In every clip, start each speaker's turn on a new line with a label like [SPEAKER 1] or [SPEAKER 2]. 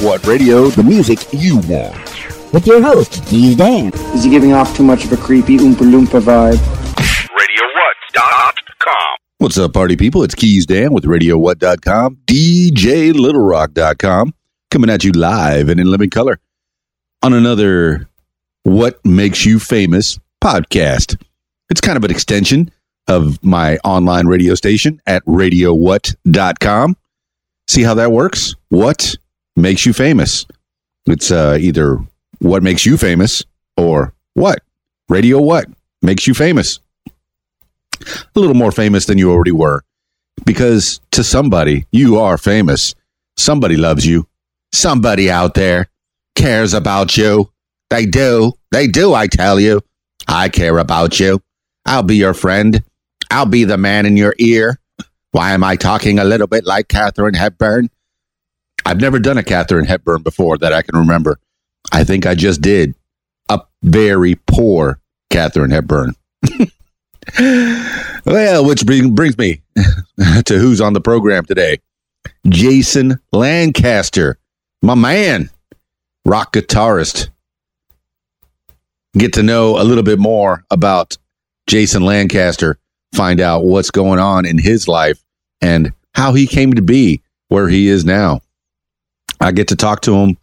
[SPEAKER 1] What radio? The music you want.
[SPEAKER 2] With your host, Steve Dan.
[SPEAKER 3] Is he giving off too much of a creepy Oompa Loompa vibe?
[SPEAKER 4] RadioWhat.com.
[SPEAKER 1] What's up, party people? It's Keys Dan with RadioWhat.com, DJLittleRock.com, coming at you live and in living color on another What Makes You Famous podcast. It's kind of an extension of my online radio station at RadioWhat.com. See how that works? What makes you famous? It's uh, either what makes you famous or what? Radio what makes you famous? a little more famous than you already were because to somebody you are famous somebody loves you somebody out there cares about you they do they do i tell you i care about you i'll be your friend i'll be the man in your ear why am i talking a little bit like katherine hepburn i've never done a katherine hepburn before that i can remember i think i just did a very poor katherine hepburn well, which bring, brings me to who's on the program today Jason Lancaster, my man, rock guitarist. Get to know a little bit more about Jason Lancaster, find out what's going on in his life and how he came to be where he is now. I get to talk to him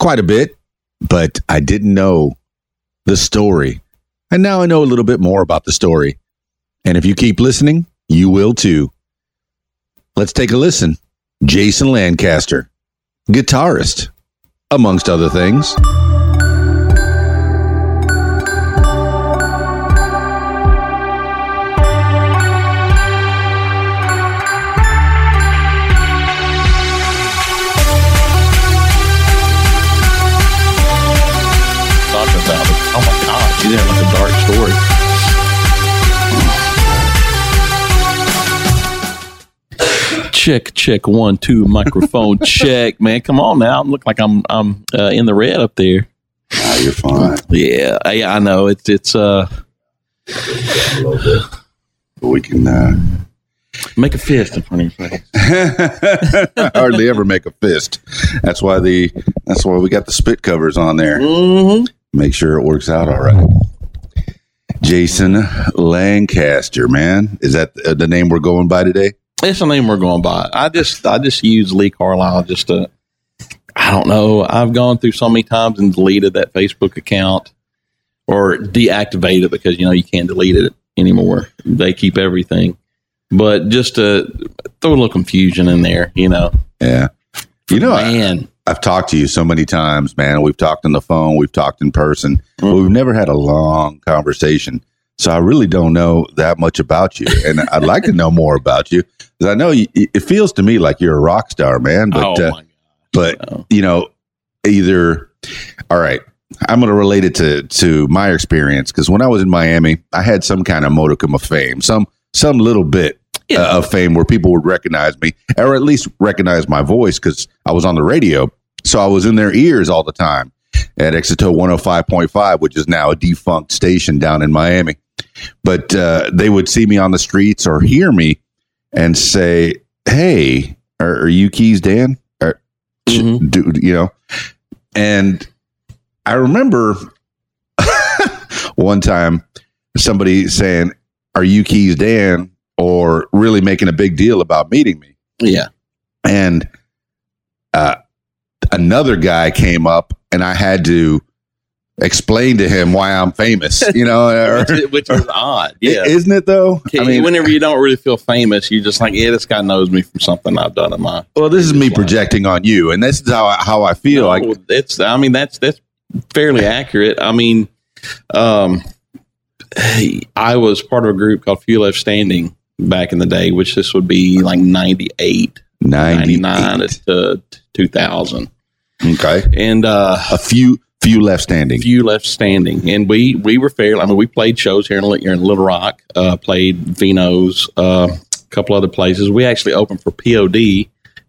[SPEAKER 1] quite a bit, but I didn't know the story and now I know a little bit more about the story. And if you keep listening, you will too. Let's take a listen. Jason Lancaster, guitarist, amongst other things. Oh my God, you didn't like a dark story.
[SPEAKER 5] check check one two microphone check man come on now i'm look like i'm i'm uh, in the red up there
[SPEAKER 1] Ah, you're fine.
[SPEAKER 5] yeah i, I know it's it's uh
[SPEAKER 1] But we can uh,
[SPEAKER 5] make a fist in front of your face
[SPEAKER 1] hardly ever make a fist. That's why the that's why we got the spit covers on there.
[SPEAKER 5] mm-hmm.
[SPEAKER 1] make sure it works out all right. Jason Lancaster, man, is that uh, the name we're going by today?
[SPEAKER 5] that's the name we're going by i just i just use lee carlisle just to i don't know i've gone through so many times and deleted that facebook account or deactivated it because you know you can't delete it anymore they keep everything but just to throw a little confusion in there you know
[SPEAKER 1] Yeah, you know, I,
[SPEAKER 5] man
[SPEAKER 1] I've talked to you so many times, man. We've talked on the phone, we've talked in person,
[SPEAKER 5] Mm-hmm.
[SPEAKER 1] but we've never had a long conversation. So I really don't know that much about you, and I'd like to know more about you because I know you, it feels to me like you're a rock star, man. But
[SPEAKER 5] oh
[SPEAKER 1] uh,
[SPEAKER 5] my
[SPEAKER 1] but
[SPEAKER 5] Oh.
[SPEAKER 1] you know either all right i'm going to relate it to to my experience because when i was in miami i had some kind of modicum of fame some some little bit
[SPEAKER 5] Yeah.
[SPEAKER 1] uh, of fame where people would recognize me or at least recognize my voice because i was on the radio so i was in their ears all the time at oh exito 105.5 which is now a defunct station down in miami but uh, they would see me on the streets or hear me and say hey are, are you keys dan Are- uh,
[SPEAKER 5] Mhm.
[SPEAKER 1] dude, you know. And I remember one time somebody saying, "Are you Keys Dan?" or really making a big deal about meeting me.
[SPEAKER 5] Yeah.
[SPEAKER 1] And uh, another guy came up, and I had to explain to him why I'm famous. You know, or,
[SPEAKER 5] Which, which is odd. Yeah.
[SPEAKER 1] isn't it though?
[SPEAKER 5] I mean, whenever you don't really feel famous, you're just like, yeah, this guy knows me from something I've done in my.
[SPEAKER 1] well, this is me
[SPEAKER 5] It's like-
[SPEAKER 1] projecting on you, and this is how I, how I feel. I,
[SPEAKER 5] No, it's. I mean, that's that's fairly accurate. I mean, um, I was part of a group called Few Left Standing back in the day, which this would be like 98, 99
[SPEAKER 1] 99.
[SPEAKER 5] to 2000,
[SPEAKER 1] Okay,
[SPEAKER 5] and uh,
[SPEAKER 1] a few few left standing.
[SPEAKER 5] few left standing, and we we were fairly. I mean, we played shows here in, Lit- here in Little Rock, uh, played Vino's, uh, a couple other places. We actually opened for POD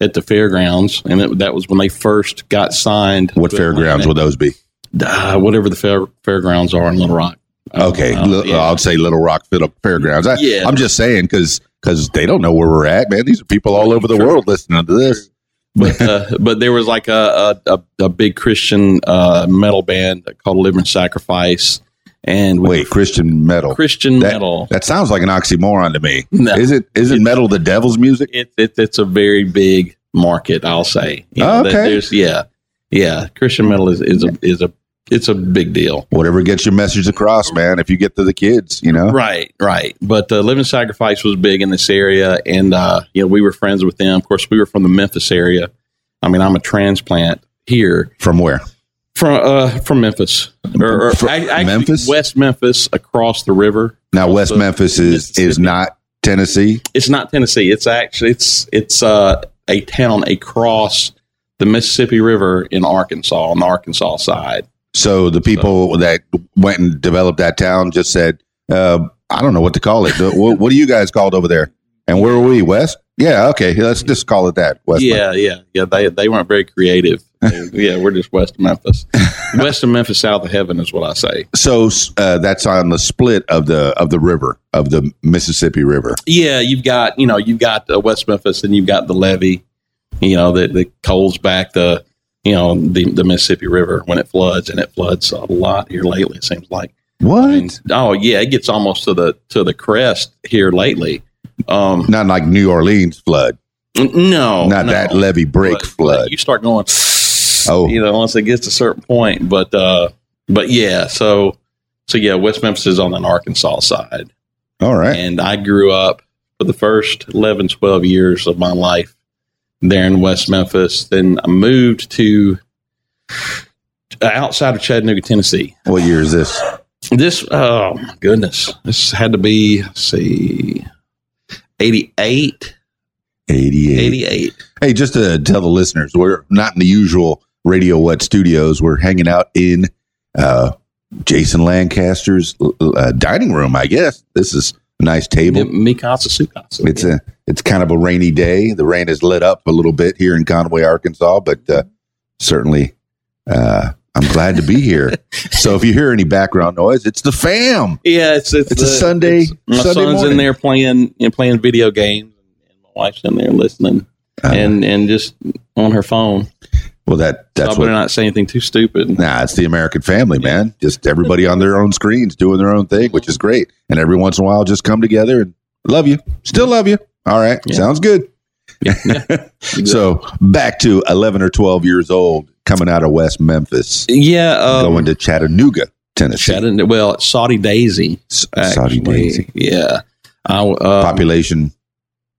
[SPEAKER 5] at the fairgrounds, and it, that was when they first got signed.
[SPEAKER 1] What
[SPEAKER 5] with
[SPEAKER 1] fairgrounds would those be?
[SPEAKER 5] uh, whatever the fair, fairgrounds are in Little Rock. I don't
[SPEAKER 1] Okay,
[SPEAKER 5] know.
[SPEAKER 1] Li-
[SPEAKER 5] Uh, Yeah.
[SPEAKER 1] I'll say Little Rock Fiddle Fairgrounds. I,
[SPEAKER 5] Yeah.
[SPEAKER 1] I'm just saying because they don't know where we're at, man. These are people all over the world listening to this.
[SPEAKER 5] But uh, but there was like a a, a, a big Christian uh, metal band called Living Sacrifice, and we-
[SPEAKER 1] Wait, Christian metal.
[SPEAKER 5] Christian
[SPEAKER 1] That-
[SPEAKER 5] metal.
[SPEAKER 1] That sounds like an oxymoron to me.
[SPEAKER 5] No.
[SPEAKER 1] Is it? Isn't metal the devil's music?
[SPEAKER 5] it, it it's a very big market, I'll say. You
[SPEAKER 1] Oh,
[SPEAKER 5] that
[SPEAKER 1] okay.
[SPEAKER 5] there's- yeah, yeah. Christian metal is, is a is a it's a big deal.
[SPEAKER 1] Whatever gets your message across, man. If you get to the kids, you know.
[SPEAKER 5] Right, right. But uh, Living Sacrifice was big in this area, and uh, you know we were friends with them. Of course, we were from the Memphis area. I mean, I'm a transplant here
[SPEAKER 1] From where?
[SPEAKER 5] from uh, from Memphis, or, or
[SPEAKER 1] From
[SPEAKER 5] ac- actually
[SPEAKER 1] Memphis?
[SPEAKER 5] West Memphis, across the river.
[SPEAKER 1] Now, West
[SPEAKER 5] Also,
[SPEAKER 1] Memphis is is
[SPEAKER 5] Mississippi.
[SPEAKER 1] not Tennessee.
[SPEAKER 5] It's not Tennessee. It's actually it's it's uh, a town across the Mississippi River in Arkansas on the Arkansas side.
[SPEAKER 1] So the people that went and developed that town just said, uh, "I don't know what to call it. what, what are you guys called over there? And where are we? West? Yeah, okay. Let's just call it that. West.
[SPEAKER 5] yeah, yeah, yeah. They they weren't very creative. They- yeah, we're just west of Memphis, west of Memphis, south of heaven is what I say.
[SPEAKER 1] So uh, that's on the split of the of the river of the Mississippi River.
[SPEAKER 5] Yeah, you've got you know you've got uh, West Memphis, and you've got the levee. You know that that coals back the you know the the Mississippi River when it floods, and it floods a lot here lately. It seems like.
[SPEAKER 1] What?
[SPEAKER 5] And, oh yeah, it gets almost to the to the crest here lately. Um,
[SPEAKER 1] Not like New Orleans flood.
[SPEAKER 5] n- no,
[SPEAKER 1] Not
[SPEAKER 5] Oh, no.
[SPEAKER 1] that levee break
[SPEAKER 5] But-
[SPEAKER 1] flood.
[SPEAKER 5] but You start going,
[SPEAKER 1] Oh.
[SPEAKER 5] oh, you know, once it gets to a certain point. But uh, but yeah, so so yeah, West Memphis is on an Arkansas side,
[SPEAKER 1] All right.
[SPEAKER 5] and I grew up for the first 11, 12 years of my life there in West Memphis. Then I moved to uh, outside of Chattanooga, Tennessee.
[SPEAKER 1] What year is this?
[SPEAKER 5] This oh my goodness, this had to be let's see. 88
[SPEAKER 1] 88.
[SPEAKER 5] 88
[SPEAKER 1] Hey, just to tell the listeners, we're not in the usual Radio What studios. We're hanging out in uh, Jason Lancaster's uh, dining room, I guess. This is a nice table.
[SPEAKER 5] Mikasa Sukasa.
[SPEAKER 1] It's a it's kind of a rainy day. The rain has let up a little bit here in Conway, Arkansas, but uh, certainly uh, I'm glad to be here. so if you hear any background noise, it's the fam.
[SPEAKER 5] Yeah, it's it's,
[SPEAKER 1] It's a Sunday-
[SPEAKER 5] my
[SPEAKER 1] Sunday
[SPEAKER 5] son's
[SPEAKER 1] morning.
[SPEAKER 5] in there playing you know, playing video games, and my wife's in there listening
[SPEAKER 1] Uh,
[SPEAKER 5] and and just on her phone.
[SPEAKER 1] well, that
[SPEAKER 5] So I
[SPEAKER 1] that's what.
[SPEAKER 5] better not say anything too stupid.
[SPEAKER 1] Nah, it's the American family, man. Just everybody on their own screens doing their own thing, which is great. And every once in a while, just come together and love you. Still love you. All right.
[SPEAKER 5] Yeah.
[SPEAKER 1] Sounds good.
[SPEAKER 5] So
[SPEAKER 1] So back to 11 or 12 years old, coming out of West Memphis,
[SPEAKER 5] yeah, um,
[SPEAKER 1] going to Chattanooga, Tennessee.
[SPEAKER 5] Chattanooga. Well, Saudi Daisy.
[SPEAKER 1] S- Saudi
[SPEAKER 5] Actually.
[SPEAKER 1] Daisy.
[SPEAKER 5] Yeah. I, um,
[SPEAKER 1] Population.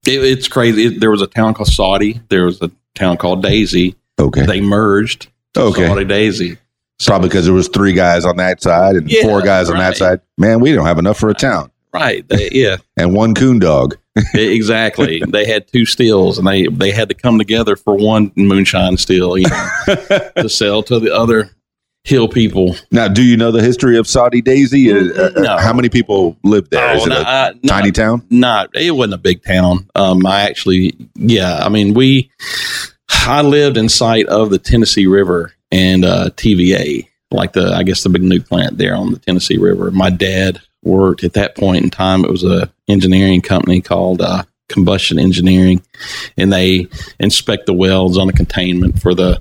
[SPEAKER 5] it, it's crazy. It, there was a town called Saudi. There was a town called Daisy.
[SPEAKER 1] Okay.
[SPEAKER 5] They merged. to
[SPEAKER 1] Okay.
[SPEAKER 5] Saudi Daisy.
[SPEAKER 1] Probably because there was three guys on that side and
[SPEAKER 5] Yeah,
[SPEAKER 1] four guys on that side.
[SPEAKER 5] right.
[SPEAKER 1] Man, we don't have enough for a town.
[SPEAKER 5] Right. They, yeah. e,
[SPEAKER 1] And one coon dog.
[SPEAKER 5] exactly. They had two stills, and they they had to come together for one moonshine still, you know, to sell to the other hill people.
[SPEAKER 1] Now, do you know the history of Saudi Daisy? Uh, uh, uh,
[SPEAKER 5] No.
[SPEAKER 1] How many people live there? Is
[SPEAKER 5] Oh,
[SPEAKER 1] it
[SPEAKER 5] no,
[SPEAKER 1] a
[SPEAKER 5] I- no,
[SPEAKER 1] tiny town?
[SPEAKER 5] not it wasn't a big town. Um, I actually, yeah, I mean, we, I lived in sight of the Tennessee River and uh, TVA, like the I guess the big new plant there on the Tennessee River. My dad worked at that point in time. It was a engineering company called uh, Combustion Engineering, and they inspect the welds on the containment for the.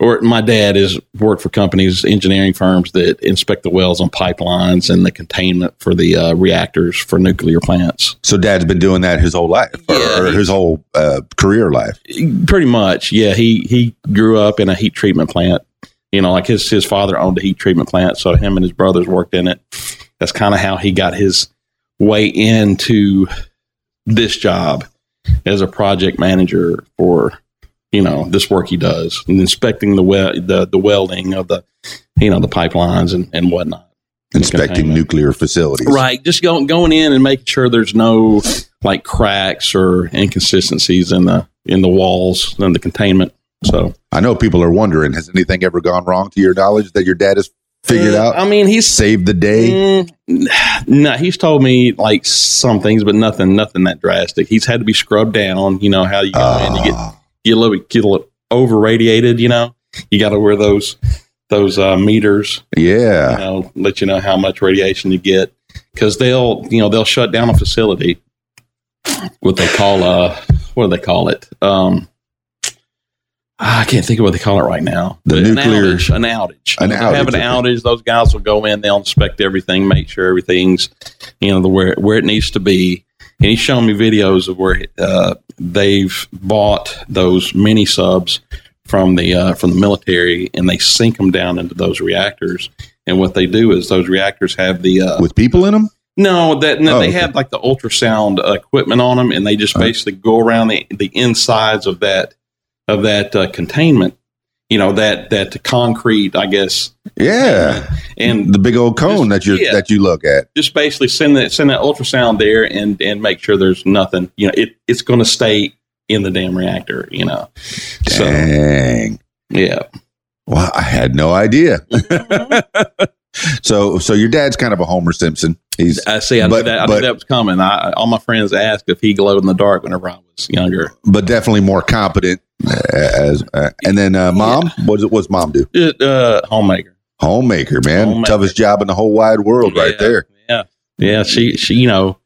[SPEAKER 5] Or my dad has worked for companies, engineering firms that inspect the wells on pipelines and the containment for the uh, reactors for nuclear plants.
[SPEAKER 1] So dad's been doing that his whole life, or,
[SPEAKER 5] Yeah,
[SPEAKER 1] or
[SPEAKER 5] he-
[SPEAKER 1] his whole uh, career life.
[SPEAKER 5] pretty much yeah he he grew up in a heat treatment plant you know like his his father owned a heat treatment plant so him and his brothers worked in it that's kind of how he got his way into this job as a project manager for you know this work he does and inspecting the well the, the welding of the you know the pipelines and, and whatnot
[SPEAKER 1] Inspecting
[SPEAKER 5] Containment.
[SPEAKER 1] nuclear facilities.
[SPEAKER 5] Right. Just going going in and making sure there's no like cracks or inconsistencies in the in the walls and the containment. So
[SPEAKER 1] I know people are wondering, has anything ever gone wrong to your knowledge that your dad has figured
[SPEAKER 5] Uh,
[SPEAKER 1] out?
[SPEAKER 5] I mean, he's
[SPEAKER 1] Saved the day.
[SPEAKER 5] mm, no, he's told me like some things, but nothing, nothing that drastic. He's had to be scrubbed down. You know how you go in, you get
[SPEAKER 1] Ah,
[SPEAKER 5] get a little bit get a little over radiated. You know, you got to wear those those uh, meters you
[SPEAKER 1] yeah.
[SPEAKER 5] know, let you know how much radiation you get because they'll, you know, they'll shut down a facility. What they call uh, what do they call it? Um, I can't think of what they call it right now.
[SPEAKER 1] The
[SPEAKER 5] But
[SPEAKER 1] nuclear-
[SPEAKER 5] an outage. An outage.
[SPEAKER 1] An
[SPEAKER 5] If they Have an
[SPEAKER 1] outage,
[SPEAKER 5] outage. Those guys will go in. They'll inspect everything, make sure everything's you know the where where it needs to be. And he's shown me videos of where uh, they've bought those mini subs from the uh, from the military, and they sink them down into those reactors. And what they do is those reactors have the uh,
[SPEAKER 1] with people in them.
[SPEAKER 5] no, that no,
[SPEAKER 1] Oh,
[SPEAKER 5] they
[SPEAKER 1] okay.
[SPEAKER 5] have like the ultrasound uh, equipment on them, and they just
[SPEAKER 1] All right.
[SPEAKER 5] basically go around the, the insides of that of that uh, containment. You know that that concrete, I guess,
[SPEAKER 1] Yeah,
[SPEAKER 5] and
[SPEAKER 1] the big old cone that you
[SPEAKER 5] Yeah.
[SPEAKER 1] that you look at.
[SPEAKER 5] just basically send that send that ultrasound there, and and make sure there's nothing. You know, it it's going to stay in the damn reactor. You know, so
[SPEAKER 1] Dang.
[SPEAKER 5] yeah,
[SPEAKER 1] Wow, I had no idea.
[SPEAKER 5] Mm-hmm.
[SPEAKER 1] so so your dad's kind of a Homer Simpson. He's
[SPEAKER 5] I see. I
[SPEAKER 1] But-
[SPEAKER 5] knew that. I
[SPEAKER 1] but-
[SPEAKER 5] knew that was coming. I, all my friends asked if he glowed in the dark whenever I was younger.
[SPEAKER 1] but definitely more competent uh, as uh, and then uh, mom what does what's mom do?
[SPEAKER 5] Just, uh, homemaker.
[SPEAKER 1] Homemaker, man.
[SPEAKER 5] Homemaker.
[SPEAKER 1] Toughest job in the whole wide world right
[SPEAKER 5] Yeah,
[SPEAKER 1] there.
[SPEAKER 5] Yeah. Yeah. She, she, you know,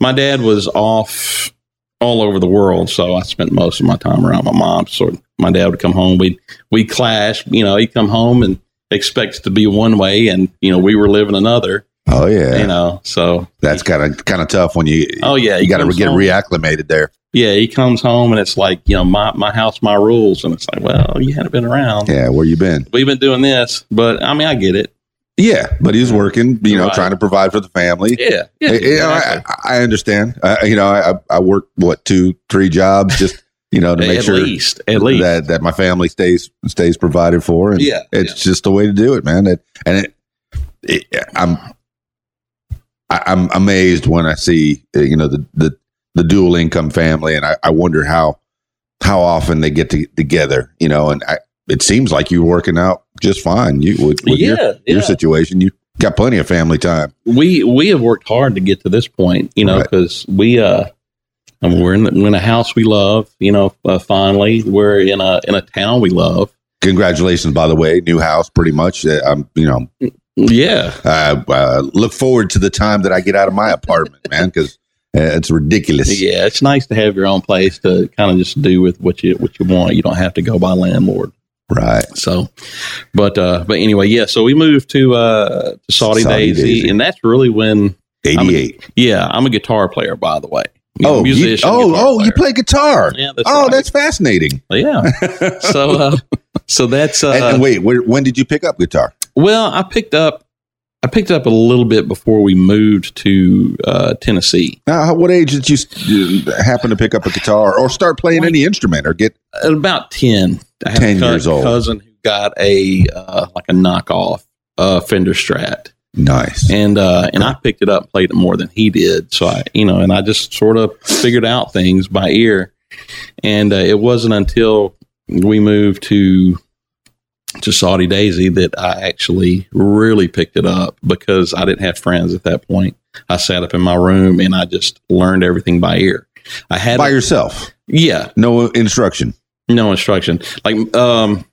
[SPEAKER 5] my dad was off all over the world. So I spent most of my time around my mom. Sort of, my dad would come home. We'd, we'd clash, you know, he'd come home and expect to be one way. And, you know, we were living another,
[SPEAKER 1] Oh yeah.
[SPEAKER 5] you know, so,
[SPEAKER 1] That's kind of kind of tough when you
[SPEAKER 5] oh yeah. he
[SPEAKER 1] you got to
[SPEAKER 5] comes
[SPEAKER 1] get
[SPEAKER 5] home-
[SPEAKER 1] reacclimated there.
[SPEAKER 5] Yeah. He comes home and it's like, you know, my, my house, my rules. And it's like, well, you hadn't been around.
[SPEAKER 1] Yeah, where you been?
[SPEAKER 5] We've been doing this, but I mean, I get it.
[SPEAKER 1] Yeah, but he's working, you know,
[SPEAKER 5] Right.
[SPEAKER 1] trying to provide for the family. Eh,
[SPEAKER 5] Yeah. yeah
[SPEAKER 1] You know,
[SPEAKER 5] exactly.
[SPEAKER 1] I, I understand. I, you know, I, I work what two, three jobs just you know to make
[SPEAKER 5] at
[SPEAKER 1] sure
[SPEAKER 5] least, at least.
[SPEAKER 1] that that my family stays stays provided for, and
[SPEAKER 5] yeah.
[SPEAKER 1] it's just the way to do it, man. It, and it, it I'm I, I'm amazed when I see uh, you know the the, the dual income family, and I, I wonder how how often they get to, together, you know. And I, it seems like you're working out just fine. You with, with your your situation, you got plenty of family time.
[SPEAKER 5] we we have worked hard to get to this point, you know,
[SPEAKER 1] Right.
[SPEAKER 5] because we uh I mean, we're in, the, we're in a house we love, you know. Uh, finally, we're in a in a town we love.
[SPEAKER 1] Congratulations, by the way, new house, pretty much. Uh, I'm you know
[SPEAKER 5] Yeah,
[SPEAKER 1] I uh, look forward to the time that I get out of my apartment, man, because uh, it's ridiculous.
[SPEAKER 5] yeah. It's nice to have your own place to kind of just do with what you what you want. You don't have to go by landlord.
[SPEAKER 1] Right.
[SPEAKER 5] So, but uh but anyway, yeah. So we moved to uh to Saudi,
[SPEAKER 1] Saudi
[SPEAKER 5] Daisy,
[SPEAKER 1] Daisy.
[SPEAKER 5] and that's really when.
[SPEAKER 1] 88.
[SPEAKER 5] Yeah, I'm a guitar player, by the way. You know,
[SPEAKER 1] oh, you- oh,
[SPEAKER 5] guitar
[SPEAKER 1] oh, you
[SPEAKER 5] player.
[SPEAKER 1] play guitar.
[SPEAKER 5] Yeah, that's
[SPEAKER 1] oh,
[SPEAKER 5] right.
[SPEAKER 1] that's fascinating.
[SPEAKER 5] yeah. So, uh, so that's uh,
[SPEAKER 1] and, and wait, where, when did you pick up guitar?
[SPEAKER 5] Well, I picked up I picked up a little bit before we moved to uh, Tennessee.
[SPEAKER 1] Now, how- what age did you s- uh, happen to pick up a guitar or start playing any instrument or get?
[SPEAKER 5] At about ten, I had
[SPEAKER 1] 10
[SPEAKER 5] a cou-
[SPEAKER 1] years old.
[SPEAKER 5] cousin who got a uh, like a knockoff uh, Fender Strat,
[SPEAKER 1] Nice.
[SPEAKER 5] and uh, and I picked it up, and played it more than he did. So I, you know, and I just sort of figured out things by ear, and uh, it wasn't until we moved to to Saudi Daisy that I actually really picked it up because I didn't have friends at that point. I sat up in my room and I just learned everything by ear. I had
[SPEAKER 1] By yourself,
[SPEAKER 5] yeah,
[SPEAKER 1] no instruction.
[SPEAKER 5] no instruction. Like um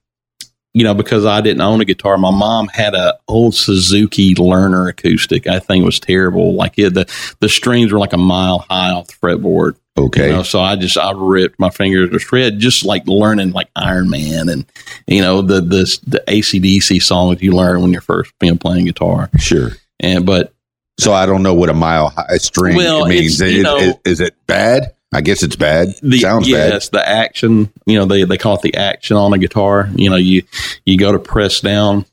[SPEAKER 5] you know, because I didn't own a guitar, my mom had a old Suzuki Learner acoustic. That thing was terrible. Like it, the the strings were like a mile high off the fretboard. You
[SPEAKER 1] Okay.
[SPEAKER 5] know, so I just I ripped my fingers to shred, just like learning like Iron Man and you know the the the ACDC songs you learn when you're first you know, playing guitar.
[SPEAKER 1] Sure.
[SPEAKER 5] And but
[SPEAKER 1] So I don't know what a mile high string
[SPEAKER 5] Well,
[SPEAKER 1] means.
[SPEAKER 5] it's, you
[SPEAKER 1] Is-
[SPEAKER 5] know-
[SPEAKER 1] is- is it bad? I guess it's bad.
[SPEAKER 5] the
[SPEAKER 1] Sounds bad.
[SPEAKER 5] yes, the action. You know, they they call it the action on a guitar. You know, you you go to press down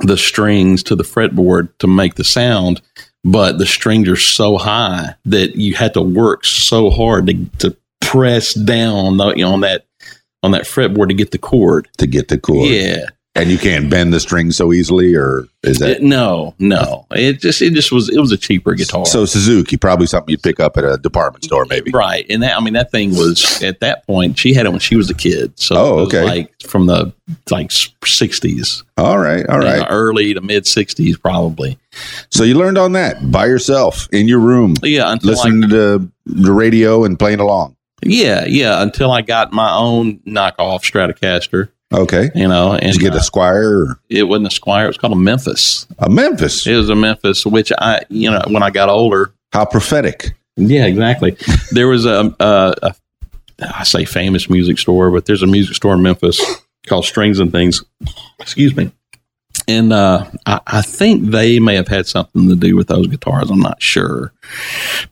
[SPEAKER 5] the strings to the fretboard to make the sound, but the strings are so high that you had to work so hard to to press down the, you know, on that on that fretboard to get the chord.
[SPEAKER 1] to get the chord.
[SPEAKER 5] Yeah.
[SPEAKER 1] And you can't bend the string so easily, or is that
[SPEAKER 5] It- no, no. It just it just was it was a cheaper guitar.
[SPEAKER 1] So Suzuki, probably something you'd pick up at a department store, maybe.
[SPEAKER 5] Right. And that, I mean, that thing was at that point, she had it when she was a kid. So,
[SPEAKER 1] Oh,
[SPEAKER 5] it was
[SPEAKER 1] okay.
[SPEAKER 5] Like from the like 60s,
[SPEAKER 1] All right, all
[SPEAKER 5] you know,
[SPEAKER 1] right.
[SPEAKER 5] early to mid 60s, probably.
[SPEAKER 1] So you learned on that by yourself in your room,
[SPEAKER 5] Yeah. Until I,
[SPEAKER 1] listening to the, the radio and playing along.
[SPEAKER 5] yeah. Yeah. Until I got my own knockoff Stratocaster,
[SPEAKER 1] Okay.
[SPEAKER 5] you know, and
[SPEAKER 1] Did you get
[SPEAKER 5] uh,
[SPEAKER 1] a Squire or
[SPEAKER 5] it wasn't a Squire. It was called a Memphis.
[SPEAKER 1] a Memphis?
[SPEAKER 5] It was a Memphis, which I, you know, when I got older,
[SPEAKER 1] How prophetic.
[SPEAKER 5] Yeah, exactly. there was um, uh, a, a, a I say famous music store, but there's a music store in Memphis called Strings and Things. Excuse me. And uh, I, I think they may have had something to do with those guitars. I'm not sure.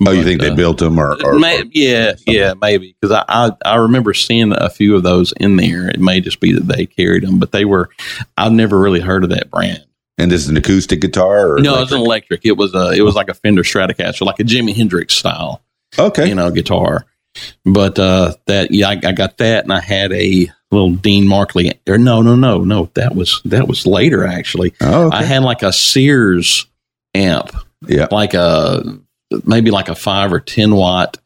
[SPEAKER 1] Oh, you
[SPEAKER 5] But,
[SPEAKER 1] think
[SPEAKER 5] uh,
[SPEAKER 1] they built them or, or,
[SPEAKER 5] May, yeah, yeah, maybe because I, I I remember seeing a few of those in there. It may just be that they carried them, but they were I've never really heard of that brand.
[SPEAKER 1] and this is an acoustic guitar? Or
[SPEAKER 5] no, it was an electric. It was a it was like a Fender Stratocaster, like a Jimi Hendrix style,
[SPEAKER 1] okay.
[SPEAKER 5] you know, guitar. But uh that yeah, I, I got that, and I had a little Dean Markley. Or no, no, no, no, that was that was later actually.
[SPEAKER 1] oh, okay.
[SPEAKER 5] I had like a Sears amp
[SPEAKER 1] yeah.
[SPEAKER 5] like a maybe like a five or ten watt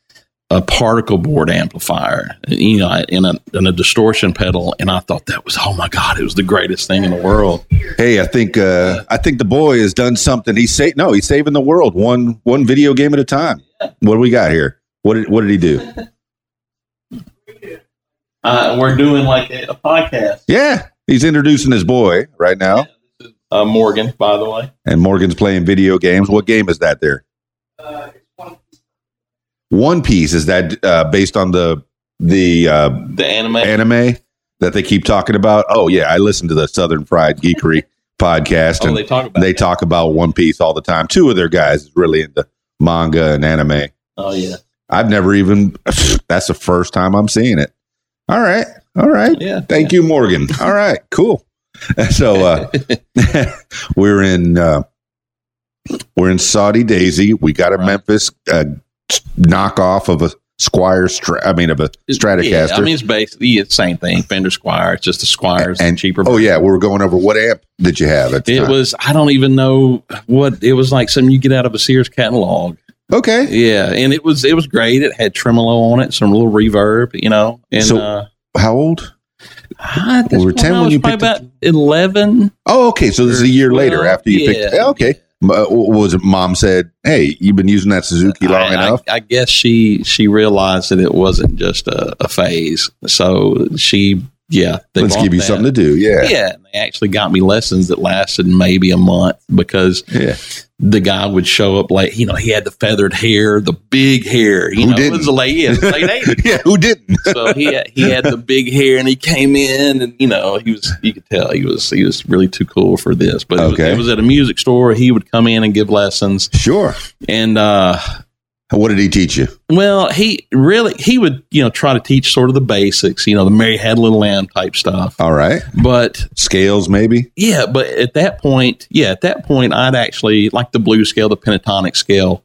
[SPEAKER 5] a particle board amplifier, you know, and a, and a distortion pedal, and I thought that was oh my god, it was the greatest thing in the world.
[SPEAKER 1] Hey, I think uh, I think the boy has done something. He's sa- no, he's saving the world one one video game at a time. What do we got here? What did what did he do?
[SPEAKER 5] Uh, we're doing like a, a podcast,
[SPEAKER 1] Yeah, he's introducing his boy right now,
[SPEAKER 5] uh, Morgan, by the way.
[SPEAKER 1] and Morgan's playing video games. What game is that? There, One Piece is that uh, based on the the uh,
[SPEAKER 5] The anime,
[SPEAKER 1] anime that they keep talking about? Oh yeah, I listen to the Southern Fried Geekery podcast,
[SPEAKER 5] oh,
[SPEAKER 1] and
[SPEAKER 5] they talk about.
[SPEAKER 1] they talk about One Piece all the time. Two of their guys is really into manga and anime.
[SPEAKER 5] oh yeah,
[SPEAKER 1] I've never even. That's the first time I'm seeing it. All right, all right.
[SPEAKER 5] yeah.
[SPEAKER 1] Thank you, Morgan. All right, cool. So uh, we're in uh, we're in Saudi Daisy. We got a
[SPEAKER 5] Right.
[SPEAKER 1] Memphis uh, knockoff of a Squire. Stra- I mean, of a Stratocaster.
[SPEAKER 5] Yeah, I mean, it's basically it's same thing. Fender Squire. It's just the Squire's
[SPEAKER 1] And-
[SPEAKER 5] and cheaper.
[SPEAKER 1] oh yeah, we were going over what amp did you have at the
[SPEAKER 5] It
[SPEAKER 1] time?
[SPEAKER 5] was I don't even know what it was like. Something you get out of a Sears catalog.
[SPEAKER 1] okay.
[SPEAKER 5] Yeah, and it was it was great. It had tremolo on it, some little reverb, you know. And
[SPEAKER 1] So-
[SPEAKER 5] uh,
[SPEAKER 1] How old?
[SPEAKER 5] I, at this
[SPEAKER 1] We were
[SPEAKER 5] point,
[SPEAKER 1] 10
[SPEAKER 5] I
[SPEAKER 1] when
[SPEAKER 5] was
[SPEAKER 1] you
[SPEAKER 5] probably
[SPEAKER 1] picked up-
[SPEAKER 5] about eleven.
[SPEAKER 1] Oh, okay. So this is a year later
[SPEAKER 5] Well,
[SPEAKER 1] after you picked.
[SPEAKER 5] yeah.
[SPEAKER 1] Okay. M- Uh, what was it? Mom said, "Hey, you've been using that Suzuki long
[SPEAKER 5] I,
[SPEAKER 1] enough."
[SPEAKER 5] I, I guess she she realized that it wasn't just a, a phase. So she yeah, they
[SPEAKER 1] Let's
[SPEAKER 5] bought
[SPEAKER 1] give you
[SPEAKER 5] that.
[SPEAKER 1] something to do. Yeah.
[SPEAKER 5] Yeah, and they actually got me lessons that lasted maybe a month because
[SPEAKER 1] Yeah.
[SPEAKER 5] the guy would show up like you know he had the feathered hair, the big hair. You
[SPEAKER 1] Who
[SPEAKER 5] know,
[SPEAKER 1] didn't?
[SPEAKER 5] it was the late, yeah, it was late 80s.
[SPEAKER 1] yeah, who didn't?
[SPEAKER 5] so he had, he had the big hair and he came in and you know he was you could tell he was he was really too cool for this but it, was,
[SPEAKER 1] Okay.
[SPEAKER 5] it was at a music store he would come in and give lessons
[SPEAKER 1] Sure.
[SPEAKER 5] and uh
[SPEAKER 1] What did he teach you?
[SPEAKER 5] well he really he would you know try to teach sort of the basics you know the mary had a little lamb type stuff
[SPEAKER 1] All right.
[SPEAKER 5] but
[SPEAKER 1] Scales, maybe?
[SPEAKER 5] yeah but at that point yeah at that point i'd actually like the blue scale the pentatonic scale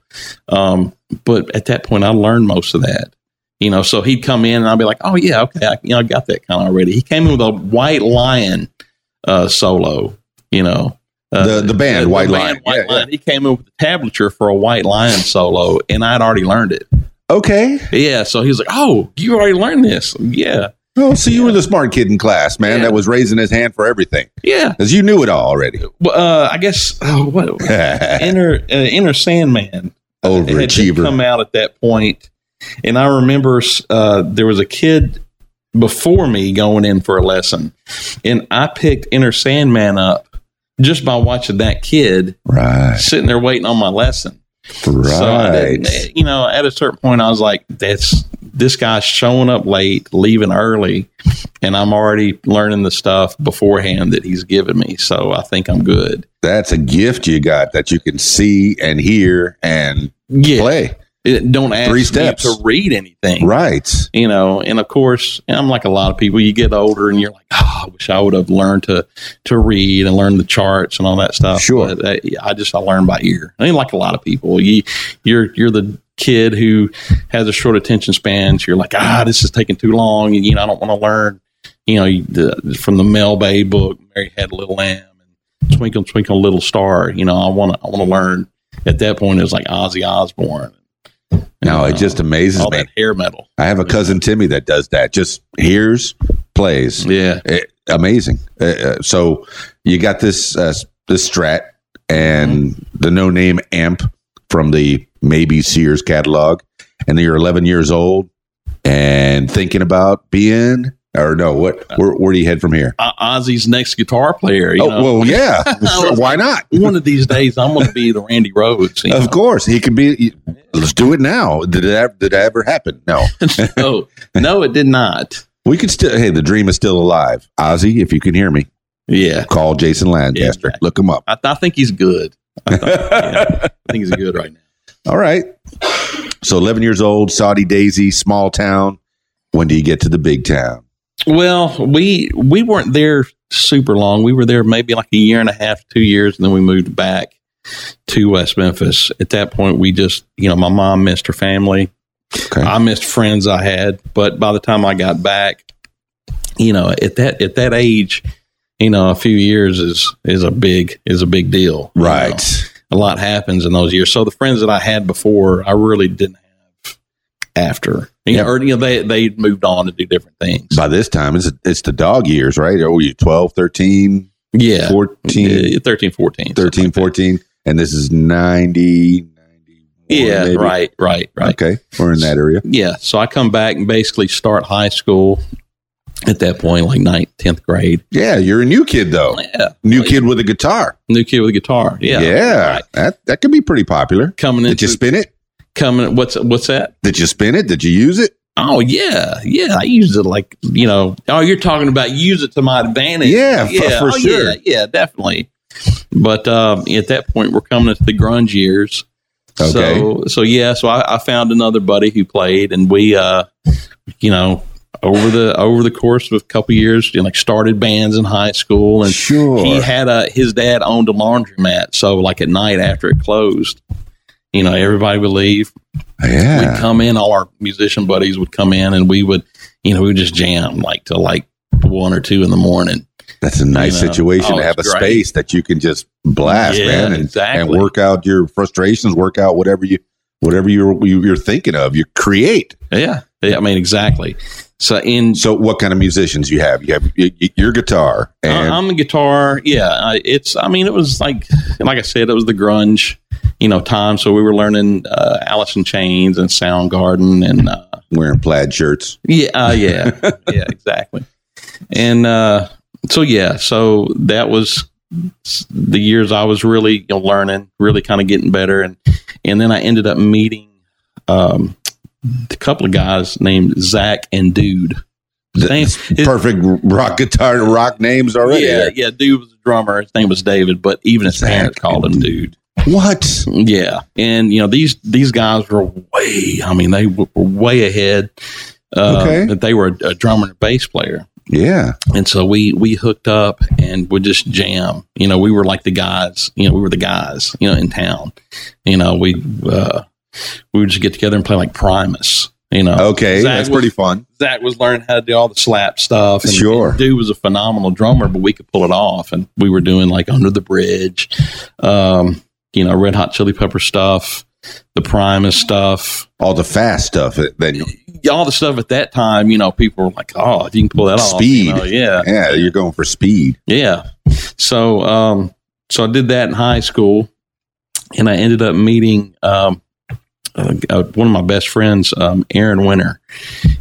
[SPEAKER 5] um but at that point i learned most of that you know so he'd come in and i'd be like oh yeah okay i, you know, I got that kind of already he came in with a white lion uh solo you know uh,
[SPEAKER 1] The- the band, White Lion.
[SPEAKER 5] White
[SPEAKER 1] Yeah,
[SPEAKER 5] Lion. He came in with the tablature for a White Lion solo, and I'd already learned it.
[SPEAKER 1] Okay.
[SPEAKER 5] Yeah, so he was like, "Oh, you already learned this? Yeah,
[SPEAKER 1] Oh, so you were the smart kid in class, man,
[SPEAKER 5] Yeah.
[SPEAKER 1] that was raising his hand for everything
[SPEAKER 5] yeah."
[SPEAKER 1] because you knew it all already.
[SPEAKER 5] Well, uh, I guess oh, what inner uh, inner Sandman It had just
[SPEAKER 1] Overachiever.
[SPEAKER 5] come out at that point and i remember uh, there was a kid before me going in for a lesson and i picked inner sandman up just by watching that kid
[SPEAKER 1] Right.
[SPEAKER 5] sitting there waiting on my lesson I
[SPEAKER 1] Right.
[SPEAKER 5] didn't- you know at a certain point i was like that's this guy's showing up late leaving early and i'm already learning the stuff beforehand that he's given me so i think i'm good
[SPEAKER 1] That's a gift you got that you can see and hear and
[SPEAKER 5] yeah
[SPEAKER 1] play.
[SPEAKER 5] It- don't ask
[SPEAKER 1] Three
[SPEAKER 5] me
[SPEAKER 1] steps.
[SPEAKER 5] to read anything
[SPEAKER 1] Right.
[SPEAKER 5] you know and of course and i'm like a lot of people you get older and you're like oh, i wish i would have learned to to read and learn the charts and all that stuff
[SPEAKER 1] Sure.
[SPEAKER 5] But, uh, i just i learned by ear i mean like a lot of people you you're you're the kid who has a short attention span so you're like ah this is taking too long and you know i don't want to learn you know you- the, from the mel bay book mary had a little lamb and twinkle twinkle little star you know i want to i want to learn at that point it was like ozzy osbourne
[SPEAKER 1] Now, it
[SPEAKER 5] Uh,
[SPEAKER 1] just amazes
[SPEAKER 5] all
[SPEAKER 1] me.
[SPEAKER 5] that hair metal
[SPEAKER 1] I have a cousin, Timmy, that does that. Just hears, plays.
[SPEAKER 5] yeah
[SPEAKER 1] it, Eh, amazing. Uh, uh, so you got this uh, this Strat and
[SPEAKER 5] Mm-hmm.
[SPEAKER 1] the no name amp from the maybe Sears catalog, and then you're 11 years old and thinking about being or no? What? Where, where do you head from here?
[SPEAKER 5] O- Ozzy's next guitar player. Uh, You
[SPEAKER 1] Oh
[SPEAKER 5] know.
[SPEAKER 1] well, yeah. Sure, Why not?
[SPEAKER 5] one of these days, I'm going to be the Randy Rhodes. you know.
[SPEAKER 1] Of course, he could be. Let's do it now. Did that? Did that ever happen? No.
[SPEAKER 5] No, no, it did not.
[SPEAKER 1] We could still. Hey, the dream is still alive, Ozzy. If you can hear me,
[SPEAKER 5] Yeah,
[SPEAKER 1] call Jason Lancaster.
[SPEAKER 5] Yeah.
[SPEAKER 1] Look him up.
[SPEAKER 5] I, I think he's good. I, thought, yeah, I think he's good right now.
[SPEAKER 1] All right. So, eleven years old, Saudi Daisy, small town. When do you get to the big town?
[SPEAKER 5] Well, we we weren't there super long. We were there maybe like a year and a half, two years, and then we moved back to West Memphis. At that point, we just you know my mom missed her family.
[SPEAKER 1] Okay.
[SPEAKER 5] I missed friends I had, but by the time I got back, you know at that at that age, you know a few years is is a big is a big deal. you know
[SPEAKER 1] right.
[SPEAKER 5] a lot happens in those years. So the friends that I had before, I really didn't have after. You
[SPEAKER 1] Yeah.
[SPEAKER 5] know, or you know, they they moved on to do different things.
[SPEAKER 1] By this time, it's it's the dog years, right? Oh, you 12, 13,
[SPEAKER 5] yeah.
[SPEAKER 1] 14,
[SPEAKER 5] Yeah, 13, 14. something
[SPEAKER 1] 13,
[SPEAKER 5] like that.
[SPEAKER 1] 14. And this is 90, 91,
[SPEAKER 5] Yeah,
[SPEAKER 1] maybe?
[SPEAKER 5] right, right, right.
[SPEAKER 1] Okay. We're in that area.
[SPEAKER 5] Yeah. So I come back and basically start high school at that point, like ninth, 10th grade.
[SPEAKER 1] Yeah. You're a new kid, though.
[SPEAKER 5] Yeah.
[SPEAKER 1] New
[SPEAKER 5] Like,
[SPEAKER 1] kid with a guitar.
[SPEAKER 5] New kid with a guitar. Yeah. Right.
[SPEAKER 1] That, that could be pretty popular.
[SPEAKER 5] Coming in,
[SPEAKER 1] Did you spin it?
[SPEAKER 5] coming, what's, what's that?
[SPEAKER 1] Did you spin it? Did you use it?
[SPEAKER 5] Oh yeah, yeah. I used it like you know. Oh, you're talking about use it to my advantage.
[SPEAKER 1] Yeah, f- for
[SPEAKER 5] oh,
[SPEAKER 1] sure.
[SPEAKER 5] Yeah, yeah, definitely. But um, at that point, we're coming into the grunge years. So,
[SPEAKER 1] Okay.
[SPEAKER 5] so yeah. So I, I found another buddy who played, and we, uh, you know, over the over the course of a couple years, you know, like started bands in high school, and
[SPEAKER 1] sure.
[SPEAKER 5] he had a his dad owned a laundromat. So like at night after it closed, you know, everybody would leave we'd
[SPEAKER 1] yeah.
[SPEAKER 5] come in all our musician buddies would come in and we would you know we would just jam like till like one or two in the morning
[SPEAKER 1] That's a nice
[SPEAKER 5] you know,
[SPEAKER 1] situation
[SPEAKER 5] oh,
[SPEAKER 1] to have a
[SPEAKER 5] it's great.
[SPEAKER 1] space that you can just blast,
[SPEAKER 5] Yeah,
[SPEAKER 1] man, and,
[SPEAKER 5] exactly.
[SPEAKER 1] and work out your frustrations, work out whatever you whatever you're you, you're thinking of. You create.
[SPEAKER 5] yeah, yeah i mean exactly so in
[SPEAKER 1] So, what kind of musicians you have? You have y- y- your guitar and
[SPEAKER 5] I, am the guitar yeah I, it's i mean it was like like i said it was the grunge you know time so we were learning uh, alice in chains and soundgarden and uh,
[SPEAKER 1] wearing plaid shirts.
[SPEAKER 5] Yeah, uh, yeah, yeah, exactly. And uh, so yeah, so that was s- the years I was really you know, learning, really kind of getting better, and and then I ended up meeting um, a couple of guys named Zach and Dude. His name- his-
[SPEAKER 1] Perfect rock guitar rock names already.
[SPEAKER 5] yeah, yeah. Dude was a drummer. His name was David, but even his
[SPEAKER 1] Zach
[SPEAKER 5] parents called him
[SPEAKER 1] and
[SPEAKER 5] Dude.
[SPEAKER 1] What?
[SPEAKER 5] Yeah, and you know these these guys were way. I mean, they w- were way ahead. Uh,
[SPEAKER 1] Okay.
[SPEAKER 5] But they were a, a drummer and a bass player.
[SPEAKER 1] Yeah.
[SPEAKER 5] And so we we hooked up and would just jam. You know, we were like the guys. You know, we were the guys. You know, in town. You know, we uh, we would just get together and play like Primus. You know,
[SPEAKER 1] Okay.
[SPEAKER 5] Zach
[SPEAKER 1] That's
[SPEAKER 5] was-
[SPEAKER 1] pretty fun.
[SPEAKER 5] Zach was learning how to do all the slap stuff. And,
[SPEAKER 1] Sure.
[SPEAKER 5] and dude was a phenomenal drummer, but we could pull it off. And we were doing like Under the Bridge, um, you know, Red Hot Chili Pepper stuff, the Primus stuff,
[SPEAKER 1] All the fast stuff. that- That
[SPEAKER 5] all the stuff at that time. You know, people were like, "Oh, if you can pull that off."
[SPEAKER 1] Speed.
[SPEAKER 5] you know, yeah.
[SPEAKER 1] yeah, you're going for speed.
[SPEAKER 5] Yeah. So um so I did that in high school and I ended up meeting um uh, uh, one of my best friends, um, Aaron Winter,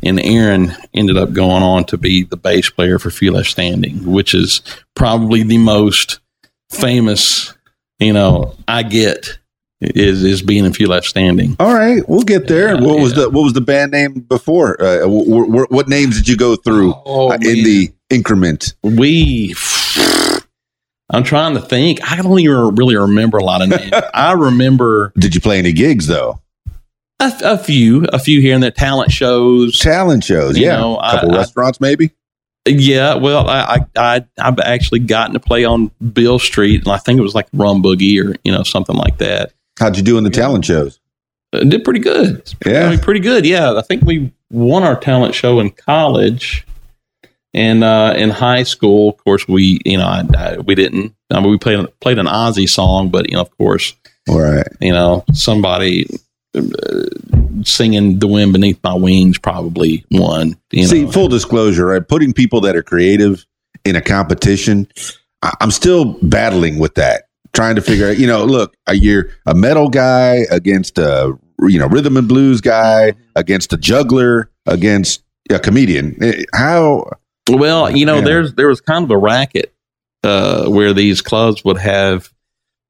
[SPEAKER 5] and Aaron ended up going on to be the bass player for Few Left Standing, which is probably the most famous, you know, I get is is being in Few Left Standing.
[SPEAKER 1] All right, we'll get there.
[SPEAKER 5] Yeah,
[SPEAKER 1] what was
[SPEAKER 5] yeah.
[SPEAKER 1] the what was the band name before? Uh, wh- wh- wh- what names did you go through
[SPEAKER 5] Oh,
[SPEAKER 1] uh, in the increment?
[SPEAKER 5] we i'm trying to think i don't even really remember a lot of names i remember
[SPEAKER 1] Did you play any gigs though?
[SPEAKER 5] a, a few a few here and there talent shows
[SPEAKER 1] Talent shows,
[SPEAKER 5] You
[SPEAKER 1] yeah.
[SPEAKER 5] know,
[SPEAKER 1] a
[SPEAKER 5] I-
[SPEAKER 1] couple
[SPEAKER 5] I-
[SPEAKER 1] restaurants, maybe.
[SPEAKER 5] yeah well I, I i i've actually gotten to play on bill street and i think it was like rum boogie or you know something like that
[SPEAKER 1] How'd you do in the talent shows?
[SPEAKER 5] Uh, did pretty good I
[SPEAKER 1] Yeah,
[SPEAKER 5] mean, pretty good yeah i think we won our talent show in college and uh, in high school, of course, we you know I, I, we didn't. I mean, we played played an Ozzy song, but you know, of course,
[SPEAKER 1] all right.
[SPEAKER 5] you know somebody uh, singing the wind beneath my wings probably won you
[SPEAKER 1] See,
[SPEAKER 5] know
[SPEAKER 1] full disclosure, right? Putting people that are creative in a competition, I- I'm still battling with that, trying to figure out. You know, look, uh, you're a metal guy against a you know rhythm
[SPEAKER 5] Mm-hmm.
[SPEAKER 1] and blues guy against a juggler against a comedian. Eh, How
[SPEAKER 5] Well, you know,
[SPEAKER 1] Yeah.
[SPEAKER 5] there's there was kind of a racket uh, where these clubs would have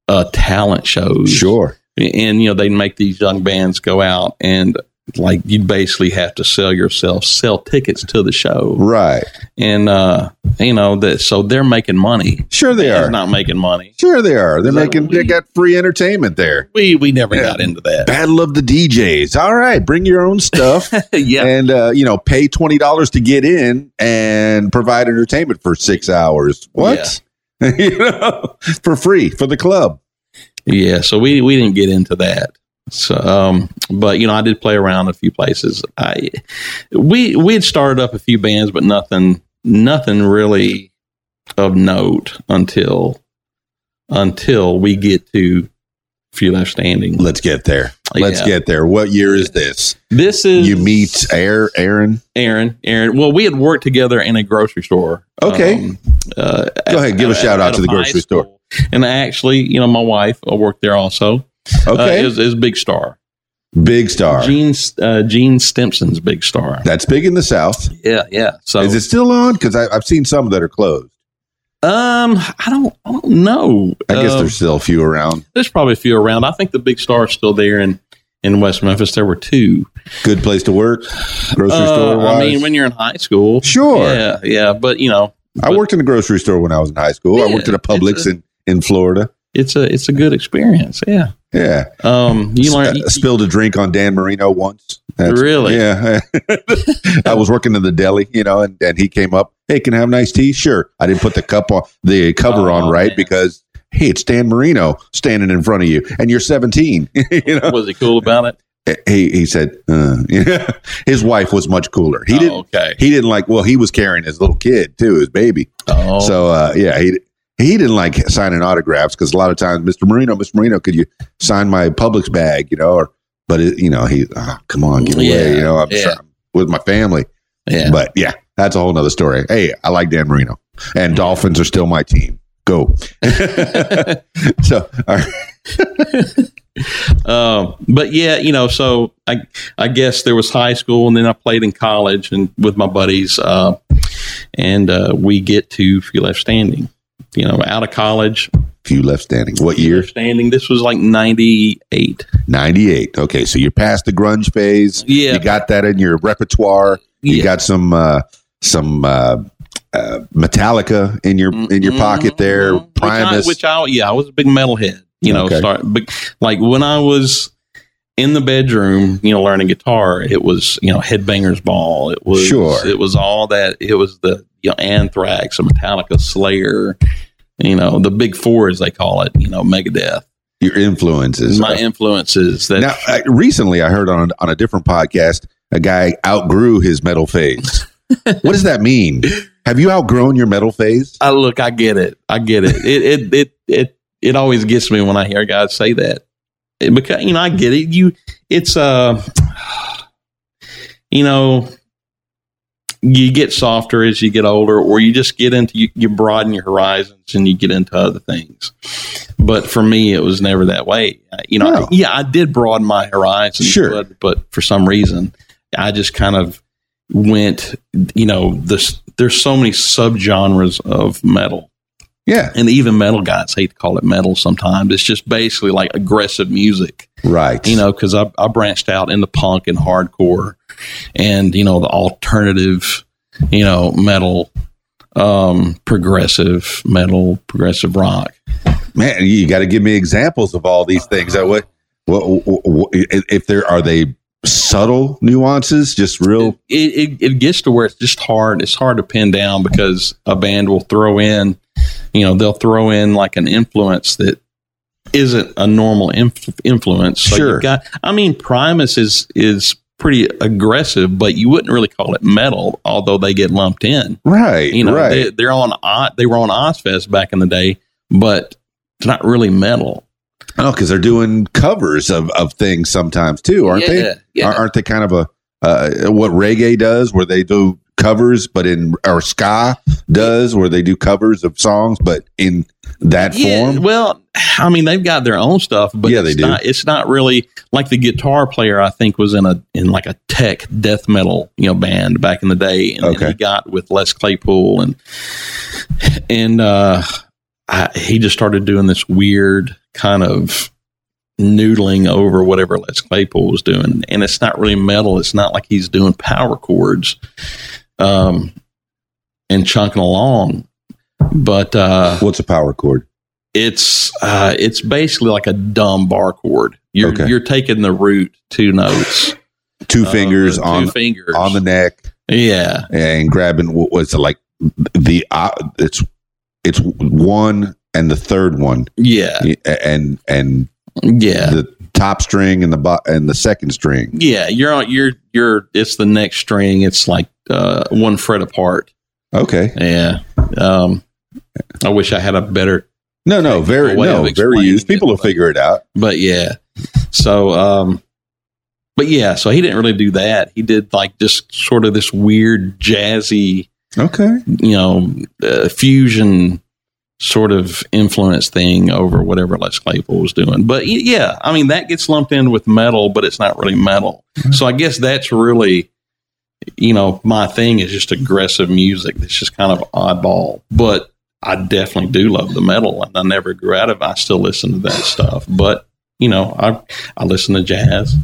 [SPEAKER 5] uh, talent shows,
[SPEAKER 1] Sure.
[SPEAKER 5] and you know they'd make these young bands go out and like you basically have to sell yourself, sell tickets to the show,
[SPEAKER 1] Right.
[SPEAKER 5] and uh, you know that so they're making money.
[SPEAKER 1] Sure they
[SPEAKER 5] It's
[SPEAKER 1] are.
[SPEAKER 5] not making money.
[SPEAKER 1] sure they are. They're
[SPEAKER 5] Is that
[SPEAKER 1] making they
[SPEAKER 5] weed?
[SPEAKER 1] got free entertainment there.
[SPEAKER 5] We we never
[SPEAKER 1] Yeah.
[SPEAKER 5] got into that.
[SPEAKER 1] Battle of the DJs. All right, bring your own stuff
[SPEAKER 5] yeah,
[SPEAKER 1] and uh, you know, pay twenty dollars to get in and provide entertainment for six hours. What? you know, for free for the club.
[SPEAKER 5] Yeah, so we we didn't get into that. So, um, but you know, I did play around a few places. I we we had started up a few bands, but nothing nothing really of note until until we get to few left standing.
[SPEAKER 1] Let's get there. Let's
[SPEAKER 5] Yeah.
[SPEAKER 1] get there. What year is this?
[SPEAKER 5] This is
[SPEAKER 1] You meet Air Aaron.
[SPEAKER 5] Aaron. Aaron. Well, we had worked together in a grocery store.
[SPEAKER 1] Okay.
[SPEAKER 5] Um, uh,
[SPEAKER 1] Go ahead, give a shout out to the
[SPEAKER 5] high
[SPEAKER 1] grocery store.
[SPEAKER 5] school. And actually, you know, my wife uh, worked there also.
[SPEAKER 1] Okay.
[SPEAKER 5] uh, is, is big star.
[SPEAKER 1] big star.
[SPEAKER 5] Gene uh, Gene Stimpson's big star.
[SPEAKER 1] That's big in the South.
[SPEAKER 5] Yeah, yeah. So
[SPEAKER 1] Is it still on? Because I've seen some that are closed.
[SPEAKER 5] um, I don't, I don't know.
[SPEAKER 1] I guess
[SPEAKER 5] Um,
[SPEAKER 1] there's still a few around.
[SPEAKER 5] there's probably a few around. I think the big star is still there in in West Memphis. There were two
[SPEAKER 1] Good place to work, grocery
[SPEAKER 5] Uh,
[SPEAKER 1] store.
[SPEAKER 5] I mean, when you're in high school,
[SPEAKER 1] sure.
[SPEAKER 5] Yeah, yeah. But you know,
[SPEAKER 1] I
[SPEAKER 5] but-
[SPEAKER 1] worked in the grocery store when I was in high school. I
[SPEAKER 5] Yeah,
[SPEAKER 1] worked at a
[SPEAKER 5] it's
[SPEAKER 1] Publix
[SPEAKER 5] a-
[SPEAKER 1] in in Florida.
[SPEAKER 5] it's a it's a good experience. Yeah.
[SPEAKER 1] Yeah,
[SPEAKER 5] Um, you learn.
[SPEAKER 1] Sp- spilled a drink on Dan Marino once. That's-
[SPEAKER 5] Really?
[SPEAKER 1] Yeah. I was working in the deli, you know, and, and he came up. Hey, can I have an iced tea? Sure. I didn't put the cup on the cover on
[SPEAKER 5] Oh,
[SPEAKER 1] right
[SPEAKER 5] man.
[SPEAKER 1] because hey, it's Dan Marino standing in front of you, and you're 17. you know,
[SPEAKER 5] was he cool about it?
[SPEAKER 1] he he said, uh, his wife was much cooler. He didn't.
[SPEAKER 5] Oh, okay.
[SPEAKER 1] He didn't like. Well, he was carrying his little kid too, his baby.
[SPEAKER 5] Oh,
[SPEAKER 1] So uh, yeah, he he didn't like signing autographs because a lot of times, Mr. Marino, Mr. Marino, could you sign my Publix bag? You know, or but it, you know, he ah, come on, get away.
[SPEAKER 5] Yeah,
[SPEAKER 1] you know, I'm
[SPEAKER 5] yeah.
[SPEAKER 1] trying- with my family.
[SPEAKER 5] yeah.
[SPEAKER 1] But yeah, that's a whole nother story. Hey, I like Dan Marino, and Dolphins are still my team. Go. so all right.
[SPEAKER 5] Um, but yeah, you know, so I I guess there was high school, and then I played in college and with my buddies, uh, and uh, we get to few left standing. You know, out of college,
[SPEAKER 1] few left standing. What
[SPEAKER 5] Few
[SPEAKER 1] year?
[SPEAKER 5] Left standing. This was like ninety eight.
[SPEAKER 1] Ninety eight. Okay, so you're past the grunge phase.
[SPEAKER 5] Yeah,
[SPEAKER 1] You got that in your repertoire. You
[SPEAKER 5] yeah.
[SPEAKER 1] got some uh, some uh, uh, Metallica in your in your pocket there.
[SPEAKER 5] Mhm.
[SPEAKER 1] Primus.
[SPEAKER 5] Which I, which I yeah, I was a big metalhead. You know,
[SPEAKER 1] Okay.
[SPEAKER 5] start but like when I was in the bedroom, you know, learning guitar, it was you know headbangers ball. It was
[SPEAKER 1] Sure.
[SPEAKER 5] It was all that. It was the you know, Anthrax, and Metallica, Slayer. You know, the big four as they call it. You know, Megadeth.
[SPEAKER 1] your influences.
[SPEAKER 5] My influences that
[SPEAKER 1] now, I, recently, I heard on on a different podcast a guy outgrew his metal phase. what does that mean? Have you outgrown your metal phase?
[SPEAKER 5] I look. I get it. I get it. It it it it it always gets me when I hear guys say that It- because you know I get it. You it's uh you know you get softer as you get older, or you just get into you, you broaden your horizons and you get into other things. But for me, it was never that way. I- You know,
[SPEAKER 1] No.
[SPEAKER 5] yeah, I did broaden my horizons,
[SPEAKER 1] Sure.
[SPEAKER 5] but, but for some reason, I just kind of went. You know, this there's so many subgenres of metal
[SPEAKER 1] Yeah,
[SPEAKER 5] and even metal guys hate to call it metal sometimes. It's just basically like aggressive music,
[SPEAKER 1] right.
[SPEAKER 5] you know, because I, I branched out into punk and hardcore and, you know, the alternative, you know, metal, um, progressive metal, progressive rock.
[SPEAKER 1] man, you got to give me examples of all these things. Uh, What, what, what, what- if there are they subtle nuances? Just real.
[SPEAKER 5] It, it, it gets to where it's just hard. It's hard to pin down because a band will throw in, you know, they'll throw in like an influence that isn't a normal inf- influence. So
[SPEAKER 1] Sure.
[SPEAKER 5] you've got, I mean, Primus is is pretty aggressive, but you wouldn't really call it metal, although they get lumped in.
[SPEAKER 1] Right.
[SPEAKER 5] You know,
[SPEAKER 1] right.
[SPEAKER 5] they, they're on O- they were on Ozfest back in the day, but it's not really metal,
[SPEAKER 1] Oh, because they're doing covers of, of things sometimes too, aren't they?
[SPEAKER 5] Yeah, yeah.
[SPEAKER 1] Aren't they kind of a uh, what reggae does, where they do covers, but in or ska does where they do covers of songs, but in that
[SPEAKER 5] Yeah,
[SPEAKER 1] form.
[SPEAKER 5] well, I mean, they've got their own stuff, but
[SPEAKER 1] Yeah,
[SPEAKER 5] it's
[SPEAKER 1] they do.
[SPEAKER 5] Not, it's not really like the guitar player. I think was in a in like a tech death metal you know band back in the day, and, and
[SPEAKER 1] Okay.
[SPEAKER 5] he got with Les Claypool and and uh, I, he just started doing this weird kind of noodling over whatever Les Claypool was doing, and it's not really metal. It's not like he's doing power chords, um, and chunking along. But uh,
[SPEAKER 1] What's a power chord?
[SPEAKER 5] it's uh, it's basically like a dumb bar chord. You're
[SPEAKER 1] Okay.
[SPEAKER 5] you're taking the root two notes,
[SPEAKER 1] Two
[SPEAKER 5] uh,
[SPEAKER 1] fingers
[SPEAKER 5] two
[SPEAKER 1] on
[SPEAKER 5] fingers
[SPEAKER 1] on the neck
[SPEAKER 5] yeah
[SPEAKER 1] and grabbing what was it like the uh, it's it's one and the third one
[SPEAKER 5] yeah
[SPEAKER 1] and and
[SPEAKER 5] Uh, yeah
[SPEAKER 1] the top string and the bo- and the second string.
[SPEAKER 5] yeah. You're on you're you're it's the next string. It's like uh, one fret apart.
[SPEAKER 1] Okay.
[SPEAKER 5] Yeah. Um, I wish I had a better,
[SPEAKER 1] No, no, very
[SPEAKER 5] way of
[SPEAKER 1] no, very
[SPEAKER 5] explaining
[SPEAKER 1] used. People
[SPEAKER 5] it,
[SPEAKER 1] will
[SPEAKER 5] but-
[SPEAKER 1] figure it out.
[SPEAKER 5] but yeah. So um, but yeah. So he didn't really do that. He did like just sort of this weird jazzy
[SPEAKER 1] Okay.
[SPEAKER 5] you know, uh, fusion sort of influence thing over whatever Les Claypool was doing. But y- yeah, I mean, that gets lumped in with metal, but it's not really metal. So I guess that's really, you know, my thing is just aggressive music. It's just kind of oddball. But I definitely do love the metal and I never grew out of it. I still listen to that stuff. But, you know, I, I listen to jazz,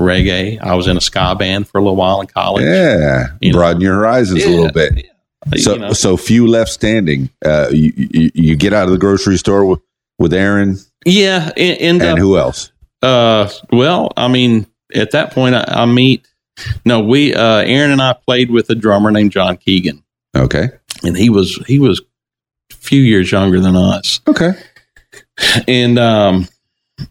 [SPEAKER 5] reggae. I was in a ska band for a little while in college.
[SPEAKER 1] Yeah.
[SPEAKER 5] You know.
[SPEAKER 1] Broaden your horizons a little bit.
[SPEAKER 5] You
[SPEAKER 1] So,
[SPEAKER 5] know.
[SPEAKER 1] so few left standing. Uh, you, you, you get out of the grocery store with, with Aaron
[SPEAKER 5] yeah. And, and, uh,
[SPEAKER 1] and who else?
[SPEAKER 5] Uh, well, I mean, at that point, I, I meet. No, we uh, Aaron and I played with a drummer named John Keegan,
[SPEAKER 1] Okay.
[SPEAKER 5] and he was he was a few years younger than us,
[SPEAKER 1] Okay.
[SPEAKER 5] and um,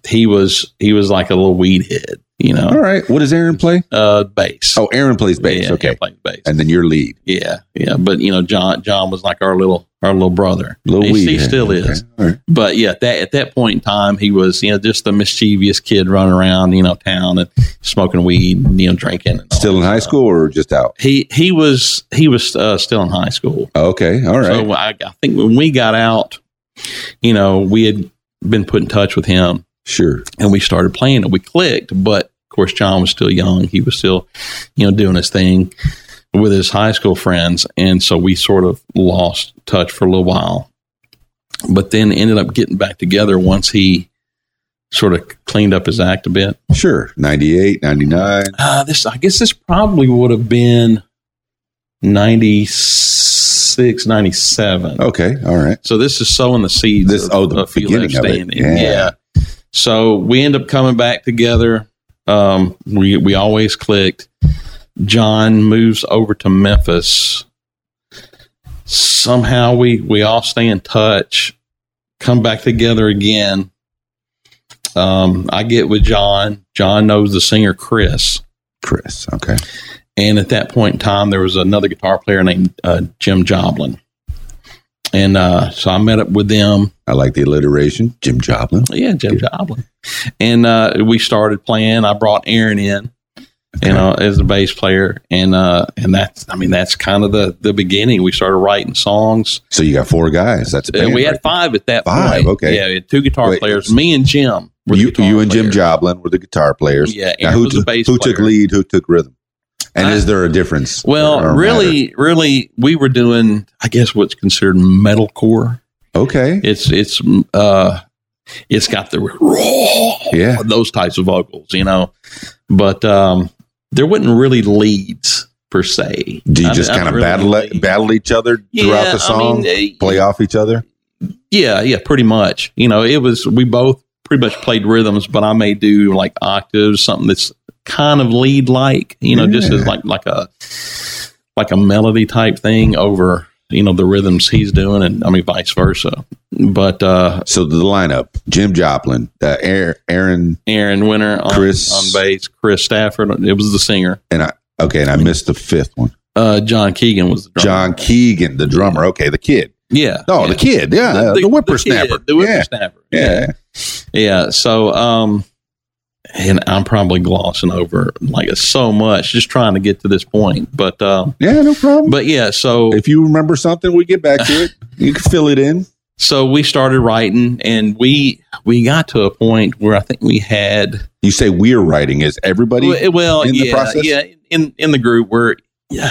[SPEAKER 5] he was he was like a little weed head, you
[SPEAKER 1] All
[SPEAKER 5] know,
[SPEAKER 1] right. What does Aaron play?
[SPEAKER 5] uh, bass.
[SPEAKER 1] Oh, Aaron plays bass.
[SPEAKER 5] Yeah,
[SPEAKER 1] okay.
[SPEAKER 5] he played bass.
[SPEAKER 1] And then your lead,
[SPEAKER 5] Yeah, yeah, but you know, John John was like our little our little brother.
[SPEAKER 1] little
[SPEAKER 5] he,
[SPEAKER 1] weed.
[SPEAKER 5] he
[SPEAKER 1] hand.
[SPEAKER 5] still
[SPEAKER 1] Okay.
[SPEAKER 5] is.
[SPEAKER 1] All right.
[SPEAKER 5] but yeah, at that at that point in time, he was you know just the mischievous kid running around you know town and smoking weed, and, you know drinking. And all
[SPEAKER 1] Still in
[SPEAKER 5] that
[SPEAKER 1] high
[SPEAKER 5] stuff.
[SPEAKER 1] school or just out?
[SPEAKER 5] He he was he was uh, still in high school.
[SPEAKER 1] Okay. All right.
[SPEAKER 5] So I, I think when we got out, you know, we had been put in touch with him
[SPEAKER 1] sure.
[SPEAKER 5] and we started playing and we clicked. But of course, John was still young. He was still, you know, doing his thing with his high school friends. And so we sort of lost touch for a little while, but then ended up getting back together once he sort of cleaned up his act a bit.
[SPEAKER 1] Sure. 98, 99.
[SPEAKER 5] Uh, this, I guess this probably would have been 96, 97.
[SPEAKER 1] Okay. All right.
[SPEAKER 5] So this is sowing the seeds.
[SPEAKER 1] This- oh, the
[SPEAKER 5] Feel
[SPEAKER 1] beginning
[SPEAKER 5] Left
[SPEAKER 1] of it.
[SPEAKER 5] Standing.
[SPEAKER 1] Yeah.
[SPEAKER 5] Yeah. So we end up coming back together. Um, we we always clicked. John moves over to Memphis. Somehow we we all stay in touch. Come back together again. Um, I get with John. John knows the singer Chris.
[SPEAKER 1] Chris. Okay.
[SPEAKER 5] And at that point in time, there was another guitar player named uh, Jim Joplin. And uh, so I met up with them.
[SPEAKER 1] I like the alliteration. Jim Joplin.
[SPEAKER 5] Yeah, Jim Joplin. And uh, we started playing. I brought Aaron in, you know, as the bass player. And uh, and that's, I mean, that's kind of the, the beginning. We started writing songs.
[SPEAKER 1] So you got four guys. That's a band,
[SPEAKER 5] And we
[SPEAKER 1] right?
[SPEAKER 5] had five at that
[SPEAKER 1] Five,
[SPEAKER 5] point.
[SPEAKER 1] okay.
[SPEAKER 5] Yeah, we had two guitar
[SPEAKER 1] Wait.
[SPEAKER 5] players. Me and Jim. were the
[SPEAKER 1] you,
[SPEAKER 5] guitar
[SPEAKER 1] you and Jim
[SPEAKER 5] players.
[SPEAKER 1] Joplin were the guitar players.
[SPEAKER 5] Yeah,
[SPEAKER 1] Now,
[SPEAKER 5] Aaron
[SPEAKER 1] who,
[SPEAKER 5] was the
[SPEAKER 1] took-
[SPEAKER 5] bass
[SPEAKER 1] who
[SPEAKER 5] player.
[SPEAKER 1] took lead? Who took rhythm? And
[SPEAKER 5] I-
[SPEAKER 1] is there a difference?
[SPEAKER 5] Well,
[SPEAKER 1] or a
[SPEAKER 5] really, really, we were doing, I guess, what's considered metalcore.
[SPEAKER 1] matter? okay,
[SPEAKER 5] It's it's uh, it's got the raw,
[SPEAKER 1] yeah,
[SPEAKER 5] those types of vocals, you know. But um, there wasn't really leads per se.
[SPEAKER 1] Do you
[SPEAKER 5] I-
[SPEAKER 1] just
[SPEAKER 5] I
[SPEAKER 1] kind of
[SPEAKER 5] really
[SPEAKER 1] battle
[SPEAKER 5] lead.
[SPEAKER 1] battle each other throughout the song,
[SPEAKER 5] I mean, uh,
[SPEAKER 1] play off each other?
[SPEAKER 5] Yeah, yeah, pretty much. You know, it was we both pretty much played rhythms, but I may do like octaves, something that's kind of lead like, you know, just as
[SPEAKER 1] Yeah.
[SPEAKER 5] like like a like a melody type thing over, you know, the rhythms he's doing and I mean vice versa. But uh
[SPEAKER 1] So the lineup: Jim Joplin, uh, Aar- Aaron.
[SPEAKER 5] Aaron Winter on,
[SPEAKER 1] Chris-
[SPEAKER 5] on bass, Chris Stafford, it was the singer.
[SPEAKER 1] Okay, and I missed the fifth one.
[SPEAKER 5] Uh John Keegan was the drummer.
[SPEAKER 1] John Keegan, the drummer. Okay, the kid.
[SPEAKER 5] Yeah.
[SPEAKER 1] Oh,
[SPEAKER 5] yeah.
[SPEAKER 1] the kid. Yeah, the,
[SPEAKER 5] kid,
[SPEAKER 1] whippersnapper.
[SPEAKER 5] The whippersnapper.
[SPEAKER 1] yeah, yeah.
[SPEAKER 5] Yeah. So um and I'm probably glossing over like so much just trying to get to this point. But uh,
[SPEAKER 1] Yeah, no problem.
[SPEAKER 5] but yeah, so
[SPEAKER 1] If you remember something, we get back to it. You can fill it in.
[SPEAKER 5] so we started writing, and we we got to a point where I think we had
[SPEAKER 1] You say we're writing. Is everybody?
[SPEAKER 5] Well, well,
[SPEAKER 1] in the
[SPEAKER 5] yeah,
[SPEAKER 1] process?
[SPEAKER 5] yeah, in in the group where, yeah,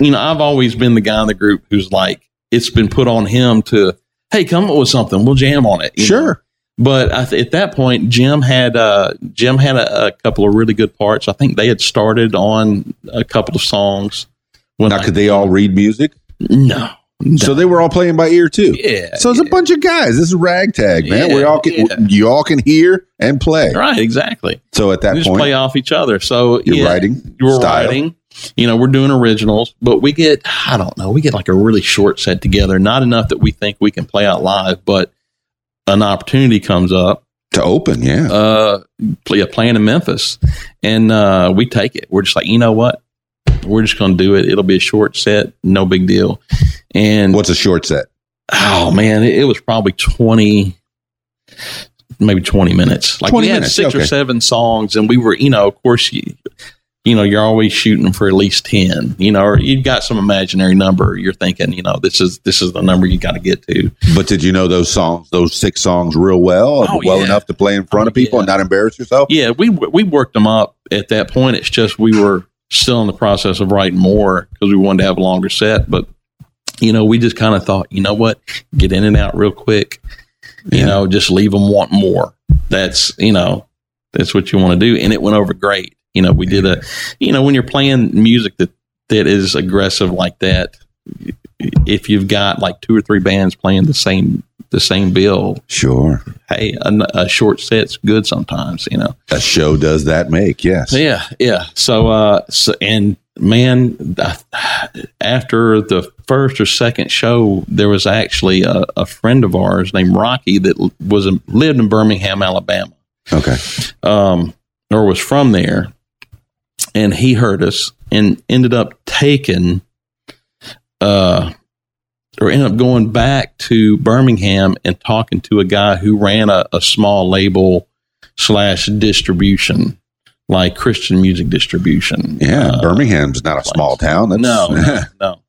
[SPEAKER 5] you know, I've always been the guy in the group who's like, it's been put on him to, hey, come up with something, we'll jam on it. you know?
[SPEAKER 1] sure.
[SPEAKER 5] But I th- at that point, Jim had uh, Jim had a, a couple of really good parts. I think they had started on a couple of songs. When
[SPEAKER 1] Now,
[SPEAKER 5] I-
[SPEAKER 1] could they all read music?
[SPEAKER 5] no,
[SPEAKER 1] So they were all playing by ear too.
[SPEAKER 5] yeah,
[SPEAKER 1] So it's a bunch of guys. This is ragtag, man.
[SPEAKER 5] Yeah,
[SPEAKER 1] we all can,
[SPEAKER 5] yeah.
[SPEAKER 1] you all can hear and play.
[SPEAKER 5] right, exactly.
[SPEAKER 1] So at that
[SPEAKER 5] We just
[SPEAKER 1] point,
[SPEAKER 5] play off each other. So
[SPEAKER 1] you're
[SPEAKER 5] yeah.
[SPEAKER 1] writing
[SPEAKER 5] we're
[SPEAKER 1] style.
[SPEAKER 5] writing. You know, we're doing originals, but we get I don't know, we get like a really short set together, not enough that we think we can play out live, but an opportunity comes up.
[SPEAKER 1] to open. Yeah,
[SPEAKER 5] Uh play a plan in Memphis. And uh we take it. We're just like, you know what? We're just gonna do it. It'll be a short set, no big deal. And
[SPEAKER 1] what's a short set?
[SPEAKER 5] oh man, it, it was probably twenty maybe 20 minutes like
[SPEAKER 1] 20
[SPEAKER 5] we had
[SPEAKER 1] minutes,
[SPEAKER 5] six
[SPEAKER 1] okay.
[SPEAKER 5] or seven songs and we were you know of course you you know you're always shooting for at least 10 you know or you've got some imaginary number you're thinking you know this is this is the number you got to get to
[SPEAKER 1] But did you know those songs, those six songs, real well,
[SPEAKER 5] Oh,
[SPEAKER 1] well
[SPEAKER 5] yeah.
[SPEAKER 1] enough to play in front
[SPEAKER 5] Oh,
[SPEAKER 1] of people
[SPEAKER 5] yeah.
[SPEAKER 1] and not embarrass yourself?
[SPEAKER 5] yeah we we worked them up at that point it's just we were still in the process of writing more because we wanted to have a longer set but you know we just kind of thought you know what get in and out real quick you
[SPEAKER 1] Yeah.
[SPEAKER 5] know just leave them want more that's you know that's what you want to do and it went over great you know we did a you know when you're playing music that that is aggressive like that if you've got like two or three bands playing the same the same bill
[SPEAKER 1] Sure,
[SPEAKER 5] hey a, a short set's good sometimes you know
[SPEAKER 1] a show does that make yes.
[SPEAKER 5] yeah, yeah. So, uh, so, and man, I- after the first or second show, there was actually a, a friend of ours named Rocky that l- was in- lived in Birmingham, Alabama,
[SPEAKER 1] Okay,
[SPEAKER 5] um, or was from there, and he heard us and ended up taking, uh, or ended up going back to Birmingham and talking to a guy who ran a, a small label slash distribution, like Christian music distribution.
[SPEAKER 1] yeah.
[SPEAKER 5] Uh,
[SPEAKER 1] Birmingham's not a small town. That's,
[SPEAKER 5] no, no, no.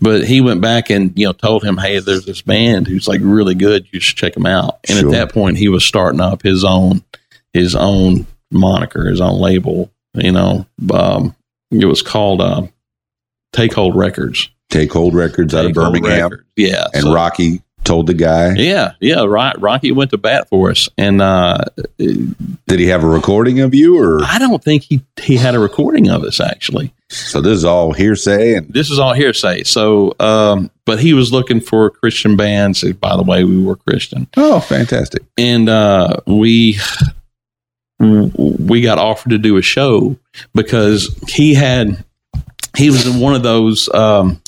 [SPEAKER 5] But he went back and you know told him, hey, there's this band who's like really good. You should check them out. And
[SPEAKER 1] Sure.
[SPEAKER 5] at that point, he was starting up his own his own moniker, his own label. You know, um, it was called uh, Take Hold Records
[SPEAKER 1] Take Hold Records out of
[SPEAKER 5] Take Hold
[SPEAKER 1] Birmingham,
[SPEAKER 5] Records. Yeah,
[SPEAKER 1] and
[SPEAKER 5] so-
[SPEAKER 1] Rocky told the guy,
[SPEAKER 5] Yeah, yeah. Right, Rocky went to bat for us, and uh,
[SPEAKER 1] did he have a recording of you, or
[SPEAKER 5] I don't think he he had a recording of us actually.
[SPEAKER 1] so? This is all hearsay, and
[SPEAKER 5] this is all hearsay. So, um, but he was looking for Christian bands. By the way, we were Christian,
[SPEAKER 1] oh, fantastic.
[SPEAKER 5] and uh, we we got offered to do a show because he had he was in one of those um,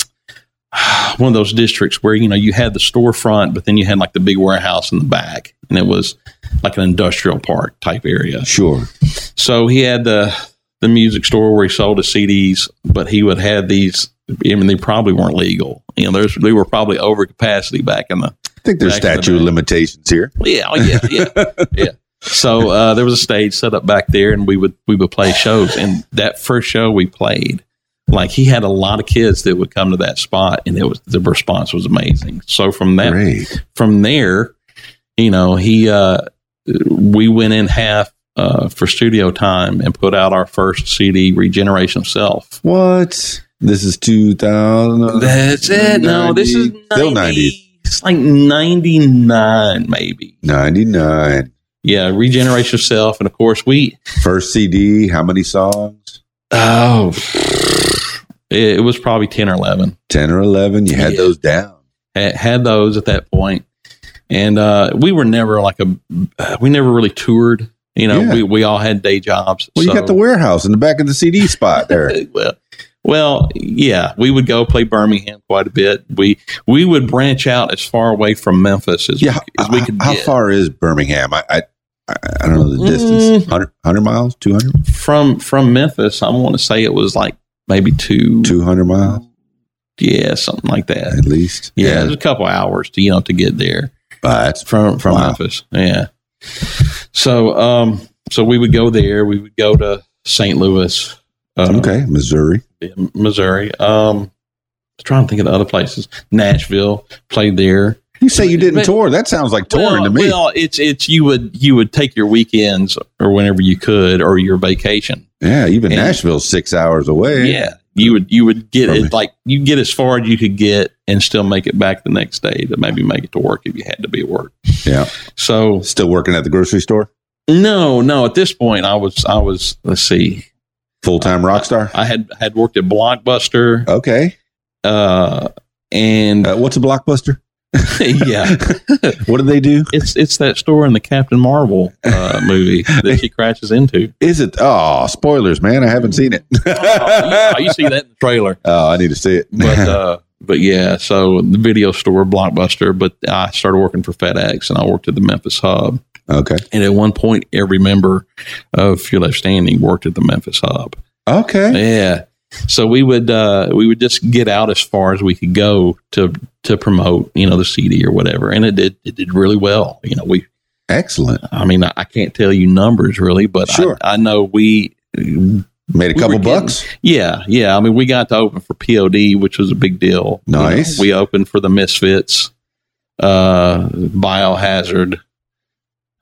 [SPEAKER 5] one of those districts where you know you had the storefront, but then you had like the big warehouse in the back, and it was like an industrial park type area.
[SPEAKER 1] Sure,
[SPEAKER 5] So he had the the music store where he sold his CDs, but he would have these. I mean, they probably weren't legal. You know, there's they were probably over capacity back in the
[SPEAKER 1] I think there's
[SPEAKER 5] Back in the
[SPEAKER 1] statute of
[SPEAKER 5] day.
[SPEAKER 1] limitations here.
[SPEAKER 5] yeah oh, yeah yeah yeah. So uh, there was a stage set up back there, and we would we would play shows. And that first show we played, like he had a lot of kids that would come to that spot, and it was the response was amazing. So from that
[SPEAKER 1] Great.
[SPEAKER 5] from there, you know, he uh, we went in half uh, for studio time and put out our first CD, Regeneration of Self.
[SPEAKER 1] What? This is 2000.
[SPEAKER 5] That's it. No, this is 90,
[SPEAKER 1] still 90s.
[SPEAKER 5] It's like ninety nine, maybe.
[SPEAKER 1] 99.
[SPEAKER 5] Yeah, Regeneration of Self, and of course we.
[SPEAKER 1] First CD, how many songs?
[SPEAKER 5] Oh, it, it was probably ten or eleven.
[SPEAKER 1] 10 or 11. You had
[SPEAKER 5] Yeah.
[SPEAKER 1] those down.
[SPEAKER 5] had, had those at that point and uh we were never like a uh, we never really toured you know
[SPEAKER 1] Yeah.
[SPEAKER 5] we, we all had day jobs
[SPEAKER 1] Well, you
[SPEAKER 5] so-
[SPEAKER 1] got the warehouse in the back of the CD spot there.
[SPEAKER 5] well, well, yeah, we would go play Birmingham quite a bit. We we would branch out as far away from Memphis as,
[SPEAKER 1] yeah.
[SPEAKER 5] as we could
[SPEAKER 1] how
[SPEAKER 5] get
[SPEAKER 1] far is Birmingham? I, I, I I don't know the distance. 100,
[SPEAKER 5] Mm.
[SPEAKER 1] 100 miles? 200?
[SPEAKER 5] from from Memphis. I want to say it was like maybe two,
[SPEAKER 1] 200 miles
[SPEAKER 5] yeah, something like that.
[SPEAKER 1] at least.
[SPEAKER 5] Yeah, it was a couple hours to you know to get there
[SPEAKER 1] Uh, that's
[SPEAKER 5] from from
[SPEAKER 1] Wow.
[SPEAKER 5] Memphis. Yeah. So um, so we would go there. We would go to St. Louis, uh,
[SPEAKER 1] okay, Missouri.
[SPEAKER 5] Missouri. Um, I was trying to think of the other places. Nashville played there.
[SPEAKER 1] You say you didn't
[SPEAKER 5] But-
[SPEAKER 1] tour. That sounds like touring
[SPEAKER 5] well,
[SPEAKER 1] to me.
[SPEAKER 5] Well, it's it's you would you would take your weekends or whenever you could or your vacation.
[SPEAKER 1] yeah, even
[SPEAKER 5] and-
[SPEAKER 1] Nashville's six hours away.
[SPEAKER 5] Yeah, you would you would get
[SPEAKER 1] Probably.
[SPEAKER 5] it like you get as far as you could get and still make it back the next day to maybe make it to work if you had to be at work.
[SPEAKER 1] Yeah.
[SPEAKER 5] So
[SPEAKER 1] Still working at the grocery store?
[SPEAKER 5] no, no. At this point, I was I was let's see,
[SPEAKER 1] Full time rock star?
[SPEAKER 5] I had had worked at Blockbuster,
[SPEAKER 1] Okay.
[SPEAKER 5] uh, and
[SPEAKER 1] Uh, what's a blockbuster?
[SPEAKER 5] yeah,
[SPEAKER 1] What do they do?
[SPEAKER 5] it's it's that store in the Captain Marvel uh, movie that she crashes into.
[SPEAKER 1] Is it? Oh, spoilers, man. I haven't seen it.
[SPEAKER 5] Oh, you, you see that in the trailer.
[SPEAKER 1] oh, I need to see it.
[SPEAKER 5] but uh, but yeah, so the video store Blockbuster. But I started working for FedEx, and I worked at the Memphis hub.
[SPEAKER 1] okay.
[SPEAKER 5] And at one point, every member of Fear Left Standing worked at the Memphis hub.
[SPEAKER 1] Okay.
[SPEAKER 5] Yeah, so we would uh, we would just get out as far as we could go to to promote you know the CD or whatever, and it did it did really well. You know, we
[SPEAKER 1] Excellent.
[SPEAKER 5] I mean I, I can't tell you numbers really, but
[SPEAKER 1] Sure.
[SPEAKER 5] I, I know we.
[SPEAKER 1] Made a
[SPEAKER 5] We
[SPEAKER 1] couple
[SPEAKER 5] were getting-
[SPEAKER 1] bucks.
[SPEAKER 5] Yeah, yeah. I mean, we got to open for POD, which was a big deal. You know,
[SPEAKER 1] Nice.
[SPEAKER 5] we opened for the Misfits, uh, Biohazard.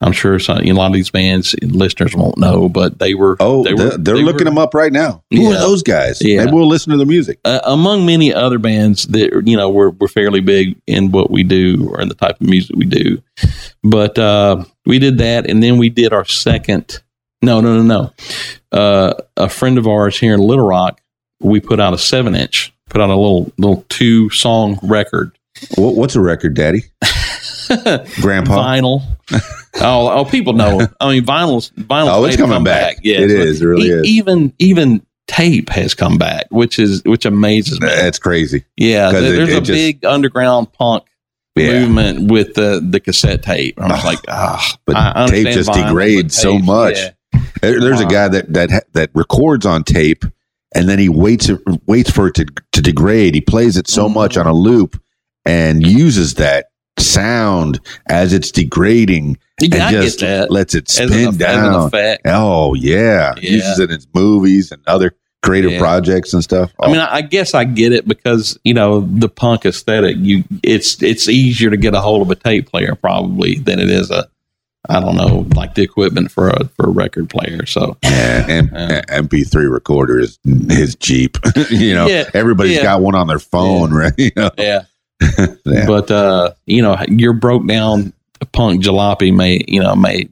[SPEAKER 5] I'm sure some, a lot of these bands listeners won't know, but they were.
[SPEAKER 1] Oh,
[SPEAKER 5] they
[SPEAKER 1] they
[SPEAKER 5] were,
[SPEAKER 1] are they're
[SPEAKER 5] they
[SPEAKER 1] looking
[SPEAKER 5] were,
[SPEAKER 1] them up right now. Who are
[SPEAKER 5] Yeah.
[SPEAKER 1] those guys?
[SPEAKER 5] Yeah.
[SPEAKER 1] Maybe we'll listen to their music.
[SPEAKER 5] Uh, among many other bands that you know were were fairly big in what we do or in the type of music we do, but uh, we did that, and then we did our second. No, no, no, no. Uh, a friend of ours here in Little Rock, we put out a seven inch, put out a little little two song record.
[SPEAKER 1] What, what's a record, Daddy? Grandpa.
[SPEAKER 5] vinyl. oh, oh, people know. it. I mean, vinyl's vinyl.
[SPEAKER 1] Oh, it's coming back.
[SPEAKER 5] Yeah,
[SPEAKER 1] it
[SPEAKER 5] so
[SPEAKER 1] is. It really
[SPEAKER 5] e-
[SPEAKER 1] is.
[SPEAKER 5] Even even tape has come back, which is which amazes me.
[SPEAKER 1] That's crazy.
[SPEAKER 5] yeah,
[SPEAKER 1] 'cause
[SPEAKER 5] there-
[SPEAKER 1] it-
[SPEAKER 5] there's
[SPEAKER 1] it
[SPEAKER 5] a
[SPEAKER 1] just-
[SPEAKER 5] big underground punk
[SPEAKER 1] Yeah.
[SPEAKER 5] movement with the the cassette tape. I'm just like, ah,
[SPEAKER 1] But
[SPEAKER 5] I understand
[SPEAKER 1] tape just
[SPEAKER 5] vinyl, but
[SPEAKER 1] degrades so
[SPEAKER 5] tape,
[SPEAKER 1] much.
[SPEAKER 5] yeah.
[SPEAKER 1] There- there's a
[SPEAKER 5] Wow.
[SPEAKER 1] guy that that ha- that records on tape, and then he waits it- waits for it to to degrade. He plays it so much
[SPEAKER 5] Mm-hmm.
[SPEAKER 1] on a loop, and uses that sound as it's degrading,
[SPEAKER 5] You
[SPEAKER 1] and
[SPEAKER 5] gotta
[SPEAKER 1] just
[SPEAKER 5] get that
[SPEAKER 1] lets it
[SPEAKER 5] as an,
[SPEAKER 1] spin
[SPEAKER 5] eff- as an
[SPEAKER 1] down.
[SPEAKER 5] effect.
[SPEAKER 1] Oh yeah.
[SPEAKER 5] Yeah.
[SPEAKER 1] uses it in his movies and other creative
[SPEAKER 5] Yeah.
[SPEAKER 1] projects and stuff.
[SPEAKER 5] I mean, I, I guess I get it because you know the punk aesthetic. You, it's it's easier to get a hold of a tape player probably than it is a, I don't know, like the equipment for a for a record player. So
[SPEAKER 1] Yeah, and
[SPEAKER 5] Yeah. Uh-huh.
[SPEAKER 1] and MP3 recorder is his Jeep. you know,
[SPEAKER 5] Yeah,
[SPEAKER 1] everybody's
[SPEAKER 5] yeah.
[SPEAKER 1] got one on their phone, right? You know,
[SPEAKER 5] yeah,
[SPEAKER 1] yeah.
[SPEAKER 5] but uh, you know, your broke down punk jalopy may you know may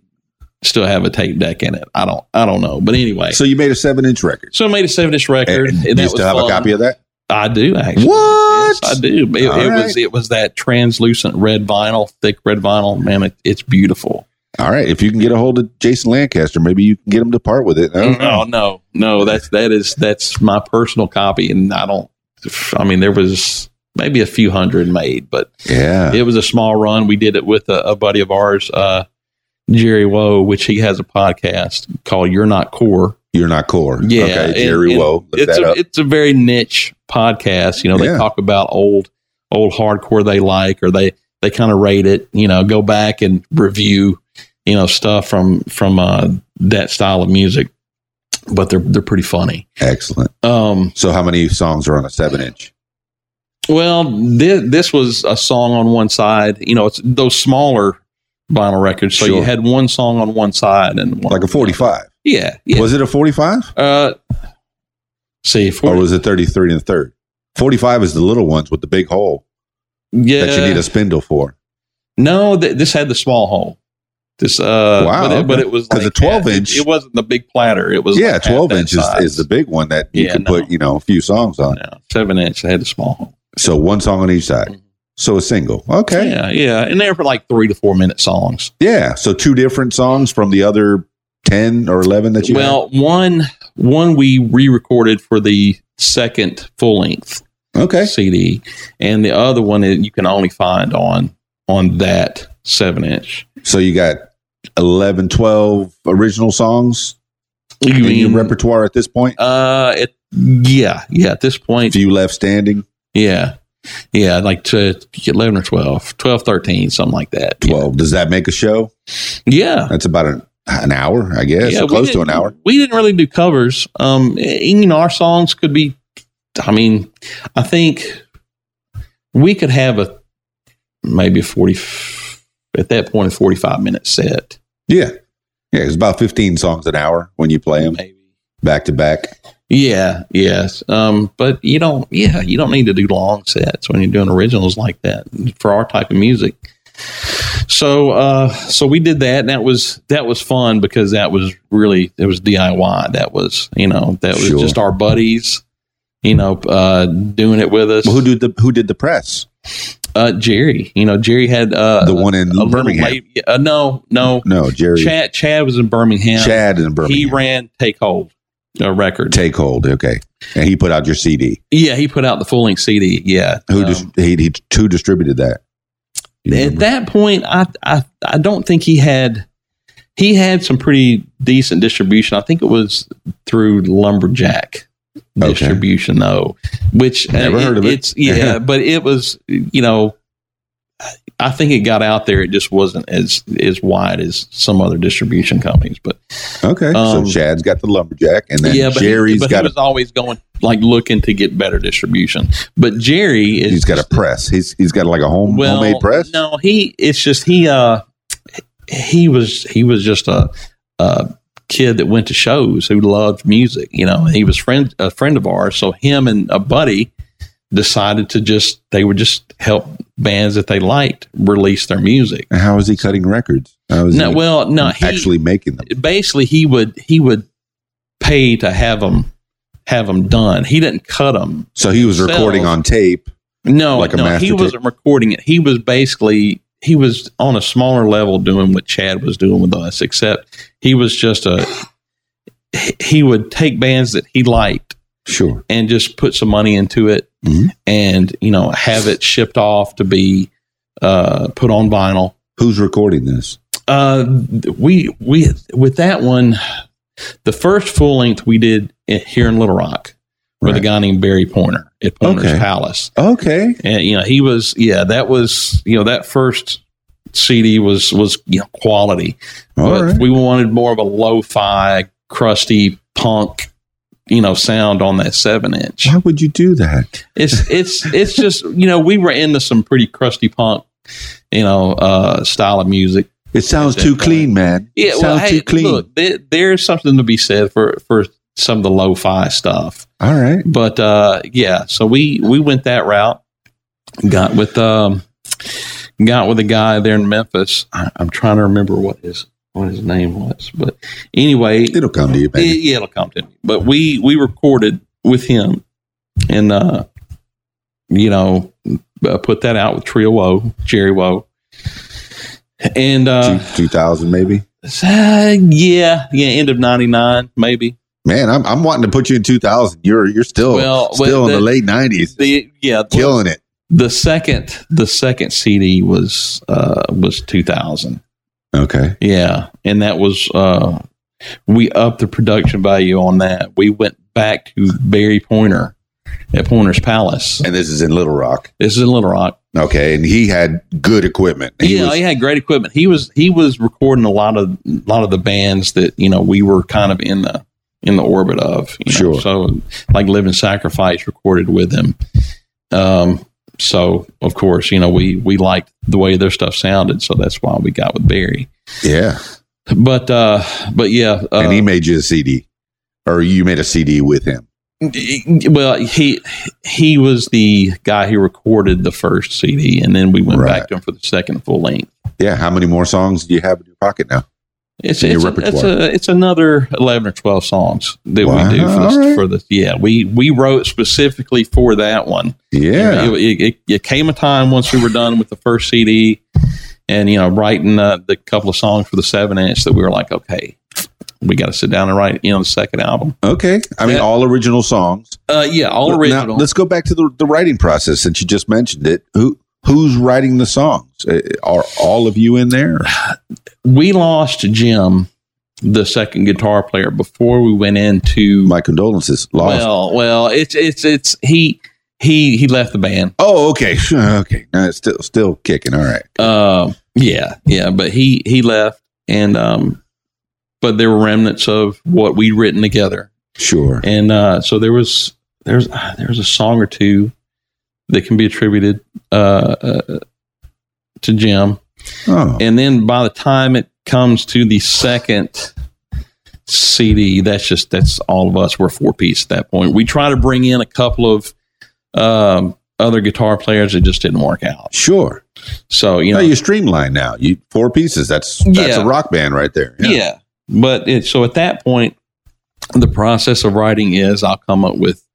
[SPEAKER 5] still have a tape deck in it. I don't I don't know, but anyway.
[SPEAKER 1] So
[SPEAKER 5] So,
[SPEAKER 1] you made a seven inch record.
[SPEAKER 5] I made a seven inch record.
[SPEAKER 1] And,
[SPEAKER 5] and
[SPEAKER 1] you still have a
[SPEAKER 5] fun.
[SPEAKER 1] copy of that?
[SPEAKER 5] I do actually.
[SPEAKER 1] What?
[SPEAKER 5] Yes, I do. It, it
[SPEAKER 1] All right.
[SPEAKER 5] was it was that translucent red vinyl, thick red vinyl. Man, it, it's beautiful.
[SPEAKER 1] All right. If you can get a hold of Jason Lancaster, maybe you can get him to part with it. I don't
[SPEAKER 5] No,
[SPEAKER 1] know.
[SPEAKER 5] Oh, no, no. That's that is that's my personal copy, and I don't. I mean, there was maybe a few hundred made, but
[SPEAKER 1] Yeah.
[SPEAKER 5] it was a small run. We did it with a, a buddy of ours, uh, Jerry Woe, which he has a podcast called "You're Not Core."
[SPEAKER 1] You're not core.
[SPEAKER 5] Yeah, and-
[SPEAKER 1] Okay. Jerry
[SPEAKER 5] and
[SPEAKER 1] Woe. Look
[SPEAKER 5] it's
[SPEAKER 1] that
[SPEAKER 5] a
[SPEAKER 1] up.
[SPEAKER 5] it's a very niche podcast. You know, they
[SPEAKER 1] Yeah.
[SPEAKER 5] talk about old old hardcore they like, or they they kind of rate it. You know, go back and review you know stuff from from uh, that style of music. But they're they're pretty funny.
[SPEAKER 1] Excellent.
[SPEAKER 5] Um,
[SPEAKER 1] So how many songs are on a seven inch?
[SPEAKER 5] well, this, this was a song on one side. You know, it's those smaller vinyl records. So you
[SPEAKER 1] Sure.
[SPEAKER 5] had one song on one side and one,
[SPEAKER 1] Like a 45.
[SPEAKER 5] Yeah, yeah.
[SPEAKER 1] Was it a 45
[SPEAKER 5] uh, see, 40,
[SPEAKER 1] or was it 33 and a third? 45 is the little ones with the big hole
[SPEAKER 5] yeah.
[SPEAKER 1] that you need a spindle for.
[SPEAKER 5] no, th- this had the small hole. This uh,
[SPEAKER 1] Wow,
[SPEAKER 5] but, it, but
[SPEAKER 1] okay.
[SPEAKER 5] it was
[SPEAKER 1] 'Cause
[SPEAKER 5] like
[SPEAKER 1] the 12
[SPEAKER 5] half-
[SPEAKER 1] inch-
[SPEAKER 5] It, it wasn't the big platter. It was
[SPEAKER 1] Yeah,
[SPEAKER 5] like half
[SPEAKER 1] 12
[SPEAKER 5] that
[SPEAKER 1] inch is,
[SPEAKER 5] size.
[SPEAKER 1] is the big one that you
[SPEAKER 5] Yeah,
[SPEAKER 1] can
[SPEAKER 5] no.
[SPEAKER 1] put, you know, a few songs on.
[SPEAKER 5] No, seven inch. It had the small hole.
[SPEAKER 1] So one song on each side.
[SPEAKER 5] Mhm.
[SPEAKER 1] So a single. Okay. Yeah.
[SPEAKER 5] Yeah, yeah, and they were like three to four minute songs.
[SPEAKER 1] So two different songs from the other 10 or 11 that you
[SPEAKER 5] Well, one one we re-recorded for the second full length
[SPEAKER 1] had? Okay.
[SPEAKER 5] CD, and the other one that you can only find on on that seven inch.
[SPEAKER 1] So you got 11, 12 original songs
[SPEAKER 5] You
[SPEAKER 1] in your repertoire at this point?
[SPEAKER 5] uh, it, yeah, yeah. At this point,
[SPEAKER 1] Few left standing,
[SPEAKER 5] yeah, yeah, like to eleven or 12, 12, 13, something like that.
[SPEAKER 1] 12. Does that make a show?
[SPEAKER 5] Yeah,
[SPEAKER 1] That's about an an hour, I guess,
[SPEAKER 5] Yeah,
[SPEAKER 1] or
[SPEAKER 5] we
[SPEAKER 1] close to
[SPEAKER 5] didn't-
[SPEAKER 1] an hour.
[SPEAKER 5] We didn't really do covers. Um, and, you know, our songs could be. I mean, I think we could have a maybe a forty at that point a forty five minute set.
[SPEAKER 1] Yeah, yeah, it's about fifteen songs an hour when you play them
[SPEAKER 5] Maybe.
[SPEAKER 1] back to back.
[SPEAKER 5] Yeah. Yes. Um, but you don't. Yeah, you don't need to do long sets when you're doing originals like that for our type of music. So, uh, so we did that, and that was that was fun because that was really it was DIY. That was you know that was
[SPEAKER 1] Sure.
[SPEAKER 5] just our buddies, you know, uh, doing it with us.
[SPEAKER 1] Well, who did the who did the press?
[SPEAKER 5] uh, Jerry? You know, Jerry had uh,
[SPEAKER 1] the one in
[SPEAKER 5] a little
[SPEAKER 1] Birmingham.
[SPEAKER 5] late- yeah, uh, no, no,
[SPEAKER 1] No, Jerry
[SPEAKER 5] Chad. Chad was in Birmingham.
[SPEAKER 1] Chad in
[SPEAKER 5] He
[SPEAKER 1] Birmingham.
[SPEAKER 5] ran Take Hold a record.
[SPEAKER 1] Take hold, okay, and he put out your CD.
[SPEAKER 5] Yeah, he put out the full length CD. Yeah,
[SPEAKER 1] Who
[SPEAKER 5] Um,
[SPEAKER 1] dis- he, he who distributed that? You
[SPEAKER 5] at
[SPEAKER 1] remember?
[SPEAKER 5] that point, I, I I don't think he had he had some pretty decent distribution. I think it was through Lumberjack
[SPEAKER 1] Okay.
[SPEAKER 5] distribution, though, which uh,
[SPEAKER 1] Never heard of it.
[SPEAKER 5] It's yeah, but it was you know. I think it got out there. It just wasn't as as wide as some other distribution companies, but
[SPEAKER 1] okay,
[SPEAKER 5] um,
[SPEAKER 1] so Chad's got the lumberjack, and then
[SPEAKER 5] yeah, but,
[SPEAKER 1] Jerry's
[SPEAKER 5] he, but he
[SPEAKER 1] got a
[SPEAKER 5] was always going like looking to get better distribution. But Jerry is
[SPEAKER 1] he's got a press. He's he's got like a home homemade press.
[SPEAKER 5] No, he. It's just he. Uh, he was he was just a, a kid that went to shows who loved music. You know, he was friend a friend of ours. So him and a buddy decided to just they would just help bands that they liked release their music.
[SPEAKER 1] And How is he cutting records? How is
[SPEAKER 5] No,
[SPEAKER 1] he
[SPEAKER 5] well, no, he,
[SPEAKER 1] actually making them?
[SPEAKER 5] basically he would he would pay to have them have them done. He didn't cut them.
[SPEAKER 1] So he was recording
[SPEAKER 5] Sells.
[SPEAKER 1] on tape.
[SPEAKER 5] No,
[SPEAKER 1] Like a
[SPEAKER 5] no,
[SPEAKER 1] master
[SPEAKER 5] he
[SPEAKER 1] tape?
[SPEAKER 5] wasn't recording it. He was basically he was on a smaller level doing what Chad was doing with us, except he was just a he- he would take bands that he liked
[SPEAKER 1] Sure.
[SPEAKER 5] and just put some money into it
[SPEAKER 1] Mhm.
[SPEAKER 5] and you know have it shipped off to be uh put on vinyl
[SPEAKER 1] Who's recording this?
[SPEAKER 5] uh we we with that one the first full length we did i- here in little rock with a
[SPEAKER 1] Right.
[SPEAKER 5] guy named barry pointer at pointer's
[SPEAKER 1] Okay.
[SPEAKER 5] palace
[SPEAKER 1] Okay.
[SPEAKER 5] and you know he was yeah that was you know that first cd was was you know quality
[SPEAKER 1] all right.
[SPEAKER 5] but we wanted more of a lo-fi crusty punk you know sound on that seven inch
[SPEAKER 1] Why would you do that?
[SPEAKER 5] it's it's it's just you know we were into some pretty crusty punk you know uh style of music
[SPEAKER 1] It sounds
[SPEAKER 5] At that
[SPEAKER 1] too
[SPEAKER 5] point.
[SPEAKER 1] clean, man.
[SPEAKER 5] yeah
[SPEAKER 1] it sounds
[SPEAKER 5] well hey
[SPEAKER 1] too clean.
[SPEAKER 5] look there, there's something to be said for for some of the lo-fi stuff
[SPEAKER 1] All right.
[SPEAKER 5] but uh yeah so we we went that route got with um got with a guy there in memphis I, i'm trying to remember what his what his name was but anyway
[SPEAKER 1] It'll come to you,
[SPEAKER 5] yeah,
[SPEAKER 1] baby.
[SPEAKER 5] yeah, it'll come to me. But we we recorded with him, and uh, you know, uh, put that out with Trio Woe, Jerry Woe, and uh,
[SPEAKER 1] Two, 2000 maybe.
[SPEAKER 5] uh, yeah, yeah, end of '99 maybe.
[SPEAKER 1] Man, I'm, I'm wanting to put you in 2000. You're you're still
[SPEAKER 5] Well, well,
[SPEAKER 1] still in the,
[SPEAKER 5] the-
[SPEAKER 1] late 90s.
[SPEAKER 5] The yeah,
[SPEAKER 1] killing it.
[SPEAKER 5] the second the second CD was uh, was 2000.
[SPEAKER 1] Okay.
[SPEAKER 5] Yeah, and that was uh, we upped the production value on that. We went back to Barry Pointer at Pointer's Palace.
[SPEAKER 1] And this is in Little Rock.
[SPEAKER 5] This is in Little Rock.
[SPEAKER 1] Okay. And he had good equipment. He
[SPEAKER 5] yeah,
[SPEAKER 1] was-
[SPEAKER 5] he had great equipment. He was he was recording a lot of lot of the bands that you know we were kind of in the in the orbit of. You know?
[SPEAKER 1] Sure.
[SPEAKER 5] So like Living Sacrifice recorded with him. Um. So of course you know we we liked the way their stuff sounded, so that's why we got with Barry.
[SPEAKER 1] yeah.
[SPEAKER 5] But uh, but yeah, uh,
[SPEAKER 1] and he made you a CD, or you made a CD with him.
[SPEAKER 5] well he he was the guy who recorded the first CD, and then we went
[SPEAKER 1] Right.
[SPEAKER 5] back to him for the second full length.
[SPEAKER 1] Yeah. How many more songs do you have in your pocket now?
[SPEAKER 5] It's
[SPEAKER 1] in your
[SPEAKER 5] it's, a, it's
[SPEAKER 1] repertoire.
[SPEAKER 5] a it's another eleven or twelve songs that
[SPEAKER 1] Wow,
[SPEAKER 5] we do for this,
[SPEAKER 1] all right.
[SPEAKER 5] for the yeah we we wrote specifically for that one.
[SPEAKER 1] Yeah.
[SPEAKER 5] it, it, it, it came a time once we were done with the first CD, and you know writing uh, the couple of songs for the seven inch that we were like okay. We got to sit down and write, you know, the second album.
[SPEAKER 1] Okay. I mean,
[SPEAKER 5] Yeah.
[SPEAKER 1] all original songs.
[SPEAKER 5] Uh, yeah, all
[SPEAKER 1] Now,
[SPEAKER 5] original.
[SPEAKER 1] let's go back to the, the writing process since you just mentioned it. Who who's writing the songs? Uh, Are all of you in there?
[SPEAKER 5] we lost Jim, the second guitar player, before we went into.
[SPEAKER 1] My condolences. Lost.
[SPEAKER 5] well, well, it's it's it's he he he left the band.
[SPEAKER 1] oh, okay. Sure, Okay. No, it's still
[SPEAKER 5] Uh,
[SPEAKER 1] still kicking. All right.
[SPEAKER 5] Um, yeah, yeah, but he he left, and um, but there were remnants of what we'd written together.
[SPEAKER 1] Sure.
[SPEAKER 5] And uh, so there was there's ah, there's a song or two that can be attributed uh, uh, to Jim.
[SPEAKER 1] Oh,
[SPEAKER 5] And then by the time it comes to the second CD, that's just that's all of us. We're four piece at that point. We try to bring in a couple of um, other guitar players. It just didn't work out.
[SPEAKER 1] sure.
[SPEAKER 5] So you know,
[SPEAKER 1] No, you streamline now. You four pieces. That's that's
[SPEAKER 5] Yeah.
[SPEAKER 1] a rock band right there.
[SPEAKER 5] Yeah. But it, so at that point, the process of writing is I'll come up with,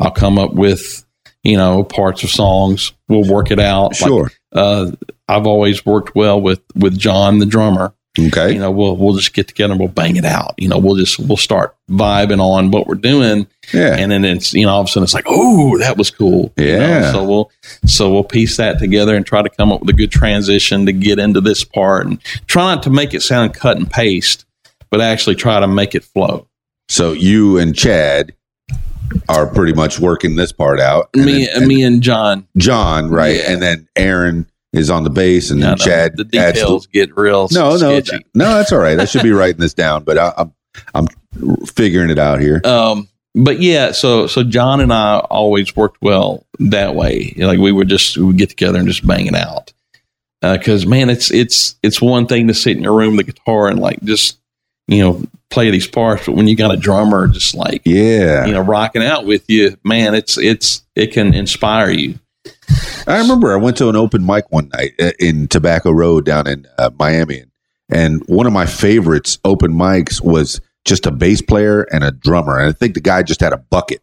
[SPEAKER 5] I'll come up with, you know, parts of songs. We'll work it out. Like,
[SPEAKER 1] Sure.
[SPEAKER 5] uh, I've always worked well with, with John, the drummer,
[SPEAKER 1] okay.
[SPEAKER 5] you know, we'll, we'll just get together and we'll bang it out. You know, we'll just, we'll start vibing on what we're doing.
[SPEAKER 1] yeah.
[SPEAKER 5] And then it's, you know, all of a sudden it's like, Oh, that was cool. You know,
[SPEAKER 1] Yeah.
[SPEAKER 5] So we'll, so we'll piece that together and try to come up with a good transition to get into this part and try not to make it sound cut and paste, but actually try to make it flow.
[SPEAKER 1] so you and Chad are pretty much working this part out. And
[SPEAKER 5] me,
[SPEAKER 1] then- and
[SPEAKER 5] me and John,
[SPEAKER 1] John, right?
[SPEAKER 5] Yeah.
[SPEAKER 1] And then Aaron is on the bass, and
[SPEAKER 5] no,
[SPEAKER 1] then
[SPEAKER 5] no,
[SPEAKER 1] Chad
[SPEAKER 5] the
[SPEAKER 1] adds the-
[SPEAKER 5] details get real
[SPEAKER 1] no, no,
[SPEAKER 5] sketchy.
[SPEAKER 1] th- no. That's all right. I should be writing this down, but I, I'm I'm figuring it out here.
[SPEAKER 5] Um, but yeah, so so John and I always worked well that way. Like we would just we would get together and just bang it out. Because man, it's it's it's one thing to sit in your room with a guitar and like just you know play these parts, but when you got a drummer, just like
[SPEAKER 1] yeah,
[SPEAKER 5] you know rocking out with you, man, it's it's it can inspire you.
[SPEAKER 1] I remember I went to an open mic one night uh, in Tobacco Road down in uh, Miami, and one of my favorites open mics was just a bass player and a drummer, and I think the guy just had a bucket.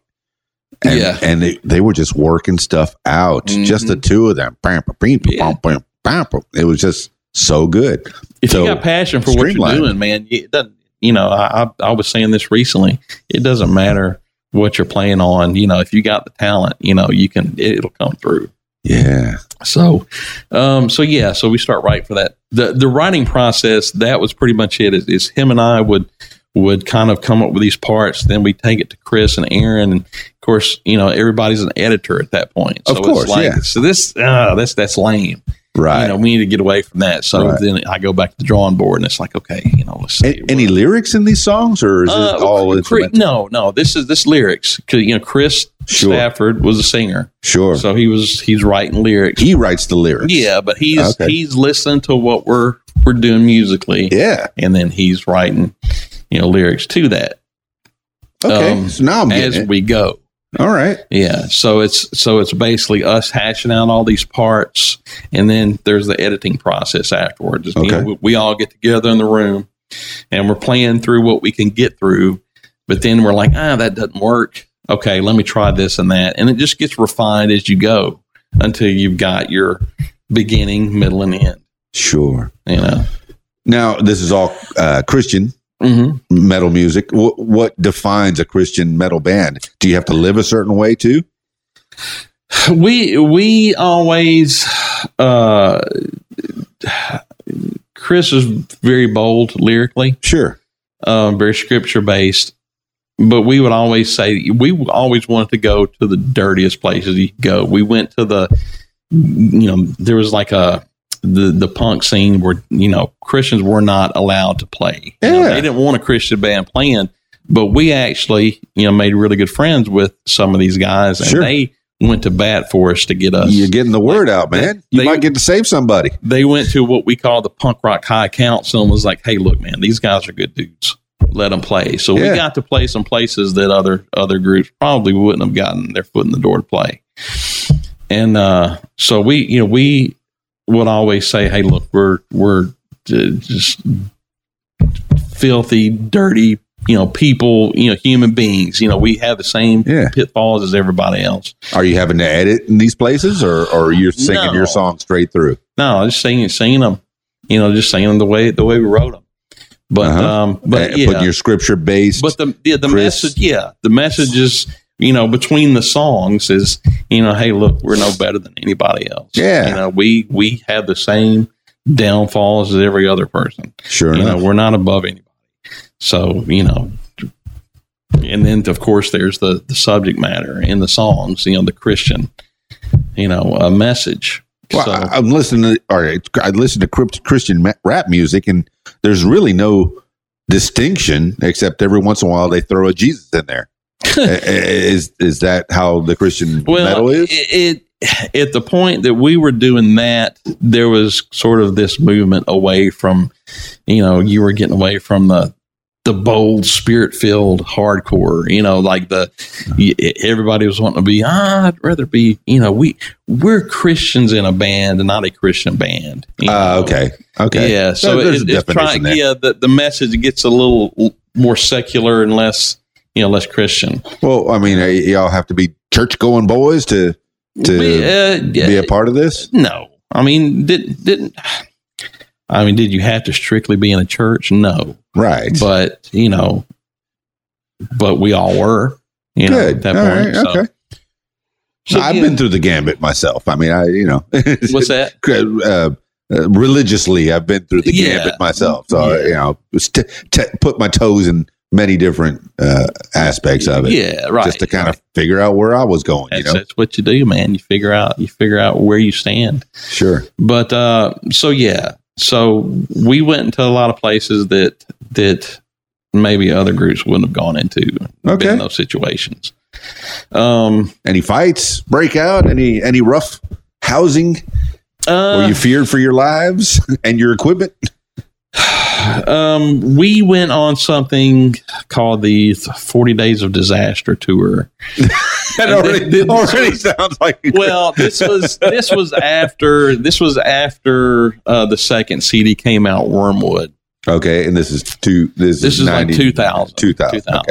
[SPEAKER 1] And,
[SPEAKER 5] Yeah. Mm-hmm.
[SPEAKER 1] and they, they were just working stuff out, just the two of them. Bam, bam, bam,
[SPEAKER 5] Yeah.
[SPEAKER 1] bam, bam, bam. It was just so good.
[SPEAKER 5] If
[SPEAKER 1] So,
[SPEAKER 5] you got passion for what
[SPEAKER 1] streamline.
[SPEAKER 5] you're doing, man, it doesn't. You know, I, I I was saying this recently. It doesn't matter what you're playing on. You know, if you got the talent, you know, you can. It'll come through.
[SPEAKER 1] Yeah,
[SPEAKER 5] So, um, so yeah, so we start writing for that. The the writing process that was pretty much it. Is, is him and I would would kind of come up with these parts, then we take it to Chris and Aaron, and of course, you know, everybody's an editor at that point.
[SPEAKER 1] Of course,
[SPEAKER 5] it's like,
[SPEAKER 1] yeah.
[SPEAKER 5] So this, uh, that's that's lame.
[SPEAKER 1] right.
[SPEAKER 5] You know, we need to get away from that. So
[SPEAKER 1] Right.
[SPEAKER 5] then I go back to the drawing board, and it's like, okay, you know, let's see.
[SPEAKER 1] A- any lyrics in these songs, or is
[SPEAKER 5] Uh,
[SPEAKER 1] it all
[SPEAKER 5] Chris,
[SPEAKER 1] instrumental?
[SPEAKER 5] no, no. This is this lyrics. 'Cause, You know, Chris
[SPEAKER 1] Sure.
[SPEAKER 5] Stafford was a singer,
[SPEAKER 1] Sure,
[SPEAKER 5] so he was he's writing lyrics.
[SPEAKER 1] he writes the lyrics.
[SPEAKER 5] Yeah, but he's
[SPEAKER 1] Okay.
[SPEAKER 5] he's listening to what we're we're doing musically,
[SPEAKER 1] yeah.
[SPEAKER 5] and then he's writing you know lyrics to that
[SPEAKER 1] Okay,
[SPEAKER 5] Um,
[SPEAKER 1] so now I'm
[SPEAKER 5] as
[SPEAKER 1] getting it.
[SPEAKER 5] we go.
[SPEAKER 1] all right.
[SPEAKER 5] Yeah, so it's so it's basically us hashing out all these parts, and then there's the editing process afterwards. You know,
[SPEAKER 1] Okay.
[SPEAKER 5] we, we all get together in the room, and we're playing through what we can get through, but then we're like, ah, that doesn't work. Okay, let me try this and that, and it just gets refined as you go until you've got your beginning, middle, and end.
[SPEAKER 1] Sure.
[SPEAKER 5] You know.
[SPEAKER 1] Now, this is all uh, Christian
[SPEAKER 5] Mm-hmm.
[SPEAKER 1] metal music. Wh- what defines a Christian metal band? Do you have to live a certain way too?
[SPEAKER 5] We we always uh, Chris is very bold lyrically,
[SPEAKER 1] Sure.
[SPEAKER 5] um, very scripture based, but we would always say we always wanted to go to the dirtiest places you could go. We went to the you know there was like a the the punk scene where you know Christians were not allowed to play. You know,
[SPEAKER 1] Yeah.
[SPEAKER 5] they didn't want a Christian band playing, but we actually you know made really good friends with some of these guys, and
[SPEAKER 1] Sure.
[SPEAKER 5] they went to bat for us to get us.
[SPEAKER 1] You're getting the word out, man. You
[SPEAKER 5] They-
[SPEAKER 1] might get to save somebody.
[SPEAKER 5] They went to what we call the punk rock high council and was like, "Hey, look, man, these guys are good dudes. Let them play." So
[SPEAKER 1] Yeah.
[SPEAKER 5] we got to play some places that other other groups probably wouldn't have gotten their foot in the door to play. And uh, so we, you know, we would always say, "Hey, look, we're we're uh, just filthy, dirty, you know, people, you know, human beings. You know, we have the same
[SPEAKER 1] Yeah.
[SPEAKER 5] pitfalls as everybody else."
[SPEAKER 1] Are you having to edit in these places or, or you're singing
[SPEAKER 5] No.
[SPEAKER 1] your song straight through?
[SPEAKER 5] No, just singing, singing them. You know, just singing them the way the way we wrote them. But
[SPEAKER 1] Uh-huh.
[SPEAKER 5] um,
[SPEAKER 1] Uh,
[SPEAKER 5] but yeah,
[SPEAKER 1] your scripture based.
[SPEAKER 5] but the yeah, the
[SPEAKER 1] Chris-
[SPEAKER 5] message yeah, the message is you know between the songs is you know hey look we're no better than anybody else.
[SPEAKER 1] Yeah.
[SPEAKER 5] you know we we have the same downfalls as every other person.
[SPEAKER 1] sure
[SPEAKER 5] you
[SPEAKER 1] enough.
[SPEAKER 5] know we're not above anybody. So you know. And then, of course, there's the, the subject matter in the songs, you know, the Christian, you know, uh, message.
[SPEAKER 1] Well,
[SPEAKER 5] so,
[SPEAKER 1] I, I'm listening to all right. I listen to crypt, Christian ma- rap music, and there's really no distinction, except every once in a while they throw a Jesus in there. I- I- is is that how the Christian metal is?
[SPEAKER 5] It, it at the point that we were doing that, there was sort of this movement away from, you know, you were getting away from the the bold, spirit filled hardcore. You know, like the y- e, everybody was wanting to be. "Ah, I'd rather be. You know, we we're Christians in a band and not a Christian band. you
[SPEAKER 1] Ah,
[SPEAKER 5] know?
[SPEAKER 1] okay, okay,
[SPEAKER 5] Yeah, so
[SPEAKER 1] There- there's
[SPEAKER 5] it,
[SPEAKER 1] a
[SPEAKER 5] it's
[SPEAKER 1] definition
[SPEAKER 5] trying.
[SPEAKER 1] there.
[SPEAKER 5] Yeah, the, the message gets a little l- more secular and less, you know, less Christian.
[SPEAKER 1] Well, I mean, y- y'all have to be church going boys to to
[SPEAKER 5] We, uh,
[SPEAKER 1] be
[SPEAKER 5] yeah,
[SPEAKER 1] a part of this.
[SPEAKER 5] No, I mean, did didn't. I mean, did you have to strictly be in a church? No,
[SPEAKER 1] Right.
[SPEAKER 5] but you know, but we all were. You know,
[SPEAKER 1] Good.
[SPEAKER 5] at that
[SPEAKER 1] All
[SPEAKER 5] point.
[SPEAKER 1] right,
[SPEAKER 5] so-
[SPEAKER 1] okay.
[SPEAKER 5] so,
[SPEAKER 1] I've
[SPEAKER 5] yeah.
[SPEAKER 1] been through the gambit myself. I mean, I you know,
[SPEAKER 5] What's that?
[SPEAKER 1] uh, uh, religiously, I've been through the
[SPEAKER 5] Yeah.
[SPEAKER 1] gambit myself. So
[SPEAKER 5] Yeah.
[SPEAKER 1] you know, it's t- t- put my toes in many different uh, aspects of it,
[SPEAKER 5] Yeah, right.
[SPEAKER 1] just to kind of figure out where I was going.
[SPEAKER 5] That's,
[SPEAKER 1] you know,
[SPEAKER 5] that's what you do, man. You figure out you figure out where you stand.
[SPEAKER 1] sure.
[SPEAKER 5] but uh so yeah so we went into a lot of places that that maybe other groups wouldn't have gone into been
[SPEAKER 1] Okay.
[SPEAKER 5] in those situations um
[SPEAKER 1] Any fights break out? Any any rough housing? Were
[SPEAKER 5] uh,
[SPEAKER 1] you feared for your lives and your equipment?
[SPEAKER 5] um we went on something called the 40 days of disaster tour
[SPEAKER 1] That
[SPEAKER 5] already- this-
[SPEAKER 1] already sounds like
[SPEAKER 5] well this was this was after this was after uh the second cd came out wormwood
[SPEAKER 1] okay. And this is two. This,
[SPEAKER 5] this is
[SPEAKER 1] 90
[SPEAKER 5] like 2000
[SPEAKER 1] 2000, okay.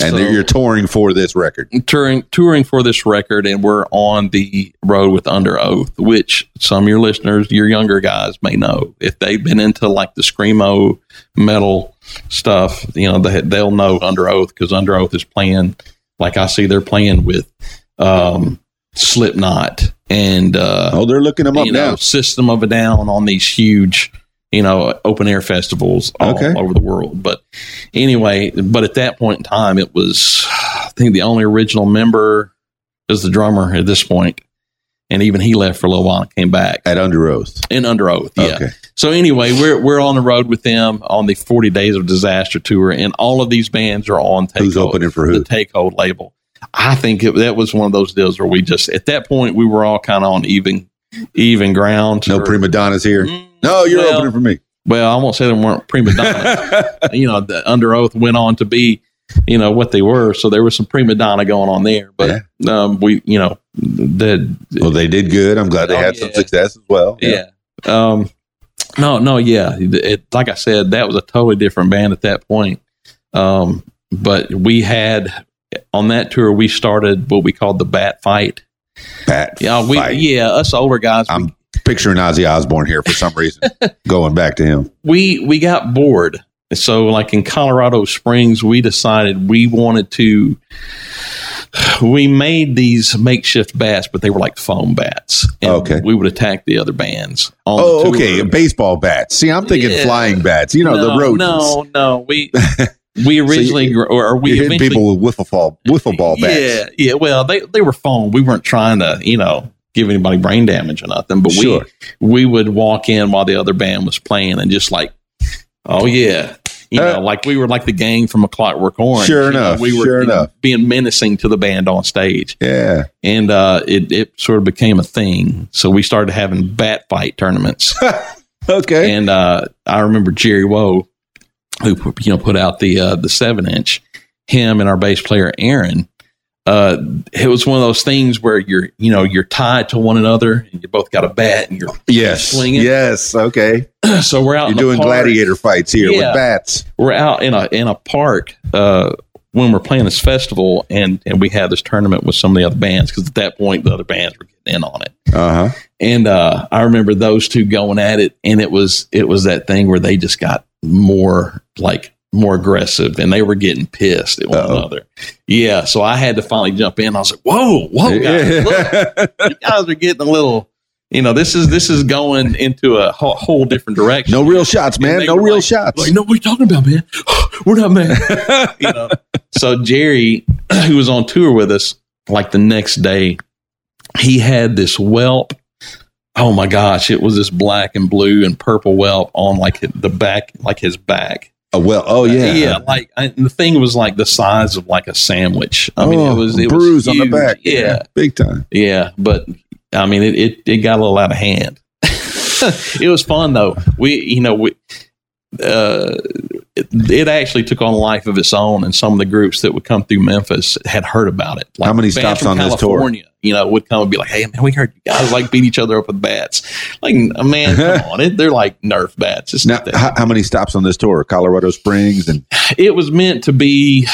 [SPEAKER 1] And
[SPEAKER 5] So- Mm-hmm.
[SPEAKER 1] you're touring for this record.
[SPEAKER 5] touring touring for this record and we're on the road with under oath which some of your listeners your younger guys may know if they've been into like the screamo metal stuff you know they, they'll know under oath because under oath is playing like i see they're playing with um slipknot and uh
[SPEAKER 1] Oh, they're looking them up
[SPEAKER 5] you know,
[SPEAKER 1] now.
[SPEAKER 5] System of a Down on these huge, you know, open air festivals all
[SPEAKER 1] Okay.
[SPEAKER 5] over the world. But anyway, but at that point in time, it was I think the only original member is the drummer at this point, and even he left for a little while and came back
[SPEAKER 1] At Under Oath.
[SPEAKER 5] in under oath. Yeah.
[SPEAKER 1] Okay.
[SPEAKER 5] So anyway, we're we're on the road with them on the Forty Days of Disaster tour, and all of these bands are on take
[SPEAKER 1] Who's
[SPEAKER 5] hold,
[SPEAKER 1] opening for who?
[SPEAKER 5] the take hold label. I think it, that was one of those deals where we just at that point we were all kind of on even even ground.
[SPEAKER 1] No
[SPEAKER 5] Or-
[SPEAKER 1] prima donnas here.
[SPEAKER 5] Mm,
[SPEAKER 1] No, you're
[SPEAKER 5] well,
[SPEAKER 1] opening for me.
[SPEAKER 5] Well, I won't say they weren't prima donna. you know, the under oath went on to be, you know, what they were. So there was some prima donna going on there, but um, we, you know, that
[SPEAKER 1] well, they did good. I'm glad they
[SPEAKER 5] Oh,
[SPEAKER 1] had some
[SPEAKER 5] yeah.
[SPEAKER 1] success as well.
[SPEAKER 5] yeah. Um, no, no, yeah. It, like I said, that was a totally different band at that point. Um, but we had on that tour, we started what we called the bat fight.
[SPEAKER 1] Pat.
[SPEAKER 5] Yeah, we,
[SPEAKER 1] Fight.
[SPEAKER 5] yeah, us older guys, we-
[SPEAKER 1] I'm picturing Ozzy Osbourne here for some reason. going back to him.
[SPEAKER 5] we we got bored. So like in Colorado Springs, we decided we wanted to we made these makeshift bats, but they were like foam bats. And
[SPEAKER 1] Okay.
[SPEAKER 5] We would attack the other bands. On the
[SPEAKER 1] Oh,
[SPEAKER 5] tour.
[SPEAKER 1] okay. Baseball bats. See, I'm thinking
[SPEAKER 5] Yeah.
[SPEAKER 1] flying bats. You know, the rodents.
[SPEAKER 5] No, no, we we originally gr or we
[SPEAKER 1] You're hitting
[SPEAKER 5] eventually
[SPEAKER 1] people with wiffle ball, wiffle ball bats.
[SPEAKER 5] Yeah, yeah. Well, they they were foam. We weren't trying to you know give anybody brain damage or nothing, but
[SPEAKER 1] Sure.
[SPEAKER 5] we we would walk in while the other band was playing and just like, oh yeah. You
[SPEAKER 1] Uh,
[SPEAKER 5] know, like we were like the gang from A Clockwork Orange.
[SPEAKER 1] Sure
[SPEAKER 5] You know,
[SPEAKER 1] enough,
[SPEAKER 5] we were
[SPEAKER 1] sure
[SPEAKER 5] you know,
[SPEAKER 1] enough.
[SPEAKER 5] being menacing to the band on stage,
[SPEAKER 1] Yeah.
[SPEAKER 5] and uh, it it sort of became a thing. So we started having bat fight tournaments.
[SPEAKER 1] Okay.
[SPEAKER 5] And uh, I remember Jerry Woe, who you know put out the uh, the seven inch. Him and our bass player Aaron. Uh, it was one of those things where you're you know you're tied to one another and you both got a bat and you're
[SPEAKER 1] yes.
[SPEAKER 5] swinging.
[SPEAKER 1] Yes. Okay.
[SPEAKER 5] so we're out.
[SPEAKER 1] You're
[SPEAKER 5] in the
[SPEAKER 1] doing
[SPEAKER 5] park.
[SPEAKER 1] gladiator fights here with
[SPEAKER 5] Yeah.
[SPEAKER 1] bats.
[SPEAKER 5] We're out in a in a park. Uh, when we're playing this festival and and we had this tournament with some of the other bands because at that point the other bands were getting in on it.
[SPEAKER 1] Uh huh.
[SPEAKER 5] And uh, I remember those two going at it, and it was it was that thing where they just got more like more aggressive, and they were getting pissed at one
[SPEAKER 1] Uh-oh.
[SPEAKER 5] another. Yeah, so I had to finally jump in. I was like, "Whoa, whoa, guys! Oh, Look, you guys are getting a little, you know, this is this is going into a whole, whole different direction."
[SPEAKER 1] no real shots,
[SPEAKER 5] And
[SPEAKER 1] man.
[SPEAKER 5] they
[SPEAKER 1] No
[SPEAKER 5] were
[SPEAKER 1] real
[SPEAKER 5] like-
[SPEAKER 1] shots.
[SPEAKER 5] Like, no, what are you talking about, man? we're not mad. you know? So Jerry, who was on tour with us, like the next day, he had this whelp. Oh my gosh, it was this black and blue and purple whelp on like the back, like his back.
[SPEAKER 1] Oh, well, oh yeah,
[SPEAKER 5] yeah. Like I, the thing was like the size of like a sandwich. I mean, it
[SPEAKER 1] Oh,
[SPEAKER 5] was it
[SPEAKER 1] bruise
[SPEAKER 5] was
[SPEAKER 1] on the
[SPEAKER 5] huge.
[SPEAKER 1] back.
[SPEAKER 5] Yeah,
[SPEAKER 1] big time.
[SPEAKER 5] yeah. But I mean, it it, it got a little out of hand. it was fun though. We you know we. Uh, it, it actually took on a life of its own, and some of the groups that would come through Memphis had heard about it.
[SPEAKER 1] How many
[SPEAKER 5] bands
[SPEAKER 1] stops
[SPEAKER 5] from
[SPEAKER 1] on this tour?
[SPEAKER 5] California, You know, would come and be like, "Hey, man, we heard you guys like beat each other up with bats." Like, man, come on, it, they're like Nerf bats. It's
[SPEAKER 1] Now,
[SPEAKER 5] not that
[SPEAKER 1] how, how many stops on this tour? Colorado Springs and
[SPEAKER 5] it was meant to be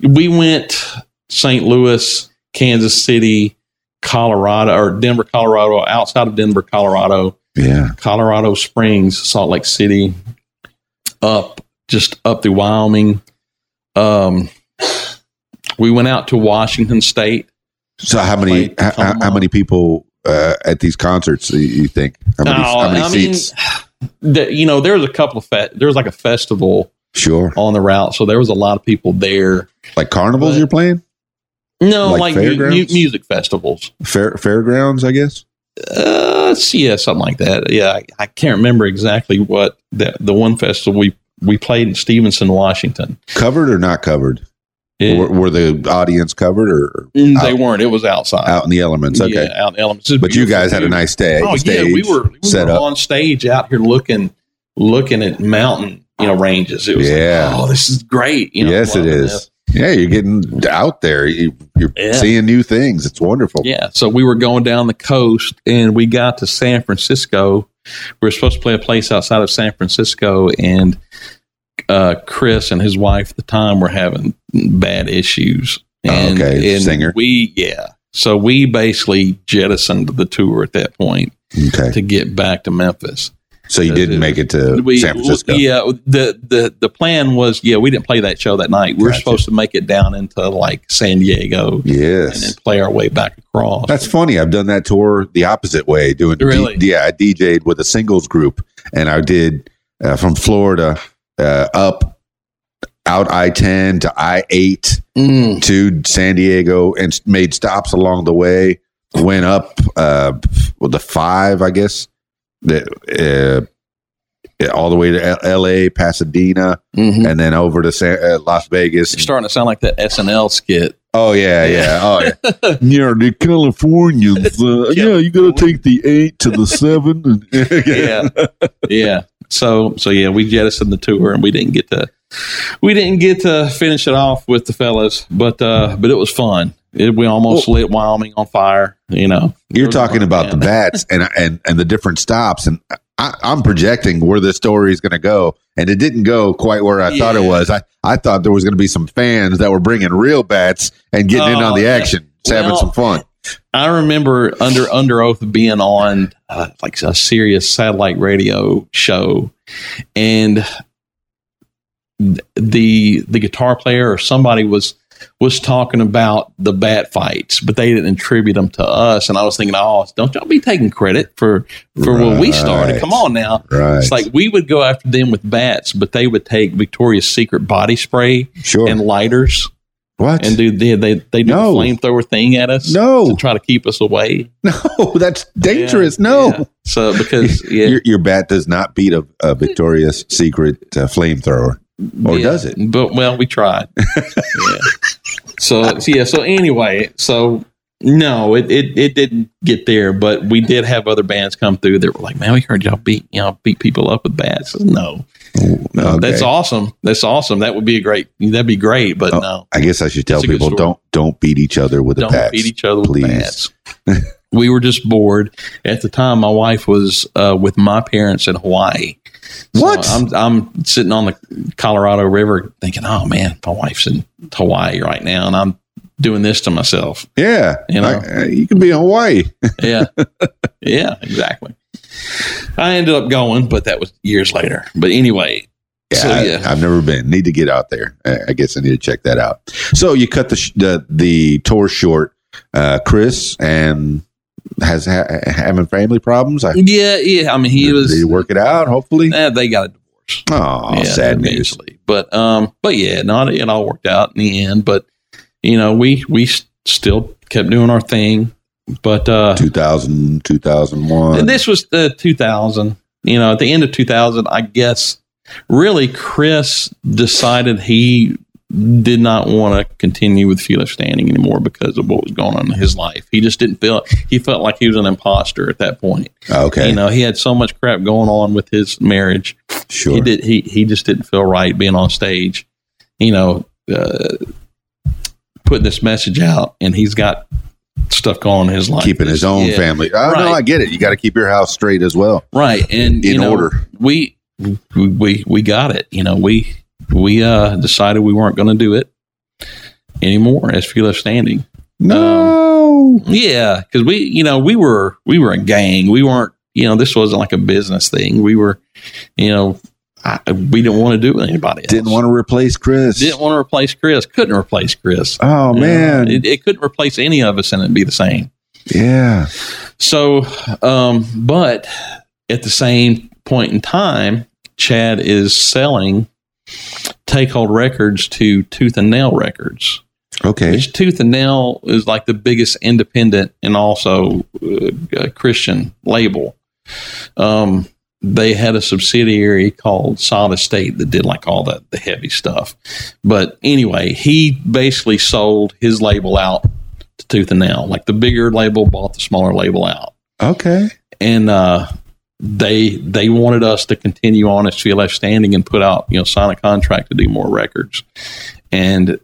[SPEAKER 5] we went st louis kansas city colorado or denver colorado outside of denver colorado
[SPEAKER 1] yeah,
[SPEAKER 5] colorado springs salt lake city up just up through wyoming um we went out to washington state
[SPEAKER 1] So how many
[SPEAKER 5] Like,
[SPEAKER 1] how,
[SPEAKER 5] come
[SPEAKER 1] how, how
[SPEAKER 5] on.
[SPEAKER 1] many people uh, at these concerts do you think? How many,
[SPEAKER 5] Now,
[SPEAKER 1] how many
[SPEAKER 5] I mean,
[SPEAKER 1] seats?
[SPEAKER 5] the- you know there was a couple of fe- there was like a festival
[SPEAKER 1] sure,
[SPEAKER 5] on the route so there was a lot of people there
[SPEAKER 1] like carnivals
[SPEAKER 5] but-
[SPEAKER 1] you're playing,
[SPEAKER 5] no
[SPEAKER 1] Like
[SPEAKER 5] like, mu- mu-
[SPEAKER 1] fairgrounds?
[SPEAKER 5] music festivals
[SPEAKER 1] Fair, fairgrounds, I guess.
[SPEAKER 5] uh, yeah, something like that. Yeah, I, I can't remember exactly what that the one festival we we played in Stevenson, Washington.
[SPEAKER 1] Covered or not covered?
[SPEAKER 5] It-
[SPEAKER 1] Were, were the audience covered or
[SPEAKER 5] they
[SPEAKER 1] out-
[SPEAKER 5] weren't. It was outside.
[SPEAKER 1] out in the elements? Okay,
[SPEAKER 5] Yeah, out in elements. It's
[SPEAKER 1] but you
[SPEAKER 5] beautiful,
[SPEAKER 1] guys had a
[SPEAKER 5] dude.
[SPEAKER 1] nice stay.
[SPEAKER 5] Oh
[SPEAKER 1] stage
[SPEAKER 5] yeah, we were we
[SPEAKER 1] set
[SPEAKER 5] were
[SPEAKER 1] up.
[SPEAKER 5] on stage out here looking looking at mountain you know ranges. It was
[SPEAKER 1] Yeah.
[SPEAKER 5] like, oh, this is great. You know,
[SPEAKER 1] yes, it
[SPEAKER 5] loving
[SPEAKER 1] is.
[SPEAKER 5] this.
[SPEAKER 1] Yeah, you're getting out there. You, you're
[SPEAKER 5] Yeah.
[SPEAKER 1] seeing new things. It's wonderful.
[SPEAKER 5] Yeah, so we were going down the coast and we got to San Francisco. We were supposed to play a place outside of San Francisco, and uh, Chris and his wife at the time were having bad issues.
[SPEAKER 1] Oh,
[SPEAKER 5] And,
[SPEAKER 1] okay,
[SPEAKER 5] and
[SPEAKER 1] singer.
[SPEAKER 5] We yeah, so we basically jettisoned the tour at that point
[SPEAKER 1] Okay,
[SPEAKER 5] to get back to Memphis.
[SPEAKER 1] so you didn't make it to
[SPEAKER 5] We-
[SPEAKER 1] San Francisco.
[SPEAKER 5] Yeah, the the the plan was yeah we didn't play that show that night. We were
[SPEAKER 1] Gotcha.
[SPEAKER 5] supposed to make it down into like San Diego and then
[SPEAKER 1] Yes,
[SPEAKER 5] play our way back across.
[SPEAKER 1] That's funny. I've done that tour the opposite way. Doing
[SPEAKER 5] Really?
[SPEAKER 1] yeah, I DJ'd with a singles group, and I did uh, from Florida uh, up out I ten to I eight
[SPEAKER 5] Mm.
[SPEAKER 1] to San Diego, and s- made stops along the way. Went up uh, with the five, I guess, the, uh, all the way to L- L.A., Pasadena,
[SPEAKER 5] Mhm.
[SPEAKER 1] and then over to San, uh, Las Vegas.
[SPEAKER 5] You're starting to sound like that SNL skit.
[SPEAKER 1] Oh yeah, yeah, oh yeah. Yeah, the Californians. Uh,
[SPEAKER 5] yeah,
[SPEAKER 1] you got to take the eight to the seven.
[SPEAKER 5] Yeah, yeah. So, so yeah, we jettisoned the tour and we didn't get to we didn't get to finish it off with the fellas, but uh, but it was fun. It, we almost lit Wyoming on fire. You know,
[SPEAKER 1] You're talking about the bats and and and the different stops, and I, I'm projecting where the story is going to go, and it didn't go quite where I thought it
[SPEAKER 5] Yeah.
[SPEAKER 1] was. I I thought there was going to be some fans that were bringing real bats and getting in
[SPEAKER 5] Oh,
[SPEAKER 1] on the
[SPEAKER 5] yeah.
[SPEAKER 1] action, just having
[SPEAKER 5] Well,
[SPEAKER 1] some fun.
[SPEAKER 5] I remember under under oath being on uh, like a serious satellite radio show, and th- the the guitar player or somebody was was talking about the bat fights, but they didn't attribute them to us. And I was thinking, oh, don't y'all be taking credit for for what we started.
[SPEAKER 1] Right.
[SPEAKER 5] Come on now.
[SPEAKER 1] Right?
[SPEAKER 5] It's like we would go after them with bats, but they would take Victoria's Secret body spray
[SPEAKER 1] sure.
[SPEAKER 5] and lighters
[SPEAKER 1] what?
[SPEAKER 5] and do they they they do
[SPEAKER 1] No.
[SPEAKER 5] the flamethrower thing at us to
[SPEAKER 1] no,
[SPEAKER 5] try to keep us away.
[SPEAKER 1] no, Oh, that's dangerous.
[SPEAKER 5] Yeah,
[SPEAKER 1] no.
[SPEAKER 5] yeah. So because yeah,
[SPEAKER 1] Your, your bat does not beat a, a Victoria's Secret uh, flamethrower, or
[SPEAKER 5] yeah.
[SPEAKER 1] oh, does it?
[SPEAKER 5] But well, we tried. yeah. So so, yeah. So anyway, so no, it, it it didn't get there, but we did have other bands come through that were like, man, we heard y'all beat y'all beat people up with bats. No, no,
[SPEAKER 1] Oh, Okay.
[SPEAKER 5] that's awesome. That's awesome. That would be a great. That'd be great. But
[SPEAKER 1] Oh,
[SPEAKER 5] no,
[SPEAKER 1] I guess I should tell
[SPEAKER 5] It's a good
[SPEAKER 1] people
[SPEAKER 5] story.
[SPEAKER 1] don't don't beat each other with
[SPEAKER 5] don't
[SPEAKER 1] a bat.
[SPEAKER 5] beat each other
[SPEAKER 1] please.
[SPEAKER 5] with bats. we were just bored at the time. My wife was uh, with my parents in Hawaii. So
[SPEAKER 1] What?
[SPEAKER 5] I'm I'm sitting on the Colorado River thinking, oh man, my wife's in Hawaii right now, and I'm doing this to myself.
[SPEAKER 1] yeah,
[SPEAKER 5] You know?
[SPEAKER 1] I- I- you can be in Hawaii.
[SPEAKER 5] Yeah, yeah, exactly. I ended up going, but that was years later. But anyway,
[SPEAKER 1] Yeah,
[SPEAKER 5] So, yeah.
[SPEAKER 1] I, have never been. Need to get out there. Uh, I, I guess I need to check that out. So you cut the sh- the, the tour short, uh, Chris, and has ha- having family problems. I
[SPEAKER 5] yeah, yeah. I mean, he
[SPEAKER 1] did he
[SPEAKER 5] was.
[SPEAKER 1] work it out. Hopefully.
[SPEAKER 5] Eh, they got a divorce.
[SPEAKER 1] Oh,
[SPEAKER 5] Yeah,
[SPEAKER 1] sad news.
[SPEAKER 5] eventually. But um, but yeah, not it all worked out in the end. But you know, we we s- still kept doing our thing. But uh,
[SPEAKER 1] 2000, 2001.
[SPEAKER 5] this was the 2000. You know, at the end of 2000, I guess really, Chris decided he did not want to continue with Fearless Standing anymore because of what was going on in his life. He just didn't feel he felt like he was an imposter at that point.
[SPEAKER 1] Okay.
[SPEAKER 5] You know, he had so much crap going on with his marriage.
[SPEAKER 1] sure.
[SPEAKER 5] He did. He he just didn't feel right being on stage. You know, uh, putting this message out, and he's got stuff going on in his life.
[SPEAKER 1] Keeping his own
[SPEAKER 5] Yeah.
[SPEAKER 1] family. Oh, No,
[SPEAKER 5] Right.
[SPEAKER 1] I get it. You got to keep your house straight as well.
[SPEAKER 5] right and
[SPEAKER 1] In
[SPEAKER 5] you know, um,
[SPEAKER 1] order.
[SPEAKER 5] we we we got it you know we we uh decided we weren't going to do it anymore as few left standing
[SPEAKER 1] No.
[SPEAKER 5] yeah because we you know we were we were a gang we weren't you know this wasn't like a business thing we were you know I, we didn't want to do it with anybody else.
[SPEAKER 1] Didn't want to replace Chris.
[SPEAKER 5] didn't want to replace chris couldn't replace chris
[SPEAKER 1] oh,
[SPEAKER 5] You know,
[SPEAKER 1] man.
[SPEAKER 5] it, it couldn't replace any of us and it'd be the same
[SPEAKER 1] yeah.
[SPEAKER 5] so, um, but at the same point in time, Chad is selling Takehold Records to Tooth and Nail Records,
[SPEAKER 1] Okay.
[SPEAKER 5] which Tooth and Nail is like the biggest independent and also uh, uh, Christian label. Um, they had a subsidiary called Solid State that did like all the, the heavy stuff. But anyway, he basically sold his label out to Tooth and Nail. Like the bigger label bought the smaller label out
[SPEAKER 1] Okay.
[SPEAKER 5] and uh, they they wanted us to continue on as CLF standing and put out you know sign a contract to do more records, and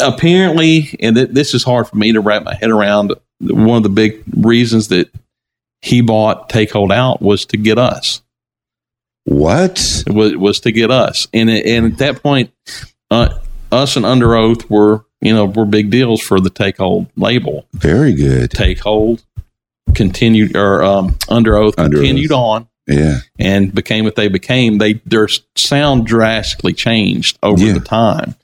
[SPEAKER 5] apparently, and th- this is hard for me to wrap my head around. One of the big reasons that he bought Take Hold Out was to get us
[SPEAKER 1] What?
[SPEAKER 5] was was to get us, and it- and at that point, uh, us and Under Oath were you know were big deals for the Take Hold label.
[SPEAKER 1] Very good.
[SPEAKER 5] Take Hold continued or um, Under Oath
[SPEAKER 1] Under Oath.
[SPEAKER 5] continued on
[SPEAKER 1] Yeah.
[SPEAKER 5] and became what they became, they their sound drastically changed over
[SPEAKER 1] Yeah.
[SPEAKER 5] the time.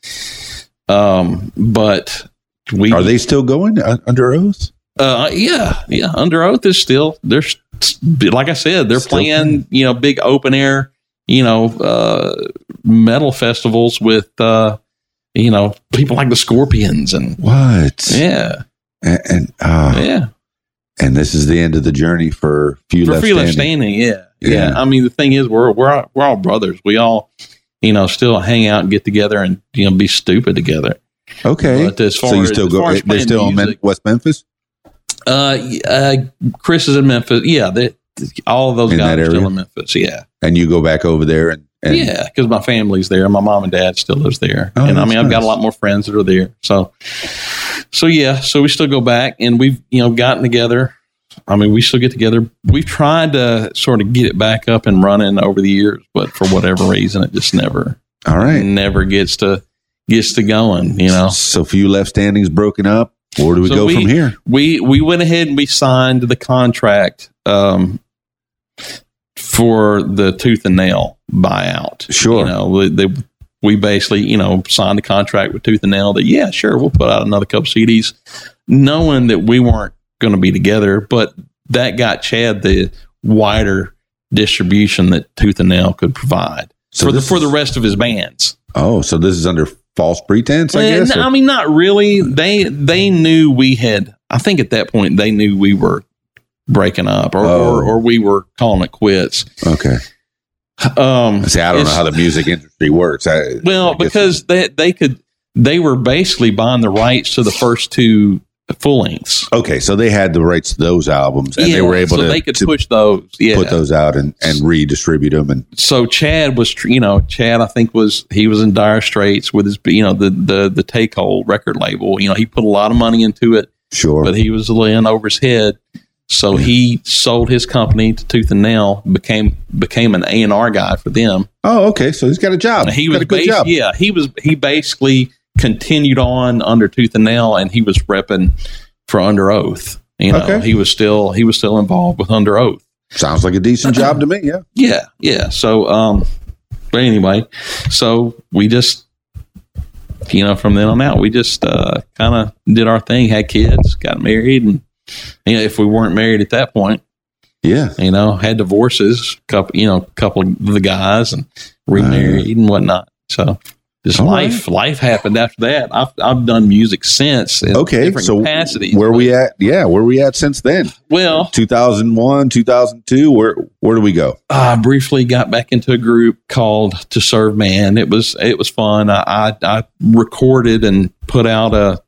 [SPEAKER 5] Um, but we
[SPEAKER 1] Are they still going uh, under oath?
[SPEAKER 5] Uh, yeah, yeah. Under oath is still they're s- s- like I said, they're
[SPEAKER 1] Still
[SPEAKER 5] playing,
[SPEAKER 1] playing.
[SPEAKER 5] you know big open air you know uh, metal festivals with uh, you know people like the Scorpions and
[SPEAKER 1] What?
[SPEAKER 5] yeah
[SPEAKER 1] And and, uh,
[SPEAKER 5] yeah
[SPEAKER 1] and this is the end of the journey for few
[SPEAKER 5] for
[SPEAKER 1] left
[SPEAKER 5] free left
[SPEAKER 1] standing.
[SPEAKER 5] standing. Yeah.
[SPEAKER 1] Yeah.
[SPEAKER 5] yeah, I mean the thing is we're we're all, we're all brothers. We all you know still hang out and get together and you know be stupid together.
[SPEAKER 1] Okay.
[SPEAKER 5] But as far
[SPEAKER 1] so you
[SPEAKER 5] as-
[SPEAKER 1] still
[SPEAKER 5] as
[SPEAKER 1] go? eh,
[SPEAKER 5] far as
[SPEAKER 1] they're
[SPEAKER 5] playing
[SPEAKER 1] still on Men-
[SPEAKER 5] music-
[SPEAKER 1] West Memphis
[SPEAKER 5] Uh, y- uh, Chris is in Memphis. Yeah, they, all of those
[SPEAKER 1] In
[SPEAKER 5] guys
[SPEAKER 1] that
[SPEAKER 5] are still
[SPEAKER 1] area?
[SPEAKER 5] in Memphis. Yeah,
[SPEAKER 1] and you go back over there and,
[SPEAKER 5] Yeah.
[SPEAKER 1] and
[SPEAKER 5] 'Cause yeah, because my family's there. My mom and dad still lives there,
[SPEAKER 1] Oh,
[SPEAKER 5] and I
[SPEAKER 1] that's
[SPEAKER 5] mean I've got
[SPEAKER 1] nice.
[SPEAKER 5] a lot more friends that are there. So, so yeah, so we still go back, and we've you know gotten together. I mean, we still get together. We've tried to sort of get it back up and running over the years, but for whatever reason, it just never,
[SPEAKER 1] all right.
[SPEAKER 5] never gets to gets to going. You know,
[SPEAKER 1] So few left standings broken up. Where do we
[SPEAKER 5] So
[SPEAKER 1] go
[SPEAKER 5] we-
[SPEAKER 1] from here?
[SPEAKER 5] we we went ahead and we signed the contract um, for the tooth and nail buyout.
[SPEAKER 1] Sure.
[SPEAKER 5] you know we- they, we basically you know signed the contract with tooth and nail that yeah sure we'll put out another couple CDs, knowing that we weren't going to be together, but that got Chad the wider distribution that tooth and nail could provide
[SPEAKER 1] So
[SPEAKER 5] for the
[SPEAKER 1] this
[SPEAKER 5] for
[SPEAKER 1] is-
[SPEAKER 5] the rest of his bands.
[SPEAKER 1] Oh, so this is under false pretense, I
[SPEAKER 5] Well,
[SPEAKER 1] guess.
[SPEAKER 5] n-
[SPEAKER 1] or-
[SPEAKER 5] I mean, not really. They they knew we had. I think at that point they knew we were breaking up, or
[SPEAKER 1] Oh.
[SPEAKER 5] or, or we were calling it quits.
[SPEAKER 1] okay.
[SPEAKER 5] Um,
[SPEAKER 1] See, I don't know
[SPEAKER 5] it's-
[SPEAKER 1] how the music industry works. I, I
[SPEAKER 5] Well,
[SPEAKER 1] guess-
[SPEAKER 5] because they they could they were basically buying the rights to the first two full lengths,
[SPEAKER 1] okay, so they had the rights to those albums, and they
[SPEAKER 5] Yeah,
[SPEAKER 1] were able
[SPEAKER 5] so
[SPEAKER 1] to,
[SPEAKER 5] they could
[SPEAKER 1] to
[SPEAKER 5] push those. Yeah,
[SPEAKER 1] put those out and, and redistribute them. And
[SPEAKER 5] so Chad was, tr- you know, Chad I think was he was in dire straits with his, you know, the the the take hold record label. You know, he put a lot of money into it.
[SPEAKER 1] sure,
[SPEAKER 5] but he was laying over his head. So he sold his company to Tooth and Nail, became became an A and R guy for them.
[SPEAKER 1] oh, okay, so he's got a job.
[SPEAKER 5] And he
[SPEAKER 1] He's
[SPEAKER 5] was
[SPEAKER 1] got a good
[SPEAKER 5] bas-
[SPEAKER 1] job.
[SPEAKER 5] yeah, he was he basically continued on under Tooth and Nail, and he was repping for Under Oath. You know,
[SPEAKER 1] Okay.
[SPEAKER 5] he was still he was still involved with Under Oath.
[SPEAKER 1] Sounds like a decent job to me. Yeah.
[SPEAKER 5] Yeah, yeah. So, um, but anyway, so we just, you know, from then on out, we just uh, kind of did our thing, had kids, got married, and you know, if we weren't married at that point,
[SPEAKER 1] Yeah.
[SPEAKER 5] you know, had divorces, couple, you know, couple of the guys, and remarried and whatnot. So, Just
[SPEAKER 1] All
[SPEAKER 5] life, life happened after that. I've I've done music since. In
[SPEAKER 1] Okay,
[SPEAKER 5] different
[SPEAKER 1] so
[SPEAKER 5] capacities.
[SPEAKER 1] where
[SPEAKER 5] but-
[SPEAKER 1] we at? Yeah, where we at since then?
[SPEAKER 5] Well,
[SPEAKER 1] 2001, 2002. Where where do we go?
[SPEAKER 5] I briefly got back into a group called To Serve Man. It was it was fun. I I, I recorded and put out a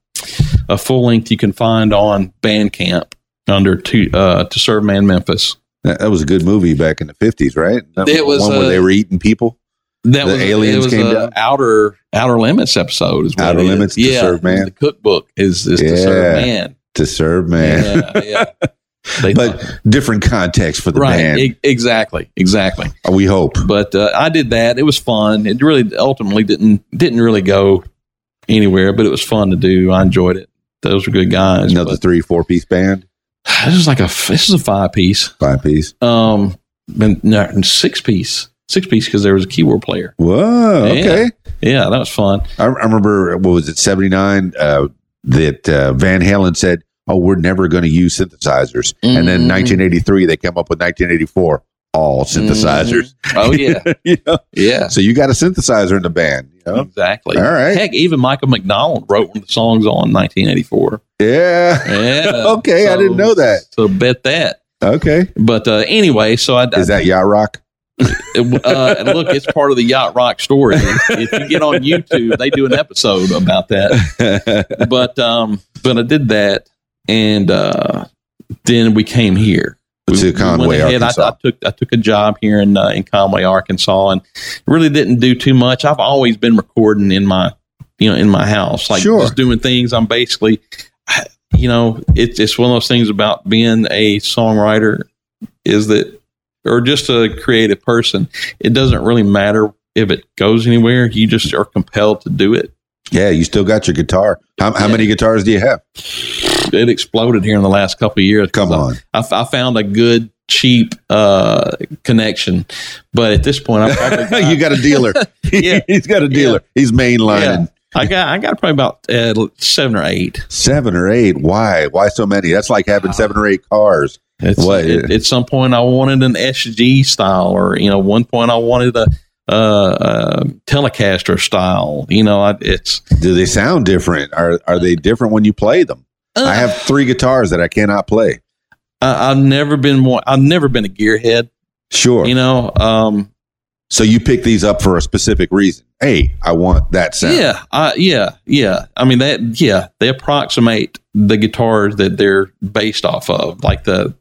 [SPEAKER 5] a full length you can find on Bandcamp under to uh, To Serve Man Memphis.
[SPEAKER 1] That, that was a good movie back in the 50s, right? That
[SPEAKER 5] It was,
[SPEAKER 1] one
[SPEAKER 5] uh,
[SPEAKER 1] where they were eating people.
[SPEAKER 5] That
[SPEAKER 1] The
[SPEAKER 5] was
[SPEAKER 1] aliens
[SPEAKER 5] it was
[SPEAKER 1] came
[SPEAKER 5] a
[SPEAKER 1] down?
[SPEAKER 5] outer outer limits episode. Is what
[SPEAKER 1] Outer
[SPEAKER 5] it is.
[SPEAKER 1] Limits, To Serve Man.
[SPEAKER 5] The cookbook is, is to serve
[SPEAKER 1] Yeah.
[SPEAKER 5] man.
[SPEAKER 1] To serve man,
[SPEAKER 5] Yeah, yeah. They
[SPEAKER 1] but different context for the
[SPEAKER 5] right,
[SPEAKER 1] band.
[SPEAKER 5] e- exactly, exactly.
[SPEAKER 1] we hope.
[SPEAKER 5] but uh, I did that. It was fun. It really ultimately didn't didn't really go anywhere, but it was fun to do. I enjoyed it. Those were good guys.
[SPEAKER 1] Another
[SPEAKER 5] but-
[SPEAKER 1] three, four piece band,
[SPEAKER 5] this is like a this is a five piece.
[SPEAKER 1] five piece.
[SPEAKER 5] Um, and, no, and six piece, six piece because there was a keyboard player.
[SPEAKER 1] Whoa,
[SPEAKER 5] Yeah.
[SPEAKER 1] okay.
[SPEAKER 5] Yeah, that was fun.
[SPEAKER 1] I, I remember what was it seventy nine uh, that uh, Van Halen said, "Oh, we're never going to use synthesizers," and then
[SPEAKER 5] Mhm.
[SPEAKER 1] nineteen eighty three they come up with nineteen eighty four all synthesizers.
[SPEAKER 5] Oh Mm-hmm. yeah,
[SPEAKER 1] You know?
[SPEAKER 5] yeah.
[SPEAKER 1] So you got a synthesizer in the band. You know?
[SPEAKER 5] Exactly.
[SPEAKER 1] All right.
[SPEAKER 5] Heck, even Michael McDonald wrote one of the songs on 1984.
[SPEAKER 1] Yeah.
[SPEAKER 5] Yeah.
[SPEAKER 1] Okay, I didn't know that.
[SPEAKER 5] So bet that.
[SPEAKER 1] Okay.
[SPEAKER 5] But uh, anyway, so I
[SPEAKER 1] Is that yacht rock?
[SPEAKER 5] It- uh, and look, it's part of the yacht rock story. If you get on YouTube, they do an episode about that. But um, but I did that, and uh, then we came here
[SPEAKER 1] To Conway,
[SPEAKER 5] I-
[SPEAKER 1] Arkansas.
[SPEAKER 5] I, took I took a job here in uh, in Conway, Arkansas, and really didn't do too much. I've always been recording in my you know in my house, like
[SPEAKER 1] Sure.
[SPEAKER 5] just doing things. I'm basically, I- you know, it's it's one of those things about being a songwriter is that or just a creative person. It doesn't really matter if it goes anywhere. You just are compelled to do it.
[SPEAKER 1] yeah, you still got your guitar. How, how
[SPEAKER 5] Yeah.
[SPEAKER 1] many guitars do you have?
[SPEAKER 5] It exploded here in the last couple of years.
[SPEAKER 1] Come
[SPEAKER 5] I-
[SPEAKER 1] on.
[SPEAKER 5] I, f- I found a good cheap uh, connection, but at this point, I probably
[SPEAKER 1] you got a dealer.
[SPEAKER 5] Yeah.
[SPEAKER 1] He's got a dealer. He's mainlining.
[SPEAKER 5] I got I got probably about uh, seven or eight.
[SPEAKER 1] Seven or eight. Why? Why so many? That's like having seven or eight cars.
[SPEAKER 5] It's,
[SPEAKER 1] What-
[SPEAKER 5] At, at some point, I wanted an SG style, or you know, one point I wanted a. Uh, uh, Telecaster style, you know. I, it's
[SPEAKER 1] Do they sound different? Are are they different when you play them? I have three guitars that I cannot play.
[SPEAKER 5] I, I've never been more. I've never been a gearhead.
[SPEAKER 1] Sure.
[SPEAKER 5] You know, um,
[SPEAKER 1] so you pick these up for a specific reason. Hey, I want that sound.
[SPEAKER 5] yeah, I, yeah, yeah. I mean that, yeah, they approximate the guitars that they're based off of. Like the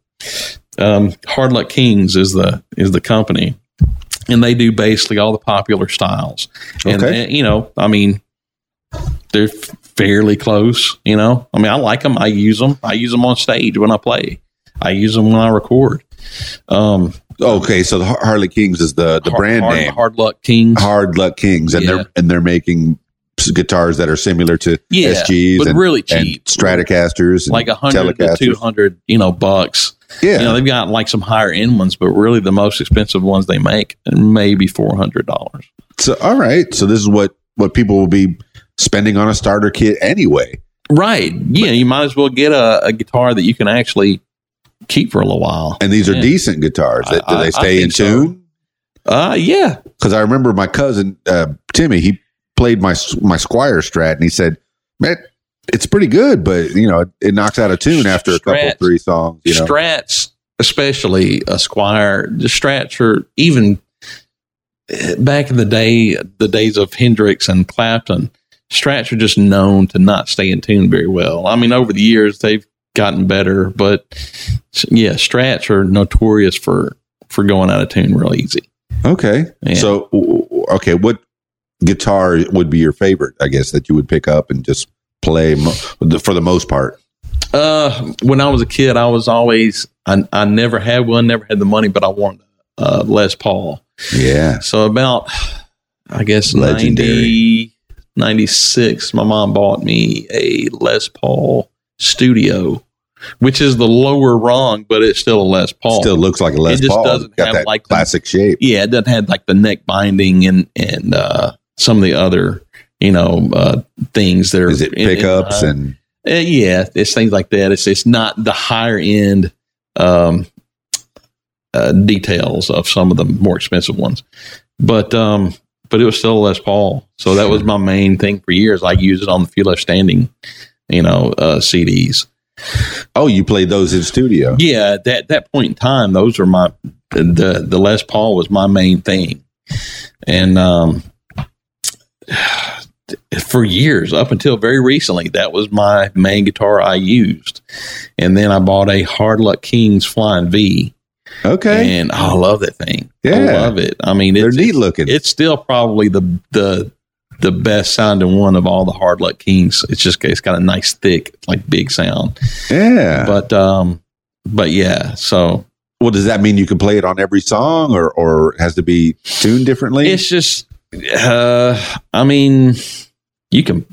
[SPEAKER 5] um, Hard Luck Kings is the is the company, and they do basically all the popular styles. And,
[SPEAKER 1] Okay.
[SPEAKER 5] and, you know, I mean, they're fairly close. You know, I mean, I like them. I use them. I use them on stage when I play. I use them when I record. Um,
[SPEAKER 1] Okay, so the Har- Harley Kings is the the
[SPEAKER 5] Hard-
[SPEAKER 1] brand
[SPEAKER 5] Hard-
[SPEAKER 1] name.
[SPEAKER 5] Hard Luck Kings.
[SPEAKER 1] Hard Luck Kings, and
[SPEAKER 5] Yeah.
[SPEAKER 1] they're and they're making s- guitars that are similar to
[SPEAKER 5] Yeah,
[SPEAKER 1] SGs
[SPEAKER 5] but
[SPEAKER 1] and,
[SPEAKER 5] really
[SPEAKER 1] and
[SPEAKER 5] cheap.
[SPEAKER 1] Stratocasters, and
[SPEAKER 5] like a hundred to
[SPEAKER 1] Telecasters.
[SPEAKER 5] two hundred, you know, bucks.
[SPEAKER 1] Yeah,
[SPEAKER 5] You know, they've got like some higher end ones, but really the most expensive ones they make and maybe four hundred dollars.
[SPEAKER 1] So all right, so this is what what people will be spending on a starter kit anyway.
[SPEAKER 5] Right. Yeah, you might as well get a, a guitar that you can actually keep for a little while.
[SPEAKER 1] And these are
[SPEAKER 5] Yeah.
[SPEAKER 1] decent guitars.
[SPEAKER 5] I-
[SPEAKER 1] Do
[SPEAKER 5] I-
[SPEAKER 1] they
[SPEAKER 5] I
[SPEAKER 1] stay in
[SPEAKER 5] think so.
[SPEAKER 1] tune?
[SPEAKER 5] Uh yeah.
[SPEAKER 1] Because I remember my cousin uh, Timmy, he played my my Squire Strat, and he said, "Man, it's pretty good, but you know, it, it knocks out of tune after a couple
[SPEAKER 5] Strat.
[SPEAKER 1] three songs." You know,
[SPEAKER 5] Strats, especially a Squire, the Strats are even eh, back in the day, the days of Hendrix and Clapton, Strats are just known to not stay in tune very well. I mean, over the years, they've gotten better, but s- yeah, Strats are notorious for, for going out of tune real easy.
[SPEAKER 1] okay.
[SPEAKER 5] Yeah.
[SPEAKER 1] So w- w- okay, what guitar would be your favorite? I guess that you would pick up and just play mo- the- for the most part.
[SPEAKER 5] Uh, when I was a kid, I was always, I, I never had one, never had the money, but I wanted uh, Les Paul.
[SPEAKER 1] Yeah.
[SPEAKER 5] So about, I guess,
[SPEAKER 1] Legendary.
[SPEAKER 5] ninety ninety six. my mom bought me a Les Paul Studio, which is the lower rung, but it's still a Les Paul.
[SPEAKER 1] Still looks like a Les
[SPEAKER 5] just
[SPEAKER 1] Paul.
[SPEAKER 5] doesn't
[SPEAKER 1] Got
[SPEAKER 5] have,
[SPEAKER 1] that
[SPEAKER 5] like, the-
[SPEAKER 1] classic shape.
[SPEAKER 5] yeah, it doesn't have like the neck binding and and uh, some of the other you know uh, things that are
[SPEAKER 1] Is it
[SPEAKER 5] in- in-
[SPEAKER 1] pickups and
[SPEAKER 5] Uh, yeah, it's things like that. It's it's not the higher end um, uh, details of some of the more expensive ones, but um, but it was still a Les Paul. So that was my main thing for years. I used it on the few left standing, you know, uh, CDs.
[SPEAKER 1] Oh, you played those in studio.
[SPEAKER 5] Yeah, at that that point in time, those were my the the Les Paul was my main thing, and um, for years up until very recently, that was my main guitar I used, and then I bought a Hard Luck Kings Flying V,
[SPEAKER 1] Okay.
[SPEAKER 5] and I love that thing. I
[SPEAKER 1] Yeah.
[SPEAKER 5] love it. I mean,
[SPEAKER 1] They're
[SPEAKER 5] it's,
[SPEAKER 1] neat looking.
[SPEAKER 5] it's still probably the the the best sounding one of all the Hard Luck Kings. It's just it's got a nice thick, like big sound,
[SPEAKER 1] yeah.
[SPEAKER 5] but um, but yeah, so.
[SPEAKER 1] well, does that mean you can play it on every song or, or it has to be tuned differently?
[SPEAKER 5] It's just, uh, I mean, you can.